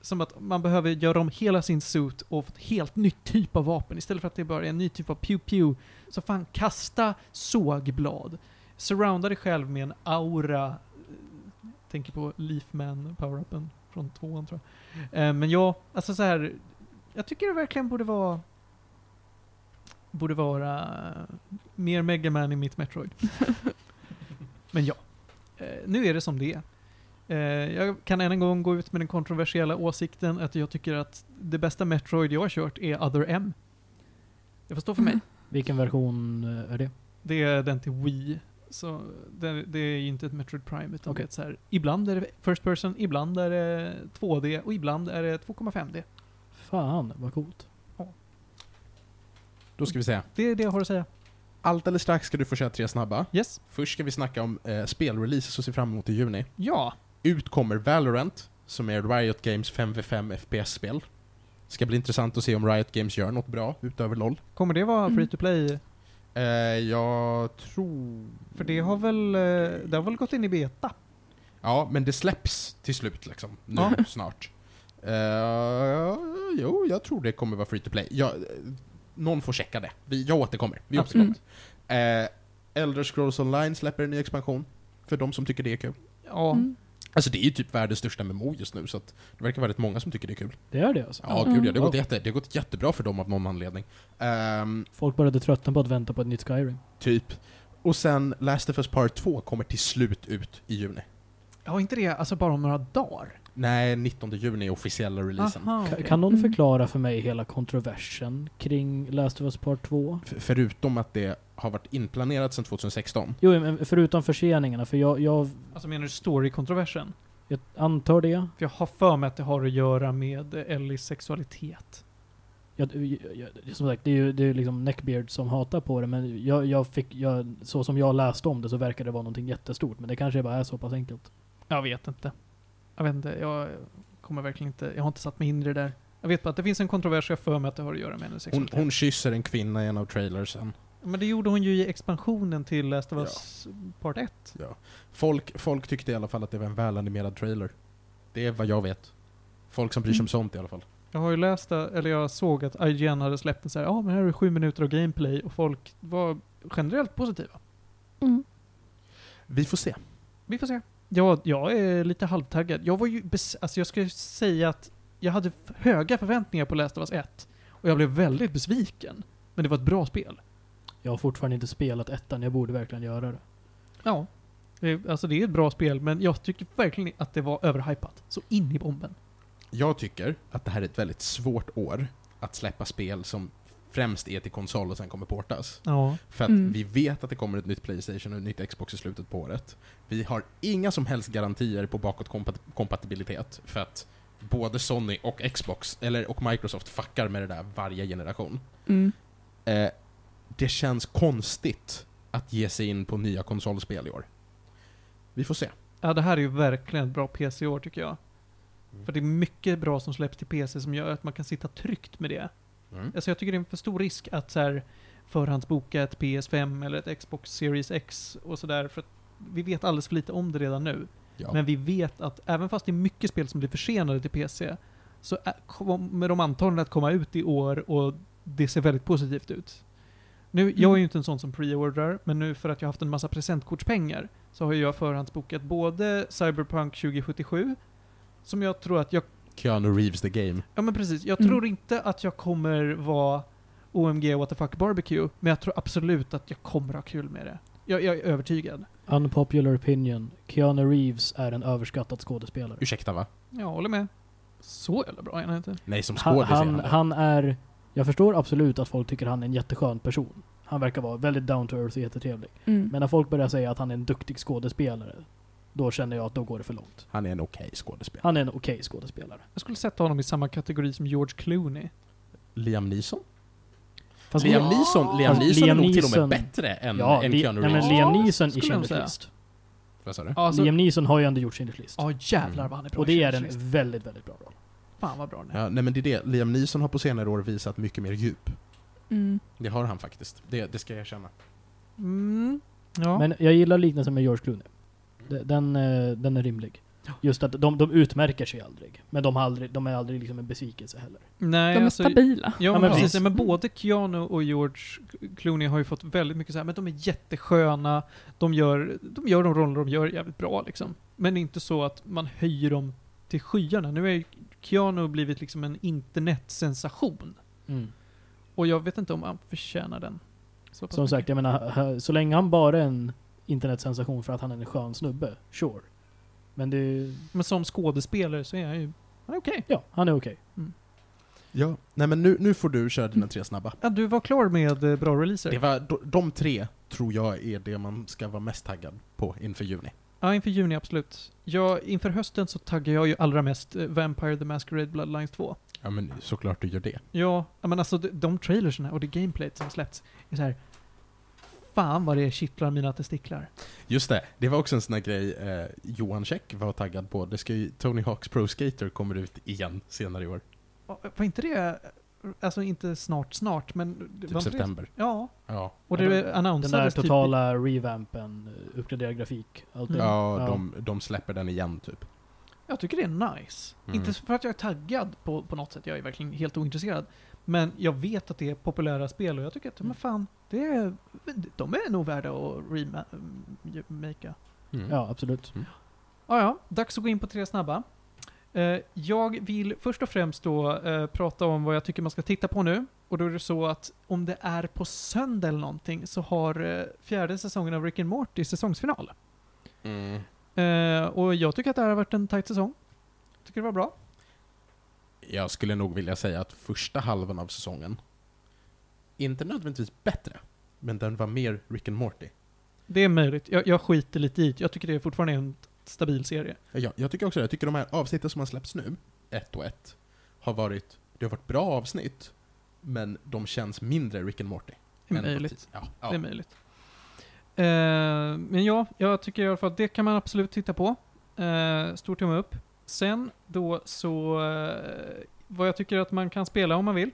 [SPEAKER 1] som att man behöver göra om hela sin suit och få ett helt nytt typ av vapen. Istället för att det bara är en ny typ av pew-pew. Så fan, kasta sågblad. Surrounda dig själv med en aura. Eh, Tänker på Leafman power-upen från tvåan tror jag. Eh, Men ja, alltså så här. Jag tycker det verkligen borde vara borde vara eh, mer Megaman i mitt Metroid. Men ja, eh, nu är det som det är. Eh, jag kan än en gång gå ut med den kontroversiella åsikten att jag tycker att det bästa Metroid jag har kört är Other M. Det får stå för mig.
[SPEAKER 4] Mm.
[SPEAKER 3] Vilken version eh, är det?
[SPEAKER 1] Det är den till Wii. Så det, det är ju inte ett Metroid Prime utan
[SPEAKER 3] Okej.
[SPEAKER 1] det är ett så här, ibland är det First Person, ibland är det 2D och ibland är det 2,5D.
[SPEAKER 3] Fan, vad coolt.
[SPEAKER 2] Då ska vi säga.
[SPEAKER 1] Det är det jag har att säga.
[SPEAKER 2] Allt eller strax ska du få köra tre snabba.
[SPEAKER 1] Yes.
[SPEAKER 2] Först ska vi snacka om eh, spelreleases och se fram emot i juni.
[SPEAKER 1] Ja.
[SPEAKER 2] Ut kommer Valorant, som är Riot Games 5v5 FPS-spel. Ska bli intressant att se om Riot Games gör något bra utöver LOL.
[SPEAKER 1] Kommer det vara
[SPEAKER 4] Mm.
[SPEAKER 1] free to play?
[SPEAKER 2] Eh, jag tror...
[SPEAKER 1] För det har väl, eh, det har väl gått in i beta?
[SPEAKER 2] Ja, men det släpps till slut liksom. Nu,
[SPEAKER 1] Ja.
[SPEAKER 2] snart. Eh, jo, jag tror det kommer vara free to play. Jag, eh, någon får checka det. Vi, jag återkommer. Vi
[SPEAKER 1] Absolut.
[SPEAKER 4] Mm.
[SPEAKER 2] återkommer. Eh, Elder Scrolls Online släpper en ny expansion. För de som tycker det är kul.
[SPEAKER 1] Ja.
[SPEAKER 4] Mm.
[SPEAKER 2] Alltså det är ju typ världens största MMO just nu, så att det verkar vara rätt många som tycker det är kul.
[SPEAKER 3] Det är det alltså?
[SPEAKER 2] Ja,
[SPEAKER 4] Mm.
[SPEAKER 2] gud ja, det har, gått jätte, det har gått jättebra för dem av någon anledning. Ehm,
[SPEAKER 3] Folk började tröttna på att vänta på ett nytt Skyrim.
[SPEAKER 2] typ. Och sen Last of Us Part 2 kommer till slut ut i juni.
[SPEAKER 1] Ja, inte det alltså bara om några dagar?
[SPEAKER 2] Nej, 19 juni är officiella releasen.
[SPEAKER 1] Aha,
[SPEAKER 3] Ka-
[SPEAKER 1] okej.
[SPEAKER 3] Kan någon
[SPEAKER 4] Mm.
[SPEAKER 3] förklara för mig hela kontroversen kring Last of Us Part 2?
[SPEAKER 2] F- förutom att det har varit inplanerat sedan 2016.
[SPEAKER 3] Jo, men förutom förseningarna, för jag, jag,
[SPEAKER 1] Alltså menar du story-kontroversen?
[SPEAKER 3] jag antar det.
[SPEAKER 1] För jag har för mig att det har att göra med eh, Ellies sexualitet.
[SPEAKER 3] Jag, jag, jag- som sagt, det är ju det är ju liksom Neckbeard som hatar på det, men jag, jag fick, jag, så som jag läste om det så verkar det vara någonting jättestort, men det kanske bara är så pass enkelt.
[SPEAKER 1] Jag vet inte. Jag vet inte, jag kommer verkligen inte, jag har inte satt mig in i det där. Jag vet bara att det finns en kontrovers och jag har för mig att det har att göra med hennes
[SPEAKER 2] Hon,
[SPEAKER 1] sexualitet.
[SPEAKER 2] hon kysser en kvinna i en av trailersen.
[SPEAKER 1] Men det gjorde hon ju i expansionen till Last of Us Part 1.
[SPEAKER 2] Folk, folk tyckte i alla fall att det var en välanimerad trailer. Det är vad jag vet. Folk som bryr sig om sånt i alla fall.
[SPEAKER 1] Jag har ju läst, det- eller jag såg att IGN hade släppt en så här, ja ah, men här är sju minuter av gameplay och folk var generellt positiva.
[SPEAKER 4] Mm.
[SPEAKER 2] Vi får se.
[SPEAKER 1] Vi får se. Ja, jag är lite halvtaggad. Jag var ju bes- alltså jag ska ju säga att jag hade f- höga förväntningar på Last of Us 1 och jag blev väldigt besviken. Men det var ett bra spel.
[SPEAKER 3] Jag har fortfarande inte spelat ettan, jag borde verkligen göra det.
[SPEAKER 1] Ja. Det, alltså det är ett bra spel, men jag tycker verkligen att det var överhypat. Så in i bomben.
[SPEAKER 2] Jag tycker att det här är ett väldigt svårt år att släppa spel som främst är till konsol och sen kommer portas.
[SPEAKER 1] Ja.
[SPEAKER 2] För att
[SPEAKER 4] Mm.
[SPEAKER 2] vi vet att det kommer ett nytt Playstation och ett nytt Xbox i slutet på året. Vi har inga som helst garantier på bakåtkompatibilitet för att både Sony och Xbox, eller och Microsoft fuckar med det där varje generation.
[SPEAKER 4] Mm.
[SPEAKER 2] Eh, det känns konstigt att ge sig in på nya konsolspel i år. Vi får se.
[SPEAKER 1] Ja, det här är ju verkligen ett bra PC-år tycker jag.
[SPEAKER 2] Mm.
[SPEAKER 1] För det är mycket bra som släpps till PC som gör att man kan sitta tryggt med det.
[SPEAKER 2] Mm.
[SPEAKER 1] Alltså jag tycker det är en för stor risk att så här, förhandsboka ett PS5 eller ett Xbox Series X och sådär. För att vi vet alldeles för lite om det redan nu.
[SPEAKER 2] Ja.
[SPEAKER 1] Men vi vet att även fast det är mycket spel som blir försenade till PC så ä- kommer de antagligen att komma ut i år och det ser väldigt positivt ut. Nu, jag är ju inte en sån som pre-ordrar, men nu för att jag haft en massa presentkortspengar så har ju jag förhandsbokat både Cyberpunk 2077, som jag tror att jag
[SPEAKER 2] Keanu Reeves the game.
[SPEAKER 1] Ja men precis, jag
[SPEAKER 4] Mm.
[SPEAKER 1] tror inte att jag kommer vara OMG what the fuck barbecue, men jag tror absolut att jag kommer ha kul med det. Jag, jag är övertygad.
[SPEAKER 3] Unpopular opinion. Keanu Reeves är en överskattad skådespelare.
[SPEAKER 2] Ursäkta va?
[SPEAKER 1] Jag håller med. Så jävla bra är han inte.
[SPEAKER 2] Nej, som
[SPEAKER 3] Han,
[SPEAKER 2] skådis är
[SPEAKER 3] han,
[SPEAKER 2] han,
[SPEAKER 3] han är... Jag förstår absolut att folk tycker han är en jätteskön person. Han verkar vara väldigt down to earth och jättetrevlig.
[SPEAKER 4] Mm.
[SPEAKER 3] Men när folk börjar säga att han är en duktig skådespelare, då känner jag att då går det för långt.
[SPEAKER 2] han är en okej skådespelare.
[SPEAKER 3] Han är en okej skådespelare.
[SPEAKER 1] Jag skulle sätta honom i samma kategori som George Clooney.
[SPEAKER 2] Liam Neeson?
[SPEAKER 3] Fast
[SPEAKER 2] Liam
[SPEAKER 4] Ja.
[SPEAKER 2] Neeson, Liam
[SPEAKER 3] Fast
[SPEAKER 2] Neeson är
[SPEAKER 3] Liam
[SPEAKER 2] nog till och
[SPEAKER 3] Neeson-
[SPEAKER 2] med bättre än,
[SPEAKER 3] ja,
[SPEAKER 2] än
[SPEAKER 3] Li-
[SPEAKER 2] Keanu
[SPEAKER 3] nej, men
[SPEAKER 2] Reeves.
[SPEAKER 3] Liam
[SPEAKER 1] Ja,
[SPEAKER 3] Neeson i
[SPEAKER 1] skulle jag säga.
[SPEAKER 3] Schindler's List.
[SPEAKER 2] Vad sa du?
[SPEAKER 1] Alltså,
[SPEAKER 3] Liam Neeson har ju ändå gjort Schindler's List.
[SPEAKER 1] ja jävlar vad han är bra
[SPEAKER 3] och
[SPEAKER 1] i
[SPEAKER 3] det är en
[SPEAKER 1] Schindler's List.
[SPEAKER 3] väldigt, väldigt bra roll.
[SPEAKER 1] Fan vad bra den är.
[SPEAKER 2] Ja, nej men det är det, Liam Neeson har på senare år visat mycket mer djup.
[SPEAKER 4] Mm.
[SPEAKER 2] Det har han faktiskt. Det, det ska jag erkänna.
[SPEAKER 1] Mm, ja.
[SPEAKER 3] Men jag gillar liknelsen med George Clooney. De- Den, eh, den är rimlig. Just att de, de utmärker sig aldrig. Men de, har aldrig, de är aldrig liksom en besvikelse heller.
[SPEAKER 1] Nej,
[SPEAKER 4] De är
[SPEAKER 1] alltså,
[SPEAKER 4] stabila.
[SPEAKER 1] Ja,
[SPEAKER 3] Ja,
[SPEAKER 1] men
[SPEAKER 3] men
[SPEAKER 1] precis.
[SPEAKER 3] precis.
[SPEAKER 1] Nej, Men både Keanu och George Clooney har ju fått väldigt mycket så här, men de är jättesköna, de gör de, gör de roller de gör jävligt bra liksom. Men inte så att man höjer dem till skyarna. Nu har ju Keanu blivit liksom en internetsensation.
[SPEAKER 2] Mm.
[SPEAKER 1] Och jag vet inte om han förtjänar den. Så pass
[SPEAKER 3] Som
[SPEAKER 1] mycket.
[SPEAKER 3] sagt, jag menar, h- så länge han bara är en internetsensation för att han är en skön snubbe, sure. Men det är ju-
[SPEAKER 1] Men som skådespelare så är han ju, han är okej.
[SPEAKER 3] ja, han är okej.
[SPEAKER 2] Ja. Nej men nu, nu får du köra dina tre snabba.
[SPEAKER 1] Ja, du var klar med eh, bra releaser?
[SPEAKER 2] Det var, de, de tre tror jag är det man ska vara mest taggad på inför juni.
[SPEAKER 1] Ja, inför juni absolut. Ja, inför hösten så taggar jag ju allra mest eh, Vampire the Masquerade Bloodlines 2.
[SPEAKER 2] Ja men såklart du gör det.
[SPEAKER 1] Ja, ja, men alltså de, de trailersen och det gameplayt som släppts är så här. Fan vad det kittlar mina testiklar.
[SPEAKER 2] Just det, det var också en sån här grej eh, Johan Käck var taggad på. Det ska ju, Tony Hawks Pro Skater kommer ut igen senare i år.
[SPEAKER 1] Ja, eh, Var inte det, alltså inte snart snart, men... det- var
[SPEAKER 2] Typ
[SPEAKER 1] inte det-
[SPEAKER 2] september.
[SPEAKER 1] Ja,
[SPEAKER 2] Ja,
[SPEAKER 1] och
[SPEAKER 3] Ja,
[SPEAKER 1] det
[SPEAKER 3] den- Den där
[SPEAKER 1] annonsades typ...
[SPEAKER 3] totala revampen, eh, uppgraderad grafik, allt det.
[SPEAKER 1] Mm.
[SPEAKER 2] ja,
[SPEAKER 3] Ja.
[SPEAKER 2] De, de släpper den igen typ.
[SPEAKER 1] Jag tycker det är nice.
[SPEAKER 2] Mm.
[SPEAKER 1] Inte för att jag är taggad på, på något sätt, jag är verkligen helt ointresserad. Men jag vet att det är populära spel och jag tycker att,
[SPEAKER 3] Mm.
[SPEAKER 1] men fan, det är, de är nog värda att remaka.
[SPEAKER 2] Mm.
[SPEAKER 3] Ja, absolut.
[SPEAKER 1] Ja, ja. Dags att gå in på tre snabba. Eh, jag vill först och främst då eh, prata om vad jag tycker man ska titta på nu. Och då är det så att om det är på söndag eller någonting så har eh, fjärde säsongen av Rick and Morty säsongsfinal.
[SPEAKER 2] Mm.
[SPEAKER 1] Eh, och jag tycker att det här har varit en tight säsong. Tycker det var bra.
[SPEAKER 2] Jag skulle nog vilja säga att första halvan av säsongen, inte nödvändigtvis bättre, men den var mer Rick and Morty.
[SPEAKER 1] Det är möjligt. Jag, jag skiter lite i det. Jag tycker det är fortfarande en stabil serie.
[SPEAKER 2] Jag, jag tycker också det. Jag tycker de här avsnitten som har släppts nu, ett och ett, har varit, det har varit bra avsnitt, men de känns mindre Rick and Morty.
[SPEAKER 1] Det är
[SPEAKER 2] än på
[SPEAKER 1] möjligt.
[SPEAKER 2] tis- Ja, ja.
[SPEAKER 1] Det är möjligt. Eh, men ja, jag tycker i alla fall att det kan man absolut titta på. Eh, stor tumme upp. Sen då så, eh, vad jag tycker att man kan spela om man vill,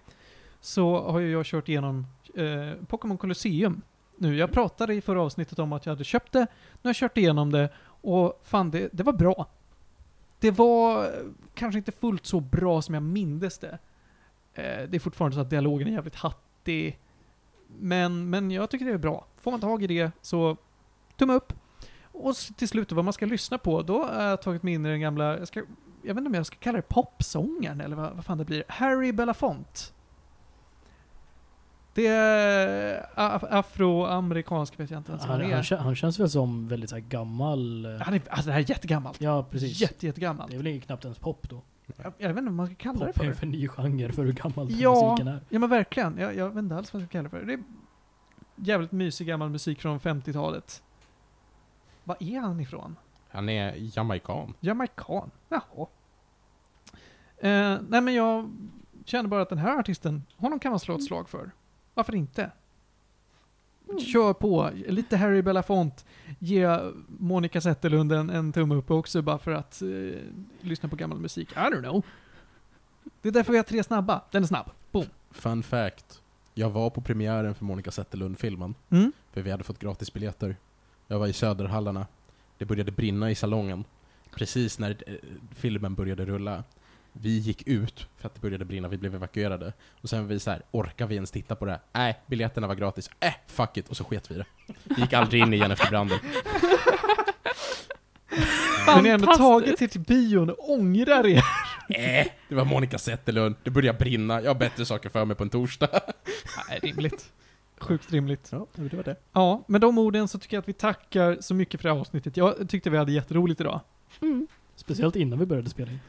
[SPEAKER 1] så har ju jag kört igenom eh, Pokémon Colosseum nu. Jag pratade i förra avsnittet om att jag hade köpt det, nu har jag kört igenom det och fan det, det var bra. Det var eh, kanske inte fullt så bra som jag mindes det. Eh, det är fortfarande så att dialogen är jävligt hattig. Men, men jag tycker det är bra. Får man tag i det så tumme upp. Och s- till slut vad man ska lyssna på, då har jag tagit mig in i den gamla, jag, ska, jag vet inte om jag ska kalla det popsångaren eller vad, vad fan det blir. Harry Belafonte. Det är a- afroamerikansk, vet jag inte ens vad
[SPEAKER 3] Han,
[SPEAKER 1] han
[SPEAKER 3] han,
[SPEAKER 1] är.
[SPEAKER 3] kä- han känns väl som väldigt så här gammal... eh,
[SPEAKER 1] Han är alltså det här är jättegammalt.
[SPEAKER 3] Ja, precis.
[SPEAKER 1] Jätte, jättegammalt.
[SPEAKER 3] Det är väl inte knappt ens pop då.
[SPEAKER 1] Jag, jag vet inte vad man ska kalla det
[SPEAKER 3] Pop är ju
[SPEAKER 1] för.
[SPEAKER 3] för ny genre för hur gammal den
[SPEAKER 1] Ja.
[SPEAKER 3] musiken är.
[SPEAKER 1] Ja men verkligen, jag, jag vet inte alls vad jag ska kalla det för. Det är jävligt mysig gammal musik från 50-talet. Var är han ifrån?
[SPEAKER 2] Han är jamaican.
[SPEAKER 1] Jamaican? Jaha. Eh, nej men jag känner bara att den här artisten, honom kan man slå ett slag för. Varför inte?
[SPEAKER 4] Mm.
[SPEAKER 1] Kör på, lite Harry Belafonte. Ge Monica Zetterlund en, en tumme upp också bara för att eh, lyssna på gammal musik. I don't know. Det är därför vi har tre snabba. Den är snabb. Boom.
[SPEAKER 2] Fun fact. Jag var på premiären för Monica Zetterlund-filmen,
[SPEAKER 1] Mm.
[SPEAKER 2] för vi hade fått gratisbiljetter. Jag var i Söderhallarna. Det började brinna i salongen. Precis när eh, filmen började rulla. Vi gick ut för att det började brinna, vi blev evakuerade. Och sen var vi så här, orkar vi ens titta på det här? Nej, biljetterna var gratis. Äh, fuck it! Och så sket vi i det. Vi gick aldrig in igen efter branden.
[SPEAKER 1] Men ni har ändå
[SPEAKER 4] Fantastiskt.
[SPEAKER 1] tagit er till bion och ångrar er.
[SPEAKER 2] Äh, det var Monica Zetterlund, det började brinna, jag har bättre saker för mig på en torsdag.
[SPEAKER 1] (laughs) Nej, rimligt. Sjukt rimligt.
[SPEAKER 2] Ja, det var det.
[SPEAKER 1] Ja, med de orden så tycker jag att vi tackar så mycket för det här avsnittet. Jag tyckte vi hade jätteroligt idag. (laughs)
[SPEAKER 4] Mm.
[SPEAKER 3] Speciellt innan vi började spela in.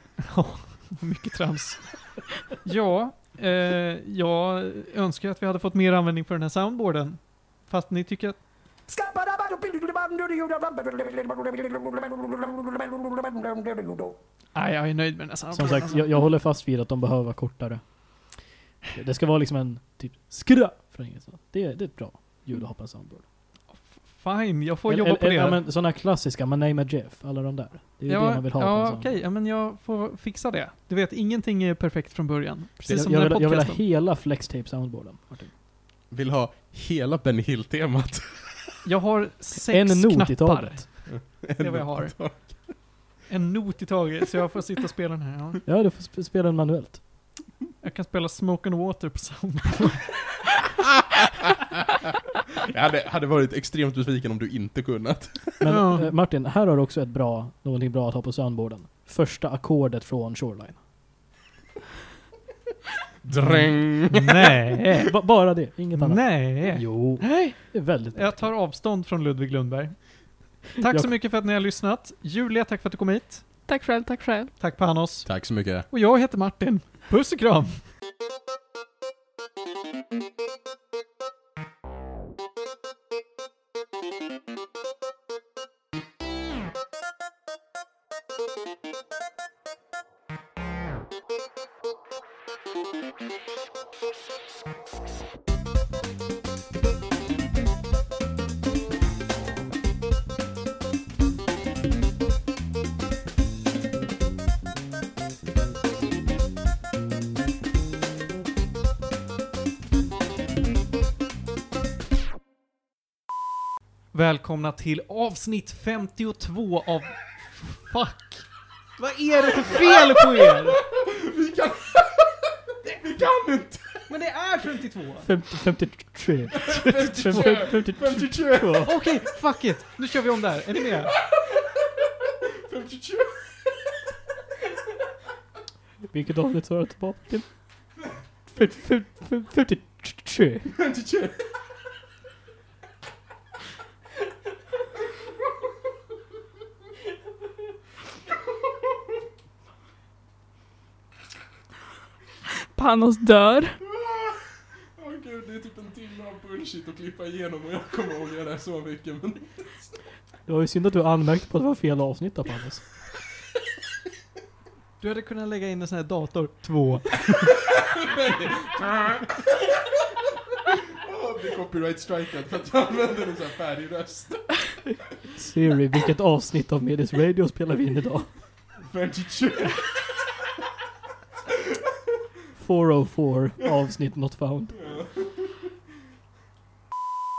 [SPEAKER 1] Mycket trams. (laughs) ja, eh, jag önskar att vi hade fått mer användning för den här soundboarden. Fast ni tycker att... Nej, jag är nöjd med den här
[SPEAKER 3] Som
[SPEAKER 1] soundboarden.
[SPEAKER 3] sagt, jag, jag håller fast vid att de behöver vara kortare. Det- Det ska vara liksom en typ skra från engelska. Det, det är ett bra ljud att ha på en soundboard.
[SPEAKER 1] Fine, jag får
[SPEAKER 3] Eller-
[SPEAKER 1] jobba på
[SPEAKER 3] eller-
[SPEAKER 1] det.
[SPEAKER 3] Ja, men sådana klassiska, man namar Jeff, alla de där. Det är ju det man vill ha på en
[SPEAKER 1] ja
[SPEAKER 3] soundboard.
[SPEAKER 1] okej. Ja, men jag får fixa det. Du vet, ingenting är perfekt från början. Precis
[SPEAKER 3] Jag,
[SPEAKER 1] som
[SPEAKER 3] jag,
[SPEAKER 1] den
[SPEAKER 3] vill,
[SPEAKER 1] här
[SPEAKER 3] jag vill ha
[SPEAKER 1] podcasten.
[SPEAKER 3] hela flextape soundboarden. Martin.
[SPEAKER 2] Vill ha hela Benny Hill-temat.
[SPEAKER 1] Jag har sex
[SPEAKER 3] En not
[SPEAKER 1] knappar.
[SPEAKER 3] i taget.
[SPEAKER 1] Det är vad jag har. En not i taget, så jag får sitta och spela den här. Ja.
[SPEAKER 3] Ja, du får sp- spela den manuellt.
[SPEAKER 1] Jag kan spela Smoke and Water på sound.
[SPEAKER 2] Jag hade, hade varit extremt besviken om du inte kunnat.
[SPEAKER 3] Men
[SPEAKER 1] Ja.
[SPEAKER 3] eh, Martin, här har du också ett bra, någonting bra att ha på soundboarden. Första ackordet från Shoreline.
[SPEAKER 2] Dräng!
[SPEAKER 1] Nej!
[SPEAKER 3] Eh, Ba- bara det, inget annat.
[SPEAKER 1] Eh. Nej!
[SPEAKER 3] Jo,
[SPEAKER 1] Nej!
[SPEAKER 3] det är väldigt bra.
[SPEAKER 1] Jag tar avstånd från Ludvig Lundberg. Tack
[SPEAKER 3] Jag-
[SPEAKER 1] så mycket för att ni har lyssnat. Julia, tack för att du kom hit.
[SPEAKER 4] Tack själv, tack själv.
[SPEAKER 1] Tack Panos.
[SPEAKER 2] Tack så (laughs) mycket.
[SPEAKER 1] Och jag heter Martin. Puss och kram! Välkomna till avsnitt 52 av... Fuck! Vad är det för fel på er?
[SPEAKER 2] Vi kan... (laughs) Vi kan inte!
[SPEAKER 1] Men det är 52!
[SPEAKER 3] 50, 53. 52.
[SPEAKER 2] 52!
[SPEAKER 1] Okej, fuck it! Nu kör vi om där. Är ni med?
[SPEAKER 2] 52!
[SPEAKER 3] Vilket avsnitt sa du att det var? 53.
[SPEAKER 2] 52!
[SPEAKER 4] Panos dör.
[SPEAKER 2] Ah! Åh gud, det är typ en timme av bullshit att klippa igenom och jag kommer ångra det här så mycket men... (laughs)
[SPEAKER 3] Det var ju synd att du anmärkte på att det var fel avsnitt där Panos.
[SPEAKER 1] Du hade kunnat lägga in en sån här dator. Två.
[SPEAKER 2] Åh, blir copyright strikead för att jag använder en sån här färdig röst.
[SPEAKER 3] Siri, vilket avsnitt av Medis Radio spelar vi in idag?
[SPEAKER 2] 52!
[SPEAKER 3] 404, avsnitt not found.
[SPEAKER 2] Ja.